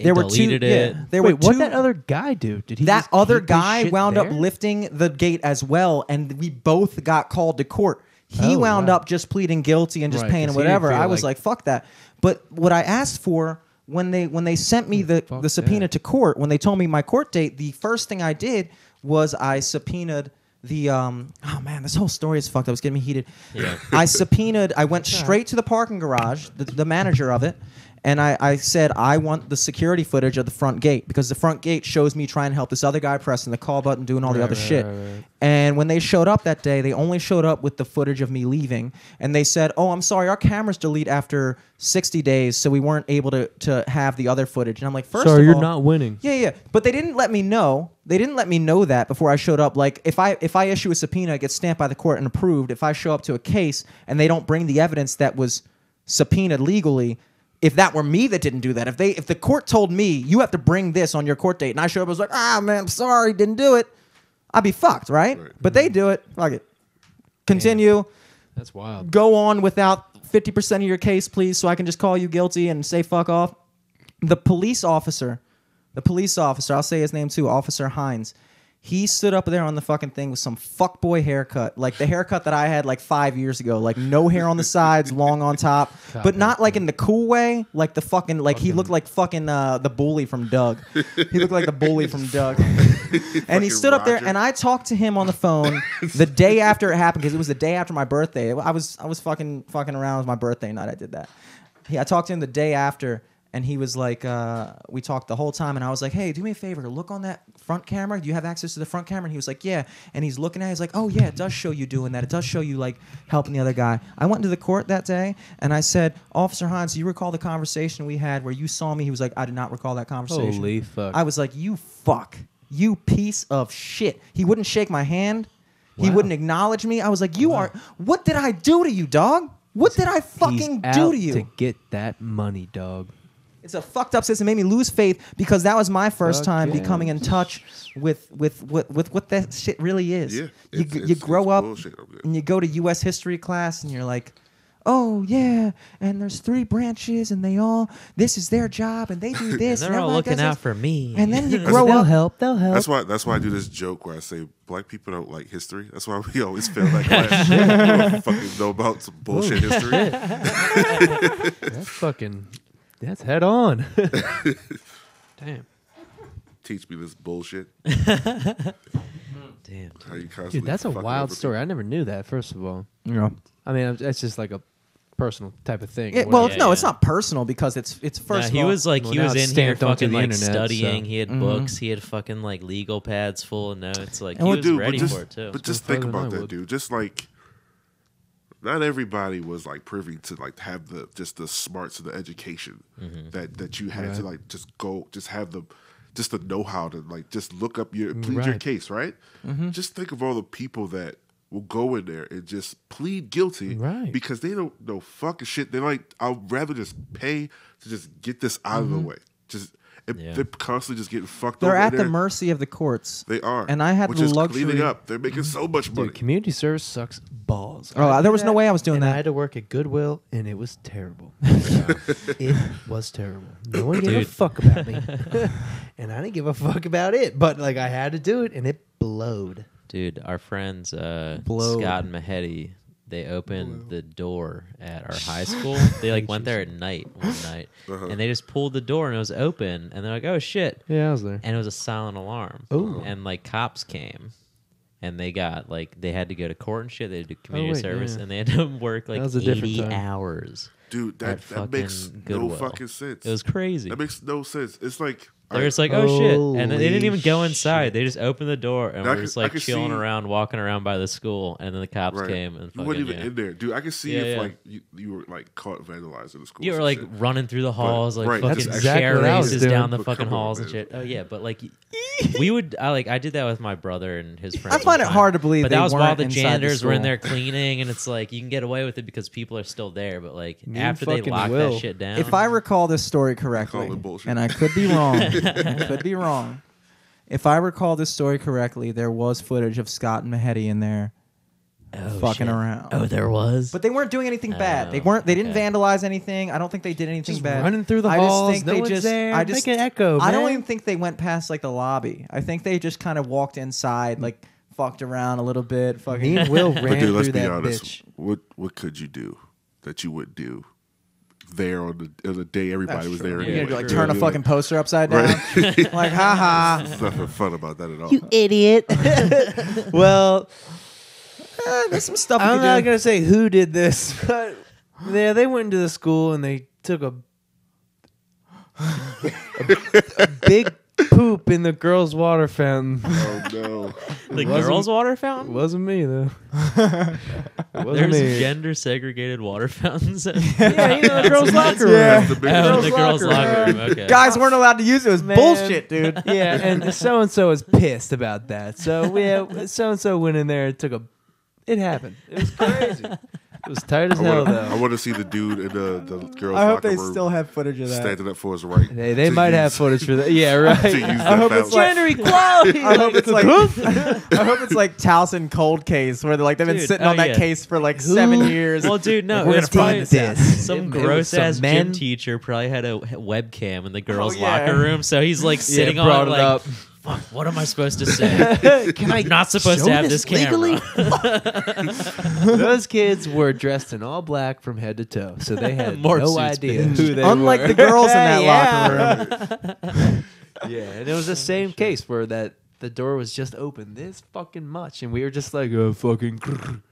S5: There were two-
S3: deleted it.
S5: yeah.
S2: Wait,
S5: There were
S2: what
S5: two-
S2: that other guy do? Did he
S5: that
S2: just
S5: other
S2: keep his
S5: guy
S2: shit
S5: wound up
S2: there?
S5: lifting the gate as well, and we both got called to court. He
S2: Oh,
S5: wound
S2: wow.
S5: up just pleading guilty and just
S2: Right,
S5: paying
S2: 'cause he didn't
S5: whatever.
S2: feel
S5: I was like,
S2: like-
S5: "Fuck that!" But what I asked for when they when they sent me the
S2: fuck
S5: the subpoena
S2: that.
S5: to court, when they told me my court date, the first thing I did was I subpoenaed the um oh man this whole story is fucked up it's getting me heated
S3: Yeah.
S5: i subpoenaed i went straight to the parking garage the, the manager of it and I, I said i want the security footage of the front gate because the front gate shows me trying to help this other guy pressing the call button doing all the
S2: Right,
S5: other
S2: right,
S5: shit
S2: right, right.
S5: and when they showed up that day they only showed up with the footage of me leaving and they said oh i'm sorry our cameras delete after 60 days so we weren't able to, to have the other footage and i'm like first
S2: Sorry,
S5: of
S2: you're
S5: all,
S2: not winning.
S5: yeah, yeah. But they didn't let me know. They didn't let me know that before I showed up. Like if I if I issue a subpoena, it gets stamped by the court and approved. If I show up to a case and they don't bring the evidence that was subpoenaed legally, if that were me that didn't do that, if they if the court told me you have to bring this on your court date, and I showed up, I was like, ah man, I'm sorry, didn't do it. I'd be fucked, right?
S4: Right.
S5: But they do it. Fuck it. Continue.
S2: That's wild.
S5: Uh, Go on without 50% of your case, please, so I can just call you guilty and say fuck off the police officer, the police officer, I'll say his name too, Officer Hines. He stood up there on the fucking thing with some fuckboy haircut, like the haircut that I had like five years ago, like no hair on the sides, [laughs] long on top, but not like in the cool way, like the fucking like he looked like fucking uh, the bully from Doug. He looked like the bully from Doug. and he
S4: Fucking
S5: stood up there,
S4: Roger.
S5: and I talked to him on the phone the day after it happened because it was the day after my birthday. I was I was fucking fucking around with my birthday night. I did that. He, I talked to him the day after, and he was like, uh, we talked the whole time, and I was like, hey, do me a favor, look on that front camera. Do you have access to the front camera? And he was like, yeah. And he's looking at, it, he's like, oh yeah, it does show you doing that. It does show you like helping the other guy. I went into the court that day, and I said, Officer Hines, do you recall the conversation we had where you saw me? He was like, I did not recall that conversation.
S2: Holy fuck.
S5: I was like, you fuck, you piece of shit. He wouldn't shake my hand. He
S2: Wow.
S5: wouldn't acknowledge me. I was like, you are. What did I do to you, dog? What did I fucking
S2: He's
S5: do
S2: out
S5: to you?
S2: to get that money, dog.
S5: It's a fucked up system. It made me lose faith because that was my first
S2: Fuck
S5: time
S2: yeah.
S5: becoming in touch with with with, with what that shit really is.
S4: Yeah,
S5: you,
S4: it's-
S5: you
S4: it's-
S5: grow
S4: it's
S5: up
S4: bullshit over there.
S5: and you go to U.S. history class and you're like, oh yeah, and there's three branches, and they all this is their job, and
S4: [laughs]
S5: they do this.
S3: they're
S5: and
S3: all
S5: everybody
S3: looking
S5: does
S3: out
S5: this.
S3: for me. [laughs]
S5: And then you
S3: That's-
S5: grow
S3: they'll
S5: up. help. They'll help.
S2: Oh.
S4: That's why. That's why I do this joke where I say black people don't like history. That's why we always
S2: [laughs]
S4: fail that class. We don't fucking know about some bullshit history.
S2: That's fucking. That's head
S4: [laughs]
S2: on. [laughs]
S3: Damn.
S4: Teach me
S2: [laughs]
S4: this bullshit.
S3: Damn.
S4: How you constantly
S2: Dude, that's a
S4: fucking
S2: wild
S4: over
S2: story. I never knew that. First of all,
S5: Yeah.
S2: I mean, I'm- that's just like a personal type of thing.
S5: Yeah, well,
S3: Yeah,
S5: it's no,
S3: yeah.
S5: it's not personal because it's it's
S3: Nah,
S5: first. of
S3: he
S5: all-
S3: was like
S2: well,
S3: he
S2: now
S3: was
S2: it's
S3: in here
S2: stamped onto
S3: fucking
S2: the
S3: like
S2: internet,
S3: studying.
S2: so-
S3: He had
S5: Mm-hmm.
S3: books. He had fucking like legal pads full of notes. Like
S5: And
S3: he
S4: people.
S5: what
S3: was
S4: Dude,
S3: ready
S4: but just,
S3: for it too.
S4: but just
S2: Well,
S4: think
S2: further than
S4: about
S2: I
S4: that,
S2: would.
S4: dude. Just like, not everybody was like privy to like have the just the smarts and the education
S3: Mm-hmm.
S4: that that you had to
S2: Right.
S4: like just go, just have the, just the know how to like just look up your plead your
S2: Right.
S4: case, right?
S3: Mm-hmm.
S4: Just think of all the people that will go in there and just plead guilty,
S2: Right.
S4: Because they don't know fucking shit. They're like, I'd rather just pay to just get this out of the way. Just and
S3: Yeah.
S4: they're constantly just getting fucked.
S5: they're
S4: over
S5: at
S4: and
S5: the mercy of the courts.
S4: They are,
S5: And I had
S4: which
S5: the
S4: is
S5: luxury.
S4: cleaning up. They're making so much money.
S2: Dude, community service sucks balls.
S5: Oh,
S2: I
S5: there
S2: did
S5: was no way I was doing
S2: and
S5: that.
S2: I had to work at Goodwill, and it was
S5: [laughs]
S2: terrible. it was terrible. No one gave a
S3: Dude.
S2: fuck about me, [laughs] and I didn't give a fuck about it. But like, I had to do it, and it blowed.
S3: Dude, our friends uh,
S2: Blowed.
S3: Scott and Mahedi, they opened the door at
S2: [laughs]
S3: our high school. They like went there at night one night,
S4: Uh-huh.
S3: and they just pulled the door and it was open, and they're like, "Oh shit!"
S2: Yeah, I was there.
S3: And it was a silent alarm.
S2: Ooh.
S3: And like cops came, and they got like they had to go to court and shit. They had to do community
S2: Oh, wait,
S3: service,
S2: yeah.
S3: and they had to [laughs] work like
S2: was a different
S3: eighty
S2: time.
S3: hours.
S4: Dude,
S3: at
S4: that, that makes
S3: fucking
S4: no
S3: Goodwill.
S4: fucking sense.
S3: It was crazy.
S4: that makes no sense. It's like
S3: They're
S4: I-
S3: just like, oh shit, and then they didn't
S2: Holy
S3: even go inside. They just opened the door and
S4: I
S3: we're
S4: could-
S3: just
S4: I
S3: like
S4: could
S3: chilling
S4: see-
S3: around, walking around by the school, and then the cops
S4: right.
S3: came and
S4: you
S3: fucking,
S4: weren't even
S3: yeah.
S4: in there, dude. I can see
S3: Yeah,
S4: if
S3: yeah.
S4: like you, you were like caught vandalizing the school.
S3: You were
S4: or some
S3: like
S4: shit.
S3: running through the halls, like
S4: right, that's
S3: fucking
S4: exactly
S3: chair
S2: what I was
S3: races
S2: doing.
S3: down the
S4: But
S3: fucking
S4: come on,
S3: halls and
S4: man.
S3: shit. Oh yeah, but
S4: [laughs]
S3: like we would, I like I did that with my brother and his friends.
S5: find it
S3: one time.
S5: hard to believe
S3: but that
S5: they
S3: was while
S5: weren't
S3: the
S5: inside the
S3: janitors were in
S5: school.
S3: there cleaning, and it's like you can get away with it because people are still there. But like
S2: You
S3: after they
S2: fucking
S3: locked
S2: will.
S3: that shit down, Oh,
S5: If I recall this story correctly,
S4: Call it bullshit.
S5: and I could be wrong,
S2: [laughs]
S5: I could be wrong. If I recall this story correctly, there was footage of Scott and Mahedi in there
S3: oh,
S5: fucking
S3: shit.
S5: around.
S3: Oh, there was.
S5: But they weren't doing anything bad. They
S3: Oh,
S5: weren't. They didn't
S3: okay.
S5: vandalize anything. I don't think they did anything
S2: Just
S5: bad.
S2: running through the
S5: I just
S2: halls,
S5: think
S2: no
S5: they
S2: one's
S5: just,
S2: there.
S5: I just
S2: Make an echo,
S5: I don't
S2: man.
S5: even think they went past like the lobby. I think they just kind of walked inside, like fucked around a little bit.
S2: Me
S5: Fucking.
S2: and Will
S4: But
S2: ran
S4: dude, let's
S2: through
S4: be
S2: that
S4: honest.
S2: bitch.
S4: What what could you do that you would do there on the on the day everybody
S5: That's
S4: was
S5: true.
S4: there?
S5: You're
S4: anyway?
S5: gonna do, like
S4: You
S5: turn
S4: know
S5: a
S4: what I
S5: fucking
S4: mean?
S5: poster upside down, [laughs] like haha.
S4: There's nothing fun about that at all.
S2: idiot. well,
S5: Eh, there's some stuff.
S2: I'm not
S5: you can do.
S2: gonna say who did this, [laughs] but yeah, they went into the school and they took a [laughs] a, a big poop in the girls' water fountain.
S4: oh no,
S3: the
S2: wasn't-
S3: girls' water
S2: It
S3: fountain.
S2: wasn't me
S4: [laughs]
S2: though. It wasn't
S3: There's
S2: me.
S3: gender segregated water fountains.
S5: [laughs]
S3: at-
S2: yeah, you know, the girls' locker room.
S5: Yeah.
S4: the big
S3: [laughs] Oh,
S2: Girls'
S3: the girls'
S2: locker
S3: locker
S2: room.
S3: room.
S5: [laughs]
S3: Okay.
S5: Guys weren't allowed to use it. It was
S2: Man.
S5: bullshit, dude.
S2: [laughs] Yeah, and so and so is pissed about that. So yeah, so and so went in there and took a. It happened. It was crazy. it was tight as
S4: I
S2: hell [laughs]
S4: want to
S2: though.
S4: I want to see the dude in the the girls.
S5: I hope
S4: locker
S5: they
S4: room
S5: still have footage of that.
S4: standing up for his right.
S2: They, they
S4: to
S2: might have
S4: use-
S2: footage for that. Yeah,
S4: [laughs] to use
S2: right.
S4: that
S5: hope
S4: fountain.
S5: it's like-
S2: Gender equality.
S5: I hope it's like
S2: Whoop.
S5: [laughs] I hope it's like Towson cold case where they're like they've been
S3: Dude,
S5: sitting
S3: oh
S5: on that
S3: yeah.
S5: case for like seven years.
S3: Well, dude, no,
S5: Like, we're
S3: it was
S5: gonna
S3: probably
S5: find this out.
S3: [laughs] some
S2: It- it was
S3: gross ass
S2: some
S3: gym
S2: men.
S3: teacher probably had a webcam in the girls'
S5: Oh, yeah.
S3: locker room, so he's like sitting on
S2: brought
S3: it,
S2: it
S3: like, [laughs]
S2: up.
S3: "Fuck, what am I supposed to say?
S2: [laughs] Can I
S3: I'm not supposed
S2: show
S3: to have
S2: this
S3: this, camera."
S2: [laughs]
S3: [laughs]
S2: Those kids were dressed in all black from head to toe, so they
S3: [laughs]
S2: had
S3: Morph
S2: no
S3: suits,
S2: idea
S3: bitch.
S2: [laughs] who they
S5: Unlike
S2: were.
S5: the girls in [laughs] that locker
S2: room. yeah, and it was
S3: [laughs] Oh,
S2: the same case where that the door was just open this fucking much, and we were just like, oh fucking, grrr."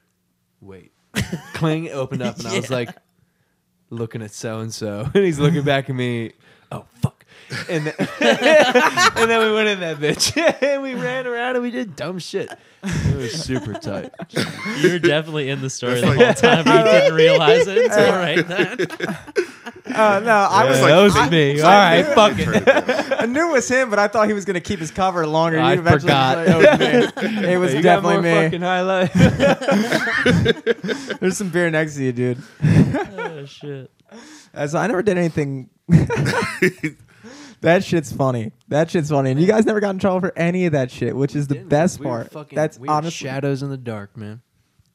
S2: wait, [laughs] cling it opened up, and I was like, looking at so and so, [laughs] and he's looking back at me. Oh fuck! And then, [laughs] and then we went in that bitch, [laughs] and we ran around and we did dumb shit. It was super tight.
S3: [laughs] You're definitely in the story the whole
S4: That's like-
S3: time. but You
S2: [laughs]
S3: didn't realize it until right then.
S5: Uh, no, I was
S4: Yeah,
S5: like,
S2: that was
S5: I,
S2: me.
S5: I
S2: All right,
S5: knew-
S2: fuck
S4: Turn
S2: it.
S4: it down.
S5: I knew it was him, but I thought he was gonna keep his cover longer.
S2: I
S5: You eventually
S2: forgot.
S5: was like, oh, man. [laughs] it was
S2: You got
S5: definitely
S2: more
S5: me.
S2: Fucking
S5: [laughs]
S2: highlight.
S5: There's some beer next to you, dude.
S3: Oh shit.
S5: As I never did anything. [laughs] that shit's funny. That shit's funny, and you guys [laughs] never got in trouble for any of that shit, which is the best part. That's honestly
S2: shadows in the dark, man.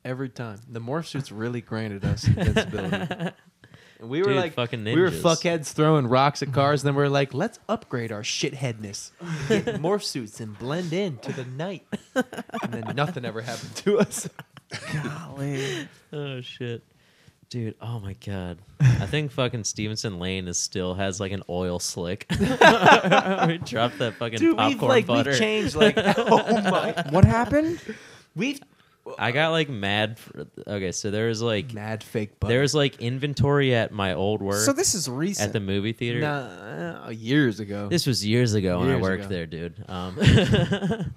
S2: every time. The morph suits really granted [laughs] us invincibility. And we were
S3: Dude,
S2: like
S3: fucking
S2: we were
S3: ninjas.
S2: fuckheads throwing rocks at cars, and then we are like, let's upgrade our shitheadness, [laughs] get morph suits, and blend in to the [laughs] night. And then nothing ever happened to us.
S5: Golly.
S3: [laughs] Oh shit. Dude, oh my god. I think fucking Stevenson Lane is still has like an oil slick. [laughs] we dropped that fucking
S2: Dude,
S3: popcorn
S2: we've like
S3: butter.
S2: we've changed
S3: [laughs]
S2: like [laughs] oh my,
S5: What happened?
S2: we've
S3: I got like mad for, okay, so there was like
S2: mad fake butter.
S3: there was like inventory at my old work
S5: So this is recent.
S3: at the movie theater.
S2: Nah, uh, years ago.
S3: This was years ago when I
S2: Years
S3: worked
S2: ago.
S3: there, dude. Um,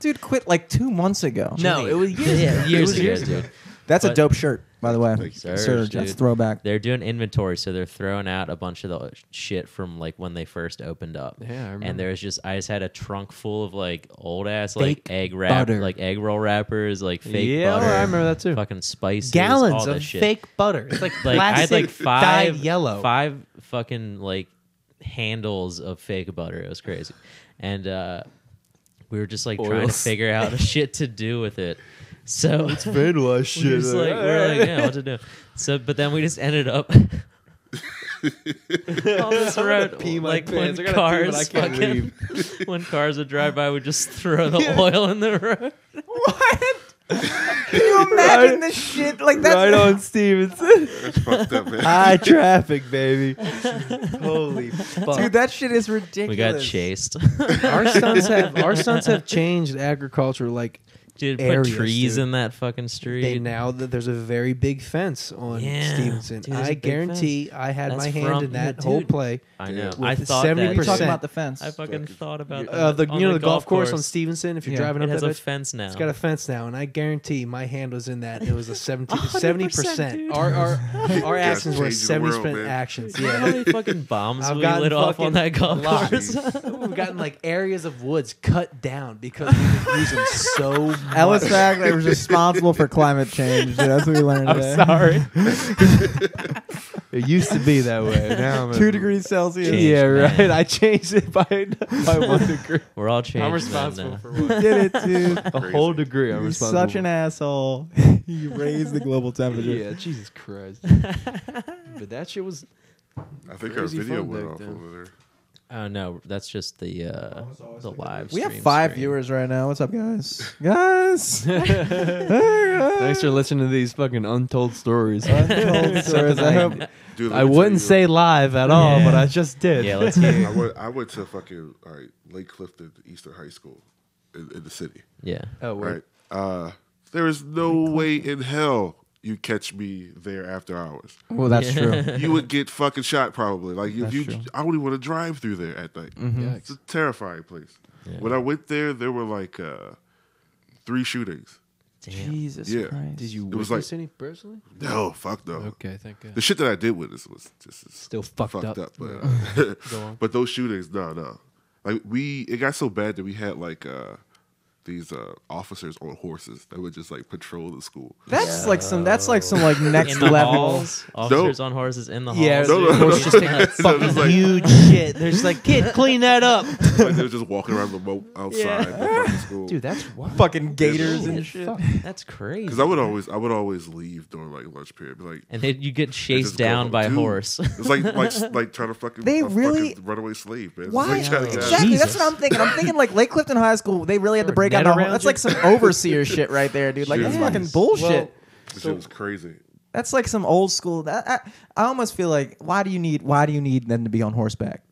S5: Dude quit like two months ago.
S2: [laughs] no, it
S3: [laughs]
S2: was years.
S3: yeah,
S2: ago. It
S3: years
S2: was
S3: ago, dude.
S5: That's a
S3: But-
S5: dope shirt, by the way.
S3: Surge,
S5: Surge, that's
S3: dude. [laughs]
S5: throwback.
S3: They're doing inventory, so they're throwing out a bunch of the shit from like when they first opened up.
S2: Yeah, I
S3: and
S2: remember.
S3: there's just I just had a trunk full of like old ass
S2: Fake
S3: like egg wrap,
S2: butter.
S3: like egg roll wrappers, like fake
S2: Yeah, oh,
S3: butter.
S2: I remember that too.
S3: Fucking spices, all
S2: Gallons
S3: that
S2: of
S3: shit.
S2: fake butter. It's [laughs] like,
S3: Like I had
S2: plastic
S3: like
S2: dyed
S3: five
S2: yellow. [laughs]
S3: five fucking like handles of fake butter. It was crazy, and uh, we were just like trying to
S2: Oils.
S3: figure out
S2: [laughs]
S3: shit to do with it. So
S2: vandalized
S3: [laughs] we just like we're like yeah, what to do. So, but then we just ended up. [laughs] on
S2: [laughs]
S3: this road,
S2: pee my
S3: like when
S2: pants. I gotta pee, but I
S3: cars,
S2: can't [laughs]
S3: fucking, [laughs] when cars would drive by, we just throw the oil in the road.
S5: What? Can you imagine this shit? Like that's
S2: right [laughs] on Stevenson.
S4: That's [laughs] fucked up, man.
S2: High [laughs] traffic, baby. Holy fuck.
S5: dude. That shit is ridiculous.
S3: We got chased, [laughs]
S2: our sons have [laughs] our sons have changed agriculture. Like
S3: dude. Put
S2: Areas,
S3: trees
S2: dude.
S3: in that fucking street.
S2: they now that there's a very big fence on
S3: Yeah,
S2: Stevenson.
S3: dude, there's a
S2: I
S3: big fence.
S2: guarantee I had
S3: That's
S2: my hand
S3: from-
S2: in that
S3: yeah,
S2: whole
S3: dude.
S2: play.
S3: I know.
S2: With
S3: I
S2: the
S3: thought that.
S5: We're talking
S2: 70%
S5: about the fence.
S3: I fucking thought about that.
S2: Uh, the
S3: on
S2: you know the golf course, on
S3: course.
S2: Stevenson. If you're
S5: Yeah.
S2: driving
S3: It
S2: up
S3: has
S2: that
S3: a
S2: bitch,
S3: fence now.
S2: it's
S3: [laughs]
S2: got a fence now, and I guarantee my hand was in that. It was [laughs] a 70
S3: 100%, dude.
S2: percent. Our our [laughs] our
S4: Yeah,
S2: actions were
S4: changing the
S2: seventy
S4: world,
S2: percent
S4: man.
S2: actions. [laughs]
S3: Do you know how
S2: Yeah,
S3: many fucking bombs
S2: I've
S3: we
S2: gotten
S3: lit off
S2: fucking
S3: on that golf
S2: lots.
S3: course?
S2: [laughs] we've gotten like areas of woods cut down because we could use them so. [laughs] Much.
S5: Ellis Fagley was responsible for climate change. Dude, that's what we learned today.
S2: sorry. [laughs] it used to be that [laughs] way. Now I'm
S5: Two degrees Celsius.
S3: Change.
S2: Yeah,
S3: man.
S2: right. I changed it by [laughs] by one degree.
S3: We're all changed.
S2: I'm
S3: men
S2: responsible
S3: now.
S2: for
S5: You did it, [laughs] dude.
S2: a whole degree. I'm
S5: You're
S2: responsible.
S5: such an asshole. [laughs] you raised the global temperature.
S2: yeah. Jesus [laughs] Christ. but that shit was
S4: I think our
S2: Crazy
S4: video
S2: fun
S4: went
S2: back
S4: off
S2: then.
S4: over there.
S3: Oh no, that's just the uh, the live.
S5: We have
S3: stream
S5: five
S3: screen.
S5: viewers right now. What's up, guys? guys.
S2: Thanks for listening to these fucking untold stories. [laughs]
S5: Untold stories. I hope
S4: Dude, let me
S2: I
S4: tell you-
S2: wouldn't say live at all, but I just did.
S3: Yeah,
S2: [laughs]
S3: let's hear.
S4: I went, I went to fucking all right, Lake Clifton Eastern High School in, in the city.
S3: yeah.
S2: oh,
S4: All
S2: word.
S4: right. Uh, there is no way in hell you catch me there after hours.
S2: [laughs]
S5: Well, that's true.
S4: You would get fucking shot probably. Like if you,
S5: true.
S4: I wouldn't want to drive through there at night.
S2: Mm-hmm.
S4: It's a terrifying place. When I went there, there were like uh, three shootings.
S3: Damn.
S5: Jesus
S4: Yeah.
S5: Christ.
S2: Did you
S4: It was
S2: witness
S4: like-
S2: any personally?
S4: No, fuck no.
S2: Okay, thank God.
S4: The shit that I did witness was just as
S2: Still fucked
S4: fucked
S2: up.
S4: up. [laughs] but,
S2: [laughs] Go
S4: uh,
S2: on.
S4: but those shootings, no, no. Like we, it got so bad that we had like uh, these uh, officers on horses that would just like patrol the school.
S5: That's like some. That's like some like next
S3: In the
S5: level.
S3: halls, officers on horses in the halls.
S2: Yeah,
S4: No, no,
S2: it was
S4: no.
S2: just
S4: [laughs]
S2: taking [laughs]
S4: It's
S2: fucking
S4: like-
S2: huge shit. They're just like, kid, clean that up,
S4: like they were just walking around
S2: [laughs]
S4: the moat outside the fucking school.
S2: dude. That's wild.
S5: Fucking gators
S3: Holy
S5: and
S3: shit, [laughs]
S5: shit.
S3: That's crazy.
S4: Because I would always, I would always leave during like lunch period.
S2: [laughs]
S4: Be like,
S3: and then you get
S4: and
S3: chased
S4: just go
S3: down
S4: home.
S3: by a
S4: Dude,
S3: horse. [laughs]
S2: Oh
S4: It's like, like, like trying to fucking
S5: They
S4: a
S5: really-
S4: fucking runaway slave, man. It's
S5: Why?
S4: like trying to get out.
S5: Exactly.
S3: Jesus.
S5: That's what I'm thinking. I'm thinking like Lake Clifton High School. They really had to
S2: Or
S5: break out.
S2: net
S5: The whole,
S2: around
S5: that's
S2: you.
S5: like some overseer shit right there, dude. Like that's
S4: Jeez.
S5: fucking bullshit.
S2: Well,
S4: This shit was crazy.
S5: that's like some old school. That, I, I almost feel like why do you need why do you need them to be on horseback?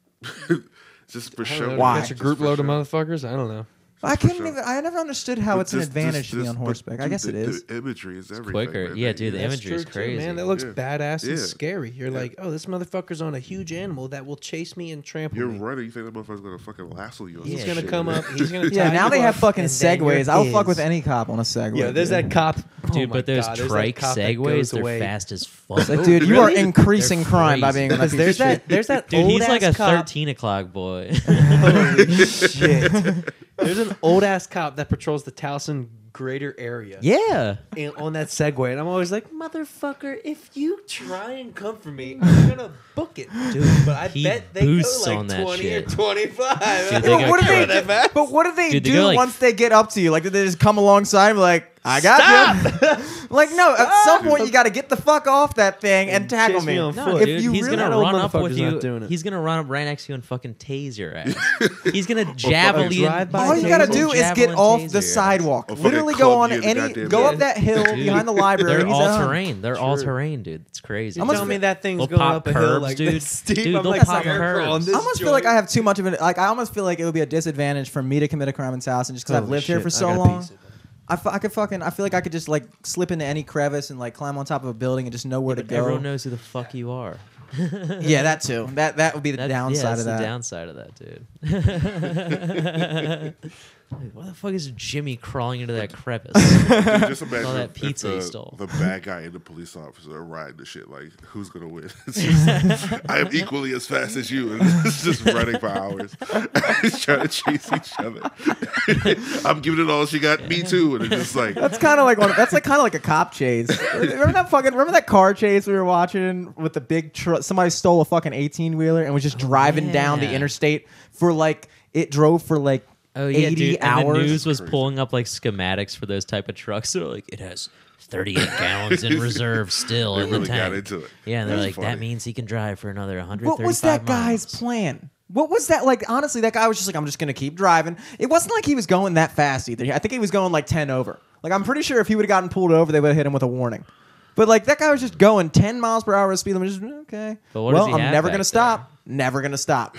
S4: Just for show.
S5: Why?
S2: Catch a group load of motherfuckers. I don't know.
S5: I couldn't
S4: sure.
S5: even. I never understood how it's an advantage to be on horseback. I guess it is.
S4: The imagery is everything.
S3: quicker.
S4: man.
S3: Yeah,
S4: Like,
S3: dude, the
S2: That's
S3: imagery is
S2: true, too,
S3: crazy.
S2: man, that looks
S4: Yeah.
S2: badass and
S4: Yeah.
S2: scary. You're like, oh, this motherfucker's on a huge animal that will chase me and trample
S4: You're
S2: me.
S4: running. You think that motherfucker's gonna fucking lasso you? or
S2: He's
S4: some
S2: gonna
S4: shit,
S2: come
S4: [laughs] man.
S2: up. He's gonna.
S5: yeah.
S2: tie
S5: Now
S2: you
S5: they
S2: up,
S5: have fucking
S2: and then you're
S5: segways. I'll fuck
S2: his.
S5: with any cop on a segway.
S2: Yeah, there's
S5: dude.
S2: that cop. Oh
S3: Dude,
S2: my
S3: but there's
S2: God,
S3: trike
S2: cop that
S3: segways.
S2: goes
S3: They're
S2: away.
S3: fast as fuck.
S5: It's like, dude, you are
S2: Really?
S5: increasing
S3: Oh, They're
S5: crime
S3: [laughs]
S5: by being on
S2: Because
S5: that piece
S2: there's
S5: of shit.
S2: that. There's that.
S3: Dude,
S2: old
S3: he's like a
S2: ass cop.
S3: thirteen o'clock boy. [laughs]
S2: Holy
S5: [laughs]
S2: shit. There's an old ass cop that patrols the Towson greater area.
S3: yeah.
S2: And on that segue, and I'm always like, motherfucker, if you try and come for me, I'm gonna book it, dude. But I
S3: he
S2: bet they go
S3: boosts
S2: like
S3: on that
S2: 20
S3: shit.
S2: or 25.
S3: Dude,
S5: Yeah,
S3: They
S5: but
S3: got
S5: what do they
S3: killed.
S5: do? But what do they
S3: Dude, they
S5: do
S3: go, like-
S5: once they get up to you? Like, do they just come alongside and be like,
S2: [laughs]
S5: I got you. [laughs] like, no, at some point you got to get the fuck off that thing and, tackle
S2: chase me
S5: me.
S2: on
S3: No,
S2: foot.
S5: if
S3: dude,
S5: you
S3: he's
S5: really
S3: gonna
S2: That old
S3: run up with
S2: motherfucker's
S3: you.
S2: not doing it.
S3: He's gonna run up right next to you and fucking tase your ass. he's gonna javelin.
S2: drive-by
S5: all you
S2: taser.
S5: gotta do is
S3: javelin
S5: get off
S3: taser
S5: the
S3: your
S5: sidewalk.
S4: Or fucking
S5: Literally go
S4: club
S5: on
S4: you in the
S5: any,
S4: goddamn
S5: go up
S4: head.
S5: that hill
S3: ass. Dude,
S5: behind the library.
S3: They're
S5: he's
S3: all
S5: out.
S3: terrain. They're all terrain, dude. It's crazy.
S5: I'm almost
S2: Tell
S5: feel-
S2: me that thing's
S3: They'll
S2: going
S3: pop
S2: up a hill
S3: curbs,
S2: like
S3: dude.
S2: this, Steve.
S3: Dude,
S2: I'm
S3: they'll
S2: like
S3: pop
S2: soccer
S3: curbs.
S2: on this
S5: I almost feel like
S2: joint.
S5: I have too much of an like. I almost feel like it would be a disadvantage for me to commit a crime in Towson just because I've
S2: Holy
S5: lived here
S2: shit,
S5: for
S2: I
S5: so
S2: gotta
S5: long.
S2: piece it.
S5: I, fu- I could fucking. I feel like I could just like slip into any crevice and like climb on top of a building and just know where to go.
S3: Everyone knows who the fuck you are.
S5: Yeah, that too. That that would be the
S3: That's- yeah,
S5: downside
S3: that's
S5: of that.
S3: The
S5: [laughs]
S3: downside of that, dude. [laughs] Like, Why the fuck is Jimmy crawling into that crevice?
S4: Dude, just imagine
S3: All that
S4: if
S3: pizza
S4: the,
S3: he stole.
S4: the bad guy and the police officer are riding the shit. Like, who's gonna win? [laughs]
S3: [laughs]
S4: It's just, I am equally as fast as you, and [laughs] it's just running for hours, [laughs] trying to chase each other. [laughs] I'm giving it all she got. Me too, and it's just like
S5: That's kind of like one. That's like kind of like a
S3: [laughs]
S5: cop chase. remember that fucking. Remember that car chase we were watching with the big truck. Somebody stole a fucking eighteen wheeler and was just driving down the
S3: Oh, yeah.
S5: interstate for like it drove for like
S3: Oh yeah,
S5: eighty
S3: dude. And
S5: hours.
S3: the news was pulling up like schematics for those type of trucks. [laughs] They're like, it has 38 gallons
S4: [laughs]
S3: in reserve still
S4: They
S3: in the
S4: really got
S3: tank.
S4: into it.
S3: Yeah, and they're
S4: That's
S3: like,
S4: funny.
S3: that means he can drive for another 135
S5: what was that guy's
S3: miles."
S5: plan? What was that like? Honestly, that guy was just like, I'm just gonna keep driving. It wasn't like he was going that fast either. I think he was going like ten over. Like I'm pretty sure if he would have gotten pulled over, they would have hit him with a warning. But like that guy was just going 10 miles per hour at speed limit. Just "Mm, okay.
S3: But what
S5: well,
S3: does he
S5: I'm
S3: have
S5: never
S3: back
S5: gonna stop. Never
S3: [laughs]
S5: gonna stop.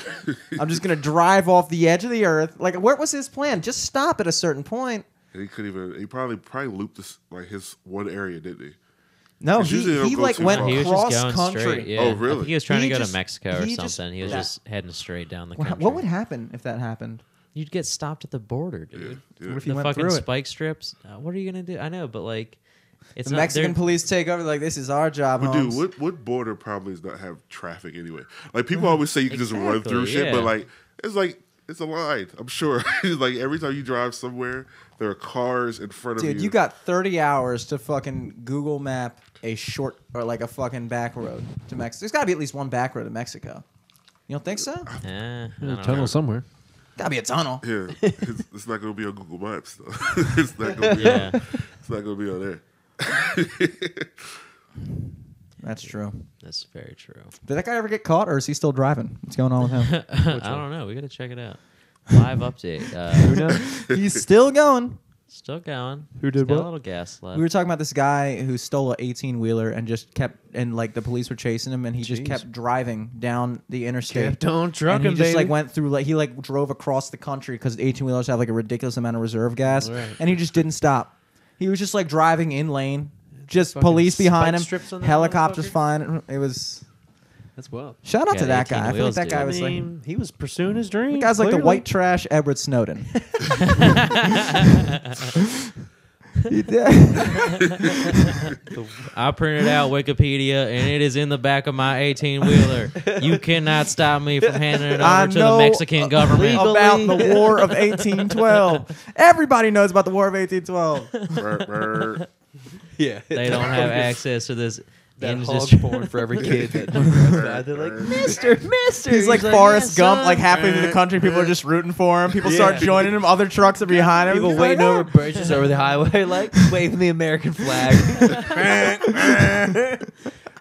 S5: I'm just gonna drive off the edge of the earth. Like what was his plan? Just stop at a certain point.
S4: and he could even. He probably probably looped this like his one area, didn't he?
S5: No,
S4: It's
S5: he,
S4: usually don't
S5: he
S4: go
S5: like
S4: too
S5: went
S4: far.
S3: He was
S5: cross
S3: just going
S5: country.
S3: straight. Yeah.
S4: Oh,
S3: I think
S4: really?
S3: he was trying
S5: He
S3: to go
S5: just-
S3: to Mexico or
S5: he just-
S3: something. he was
S5: that-
S3: just heading straight down the
S5: What,
S3: country.
S5: what would happen if that happened?
S3: You'd get stopped at the border, dude.
S4: Yeah.
S5: What if he
S3: The
S5: went
S3: fucking
S5: through it?
S3: spike strips. Uh, what are you gonna do? I know, but like, it's
S5: The
S3: not,
S5: Mexican
S3: they're-
S5: police take over. Like this is our job,
S4: But dude,
S5: Holmes.
S4: what what border probably does not have traffic anyway? Like people always say you can just run
S3: Exactly,
S4: through shit,
S3: yeah.
S4: but like it's like it's a line. I'm sure. [laughs] like every time you drive somewhere, there are cars in front of you.
S5: Dude,
S4: [laughs]
S5: you got 30 hours to fucking Google Map a short or like a fucking back road to Mexico. There's got to be at least one back road to Mexico. You don't think so?
S3: Eh, I
S2: There's a
S3: don't know.
S2: tunnel somewhere.
S5: Got to be a tunnel.
S4: Yeah, it's, it's not gonna be on Google Maps though. [laughs] it's not gonna be.
S3: Yeah.
S4: It's not gonna be on there.
S5: That's true.
S3: That's very true. [laughs]
S5: Did that guy ever get caught or is he still driving? What's going on with [laughs] him?
S3: I don't know. We gotta check it out. Live update.
S2: Who [laughs]
S3: Uh,
S2: knows?
S5: He's still going.
S3: still going.
S2: Who did
S3: Still
S2: what?
S3: A little gas left.
S5: We were talking about this guy who stole an 18 wheeler and just kept, and like the police were chasing him and he just
S2: Jeez.
S5: kept driving down the interstate.
S2: Kept on
S5: and he
S2: trucking,
S5: just like
S2: baby.
S5: went through like he like drove across the country because 18 wheelers have like a ridiculous amount of reserve gas
S2: Right.
S5: and he just didn't stop he was just like driving in lane just
S2: Fucking
S5: police behind
S2: spike
S5: him
S2: strips on that
S5: helicopters
S2: motherfucker.
S5: fine it was
S2: That's wild.
S5: shout out
S3: Yeah,
S5: to that
S3: 18
S5: guy i feel like
S3: wheels,
S5: that
S3: dude.
S5: guy
S3: I
S2: I
S5: was like
S2: mean, he was pursuing his dream.
S5: the guy's like the
S2: clearly.
S5: white trash edward snowden He
S3: [laughs]
S5: did.
S3: I printed out Wikipedia and it is in the back of my 18 wheeler. you cannot stop me from handing it
S5: [laughs] I
S3: over to the
S5: know uh,
S3: Mexican government.
S5: about the war of 1812 everybody knows about the war of 1812
S4: Brr, brr.
S2: [laughs] [laughs] Yeah,
S3: They don't have access to this
S2: that hog [laughs]
S3: industry.
S2: porn for every kid. That [laughs] they're like,
S3: Mister, Mister.
S5: he's like forrest gump like halfway through the country people are just rooting for him people start
S2: Yeah.
S5: joining him other trucks are behind him
S2: people
S5: He's
S2: waiting
S5: like, "Ah,
S2: over bridges over the highway, [laughs] like waving the American flag.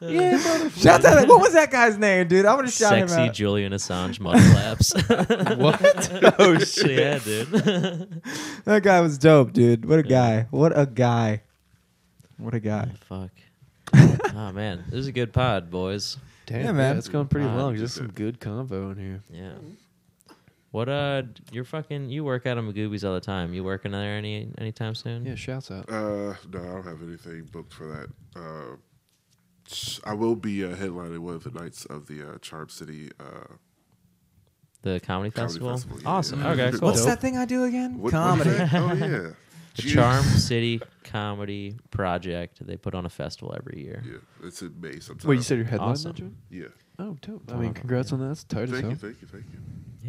S5: Yeah, shout
S3: [laughs]
S5: out! to- What was that guy's name, dude? I'm gonna shout him
S3: Sexy
S5: out.
S3: Julian Assange mudflaps.
S2: what? [laughs] Oh shit!
S3: [laughs] yeah, dude.
S5: That guy was dope, dude. What a guy! What a guy! What a guy!
S3: Fuck. oh man, this is a good pod, boys.
S2: Damn,
S5: Yeah,
S2: yeah,
S5: man.
S2: man, it's going pretty
S3: Wow,
S2: long. Just some good convo in here.
S3: Yeah. What uh, you're fucking. You work out of Magoobies all the time. You working there any anytime soon?
S2: Yeah, shouts out.
S4: Uh, no, I don't have anything booked for that. Uh, I will be uh, headlining one of the nights of the uh, Charm City. Uh,
S3: The comedy, festival.
S4: festival, yeah,
S3: Awesome.
S4: [laughs] yeah.
S3: Okay.
S4: What's
S3: Cool.
S5: What's that thing I do again?
S4: what- [laughs]
S5: Comedy.
S4: What is that? oh yeah,
S3: The
S4: Jeez.
S3: Charm City Comedy Project. They put on a festival every year.
S4: Yeah, it's in May sometime.
S2: Wait, you said your headline
S3: Awesome.
S2: that joint?
S4: Yeah.
S2: Oh, dope. I mean, congrats on that. That's tight as
S4: Thank you,
S2: hell.
S4: thank you, thank you.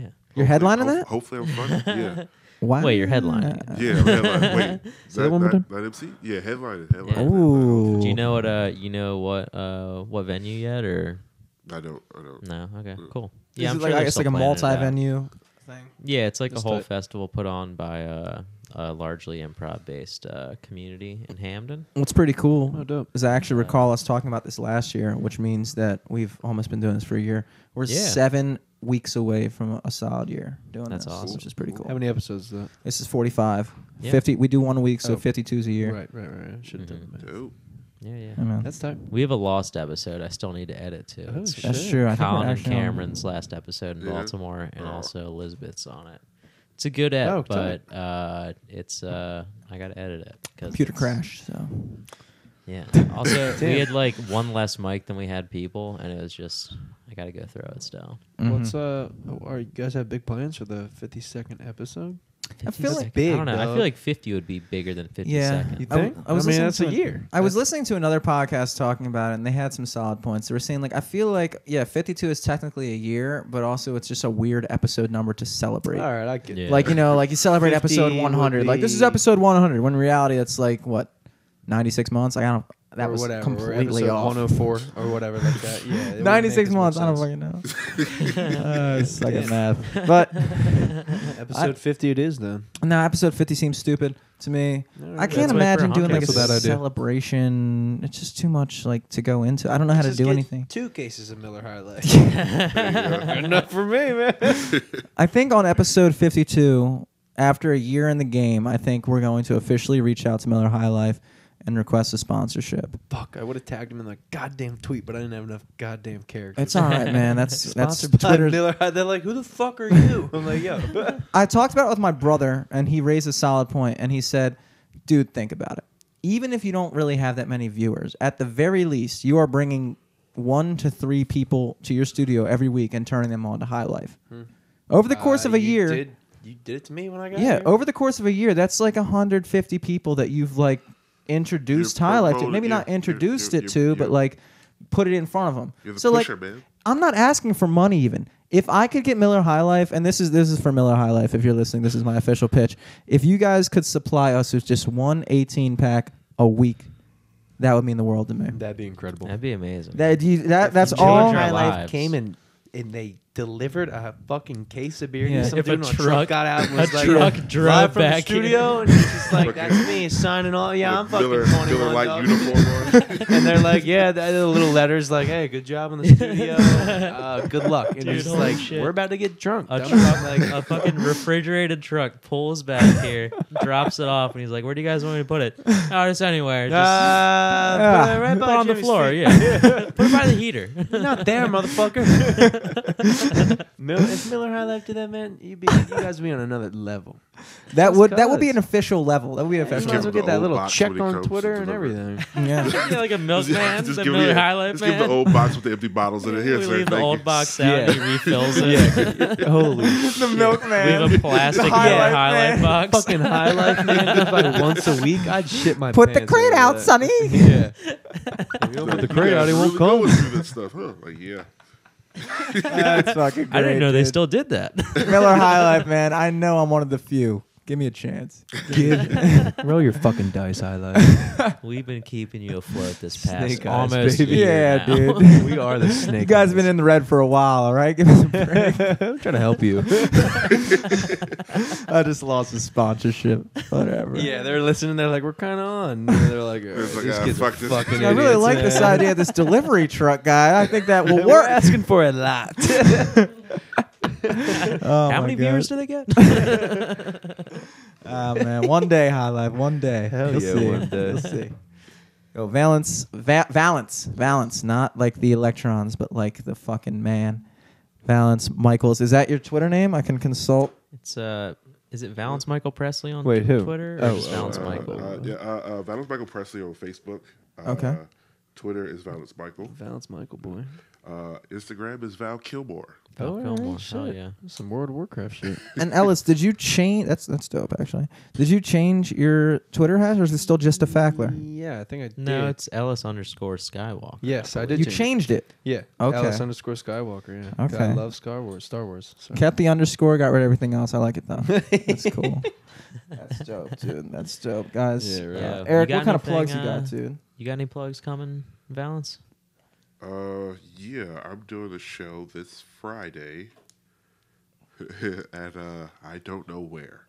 S3: Yeah.
S5: You're headlining
S4: Hopefully-
S5: that?
S4: ho- Hopefully,
S3: [laughs]
S4: I'm funny. Yeah.
S5: Wow.
S3: Wait, you're headlining. it.
S4: Yeah, headline. Wait, is
S2: that one more time?
S4: That MC? Yeah, headline. Headline.
S3: Yeah.
S5: Ooh.
S3: Do you know what uh you know what uh what venue yet or
S4: I don't. I don't.
S3: no? Okay, cool.
S5: Is
S3: Yeah,
S5: it
S3: I'm
S5: like,
S3: sure
S5: I
S3: they're
S5: guess
S3: still
S5: like a
S3: planning it out.
S5: multi-venue
S2: thing.
S3: Yeah, it's like
S2: Just
S3: a whole
S2: a-
S3: festival put on by uh, a largely improv-based uh, community in Hamden.
S5: What's pretty cool
S2: Oh, dope.
S5: is I actually recall us talking about this last year, which means that we've almost been doing this for a year. We're
S3: Yeah.
S5: seven weeks away from a solid year doing
S3: That's
S5: this,
S3: awesome.
S5: which is pretty cool.
S2: How many episodes is that?
S5: This is 45.
S3: Yeah.
S5: 50. We do one a week, so
S2: Oh.
S5: 52's a year.
S2: Right, right, right. right. Should have done that.
S4: Dope.
S3: Yeah, yeah.
S5: Hey, man.
S2: That's tight.
S3: We have a lost episode. I still need to edit too.
S2: Oh,
S3: It's
S2: shit.
S5: That's true. I think
S3: Colin
S5: we're
S3: and
S5: actually on-
S3: Cameron's last episode in
S4: Yeah.
S3: Baltimore, and
S4: Oh.
S3: also Elizabeth's on it. It's a good ep,
S2: Oh, tight.
S3: but uh, it's uh, I gotta edit it because
S5: Computer
S3: it's-
S5: crash. So [laughs]
S3: Yeah. Also, we had like one less mic than we had people, and it was just I gotta go throw it still.
S2: What's
S5: Mm-hmm.
S2: uh? Are you guys have big plans for the fifty-second episode?
S5: I feel like
S3: I
S2: big,
S3: don't know. I feel
S2: dog.
S3: like fifty would be bigger than fifty
S5: yeah,
S3: seconds.
S2: You
S5: I w-
S2: think?
S5: I was
S2: I mean,
S5: listening
S2: that's a
S5: to an-
S2: year.
S5: I was
S2: That's-
S5: listening to another podcast talking about it, and they had some solid points. They were saying like, I feel like yeah, fifty two is technically a year, but also it's just a weird episode number to celebrate.
S2: All right, I get.
S3: Yeah.
S2: it.
S5: Like you know, like you celebrate
S2: 50
S5: episode one hundred.
S2: would
S5: Like this is
S2: be-
S5: episode one hundred. When in reality, it's like what ninety six months. Like, I don't. That
S2: or
S5: was
S2: whatever,
S5: completely
S2: or episode
S5: off.
S2: 104 or whatever like that. Yeah, it wouldn't
S5: Ninety
S2: make
S5: six
S2: as
S5: months.
S2: much
S5: I don't
S2: sense.
S5: fucking
S2: [laughs]
S5: know. uh, [laughs] it's like
S2: Damn. [laughs]
S5: math, but.
S2: Episode
S5: I-
S2: 50 it is then.
S5: No, episode 50 seems stupid to me.
S2: No,
S5: I
S2: that's
S5: can't
S2: why for
S5: imagine doing
S3: Honky,
S5: like a
S2: that's a bad idea.
S5: celebration. It's just too much like to go into. I don't know how to do anything.
S2: Two cases of Miller High Life.
S4: There you go.
S2: Enough for me, man.
S5: I think on episode 52, after a year in the game, I think we're going to officially reach out to Miller High Life and request a sponsorship.
S2: Fuck, I would have tagged him in the goddamn tweet, but I didn't have enough goddamn characters.
S5: It's all right, man. That's that's
S2: Sponsored by
S5: Twitter.
S2: Miller High. [laughs] They're like, who the fuck are you? [laughs] I'm like,
S5: [laughs]
S2: yo.
S5: I talked about it with my brother, and he raised a solid point, and he said, "Dude, think about it. Even if you don't really have that many viewers, at the very least, you are bringing one to three people to your studio every week and turning them on to High Life over the course
S2: Uh,
S5: of a
S2: you
S5: year."
S2: Did, you did it to me when I got
S5: yeah,
S2: here.
S5: over the course of a year, that's like 150 people that you've like introduced
S4: You're
S5: High Life to.
S4: promoting-
S5: Maybe
S4: you're-
S5: not
S4: you're-
S5: introduced
S4: you're-
S5: it
S4: you're-
S5: to, but
S4: you're-
S5: like put it in front of them.
S4: You're the
S5: so
S4: pusher,
S5: like,
S4: man.
S5: I'm not asking for money even. If I could get Miller High Life, and this is this is for Miller High Life. If you're listening, this is my official pitch. If you guys could supply us with just one 18 pack a week, that would mean the world to me. That,
S2: That'd be incredible.
S3: That'd be amazing.
S5: you, that that's
S3: change
S5: all.
S3: our
S2: High Life
S3: lives.
S2: came and, and they delivered a fucking case of beer. Yeah.
S5: Yeah.
S2: Some
S3: If a
S2: dude on a
S3: truck-
S2: truck got out and
S3: a
S2: was like,
S3: truck drove
S2: live from
S3: back
S2: the studio,
S3: in.
S2: and he's [laughs] just like,
S4: Fucking-
S2: that's me signing all. Yeah, I'm
S4: With
S2: fucking
S4: Miller,
S2: 21.
S4: Miller Lite
S2: dog." [laughs]
S4: uniform on.
S2: and they're
S3: [laughs]
S2: like, yeah, the the little letters like, hey, good job in the studio, uh, good luck. And
S3: Dude,
S2: it's
S3: holy
S2: like,
S3: shit.
S2: we're about to get drunk.
S3: a
S2: dumb
S3: truck,
S2: fuck."
S3: [laughs]
S2: uh,
S3: like a fucking refrigerated truck, pulls back
S5: [laughs]
S3: here, drops it off, and he's like, "Where do you guys want me to put it? Oh, just anywhere. Just
S2: Uh, put it right
S3: put
S2: by
S3: it on the
S2: Jimmy's
S3: floor.
S2: feet. [laughs]
S3: Yeah, [laughs] put it by the heater.
S2: Not there,
S3: [laughs]
S2: motherfucker. Miller, if Miller High Life did that, man, you'd be, you guys would be on another level.
S5: That would that would be
S2: cuz.
S5: an official level. That would be an
S2: You
S5: official.
S2: might as well
S5: level.
S4: the
S2: get that
S4: old
S2: little
S4: box
S2: check
S4: with the
S2: on
S4: Cokes
S2: Twitter
S4: and
S2: and
S4: deliver.
S2: everything.
S5: Yeah. [laughs]
S3: Yeah, like a milkman, the
S4: me
S3: Miller
S4: the-
S3: High Life
S4: just
S3: man.
S4: give him the old box with the empty bottles
S3: [laughs]
S4: in it. Here,
S3: we
S4: sir.
S3: leave the
S4: thank
S3: old
S4: you.
S3: box out, and he
S2: Yeah.
S3: [laughs] refills it.
S2: Holy
S5: the milkman.
S3: Leave a plastic
S5: High
S3: Miller
S5: Life
S3: High Life
S5: man.
S3: box.
S2: fucking High Life, man. Just like once a week, I'd shit my
S5: Put the
S2: pants
S5: crate
S2: over
S5: out,
S2: that.
S5: sonny.
S2: [laughs] Yeah. If you don't put the
S4: You
S2: crate out,
S4: guys
S2: he won't come.
S4: really going through this stuff, huh? Like, yeah.
S5: That's fucking
S3: I didn't
S5: great,
S3: know they
S5: dude.
S3: still did that.
S5: [laughs] Miller High Life, man. I know I'm one of the few. Give me a chance. [laughs]
S2: Give, [laughs] roll your fucking dice, High Life.
S3: [laughs] We've been keeping you afloat this past
S2: Snake eyes,
S3: almost
S2: baby.
S3: year
S5: Yeah,
S3: now. [laughs]
S2: [laughs]
S5: dude. [laughs]
S2: We are the snake.
S5: You guys
S2: eyes.
S5: have been in the red for a while, all right? [laughs] Give us a
S2: [laughs]
S5: break.
S2: I'm trying to help you.
S5: I just lost a sponsorship. Whatever.
S2: yeah, they're listening. They're like, we're kind of on. And they're like,
S4: It's like,
S2: "Alright, these
S4: ah,
S2: kids
S4: fuck
S2: are
S4: this.
S2: fucking
S5: I really
S2: idiots, [laughs]
S5: like this
S2: man."
S5: idea of this delivery truck guy. I think that will
S2: We're
S5: work.
S2: asking for a lot.
S5: [laughs] Oh,
S3: How
S5: my
S3: many
S5: God.
S3: viewers did they get? [laughs]
S5: [laughs] Oh, man. One day, High Life. One day.
S2: Hell
S5: You'll
S2: yeah,
S5: see.
S2: one day.
S5: You'll see. Yo, Valence. Va- Valence. Valence. Not like the electrons, but like the fucking man. Valence Michaels. Is that your Twitter name? I can consult.
S3: It's uh, is it Valence Michael Presley on
S2: Wait, who?
S3: Twitter? Or
S2: Oh,
S3: just
S2: oh,
S3: Valence
S4: Uh,
S3: Michael.
S4: Uh, yeah, uh, uh, Valence Michael Presley on Facebook. Uh,
S5: Okay.
S4: Twitter is Valence Michael.
S2: Valence Michael boy.
S4: Uh, Instagram is Val Kilmore.
S3: Val
S2: alright,
S3: Kilmore,
S2: shit.
S3: hell yeah.
S2: Some World of Warcraft
S5: [laughs]
S2: shit.
S5: And Ellis, did you change? That's that's dope, actually. Did you change your Twitter hash, or is it still just a Fackler?
S2: yeah, I think I did.
S3: No, it's Ellis underscore Skywalker.
S2: yes, I did.
S5: You
S2: change it.
S5: changed it.
S2: Yeah.
S5: Okay.
S2: Alice underscore Skywalker. Yeah. 'Cause
S5: Okay.
S2: I love Star Wars. Star Wars. so.
S5: Kept the underscore, got rid of everything else. I like it though. That's
S2: [laughs]
S5: cool. That's dope, dude. That's dope, guys.
S2: Yeah, right.
S3: Yeah.
S5: Eric,
S3: You got
S5: what kind of
S3: anything,
S5: plugs you
S3: uh,
S5: got, dude?
S3: You got any plugs coming, Valence?
S4: [laughs] Uh, yeah, I'm doing a show this Friday at uh, I don't know where.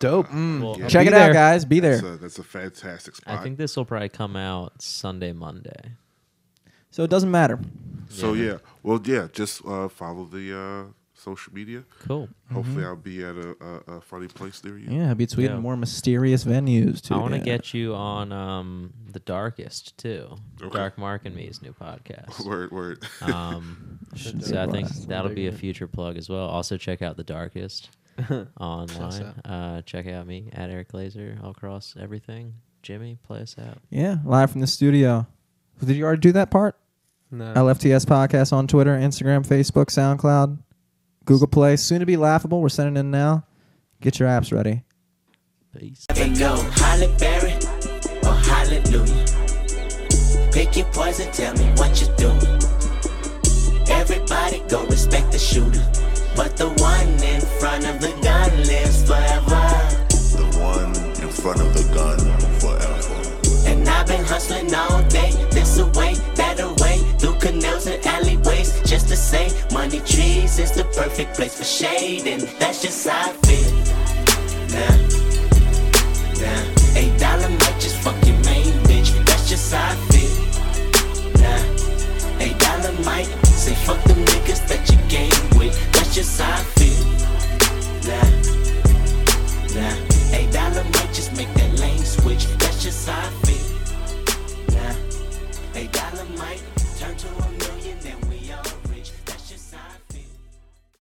S2: Dope.
S3: Well,
S4: Mm. Yeah.
S5: Check
S2: Be
S5: it
S2: there.
S5: out, guys. Be there.
S4: That's a, that's a fantastic
S3: I
S4: spot.
S3: think this will probably come out Sunday, Monday.
S5: so it doesn't matter.
S4: so yeah. well yeah, just uh, follow the uh, social media.
S3: Cool.
S4: Hopefully, I'll be at a, a, a funny place near you.
S5: Yeah, be tweeting
S3: Yeah.
S5: more mysterious venues too.
S3: I want to
S5: yeah.
S3: get you on um, the darkest too.
S4: Okay.
S3: Dark Mark and Me's new podcast.
S4: [laughs] Word, word.
S3: Um,
S5: Should
S3: so I
S5: do
S3: think
S5: that.
S3: that'll be a
S2: Big-
S3: future plug as well. Also check out
S2: [laughs]
S3: the darkest online.
S2: out.
S3: Uh, check out me at Eric Laser all across everything. Jimmy, play us out.
S5: yeah live from the studio. Did you already do that part?
S4: Uh,
S2: No.
S5: LFTS podcast on Twitter, Instagram, Facebook, SoundCloud, Google Play. Soon to be laughable. We're sending in now. Get your apps ready.
S3: Peace.
S1: Never know Holly Berry or Hallelujah. Pick your poison, tell me what you're doing. Everybody go respect the shooter, but the one in front of the gun lives forever.
S6: The one in front of the gun forever.
S1: And I've been hustling all day, this away, that away, through canals and alleyways, just to say, money trees is the perfect place for shade, and that's just how I feel. Nah, nah, eight dollar might just fuck your main bitch, that's just how I feel. Nah, eight dollar might say fuck them niggas that you game with, that's just how I feel. Nah. Nah, eight dollar might just make that lane switch. That's just how I feel. Nah, eight dollar might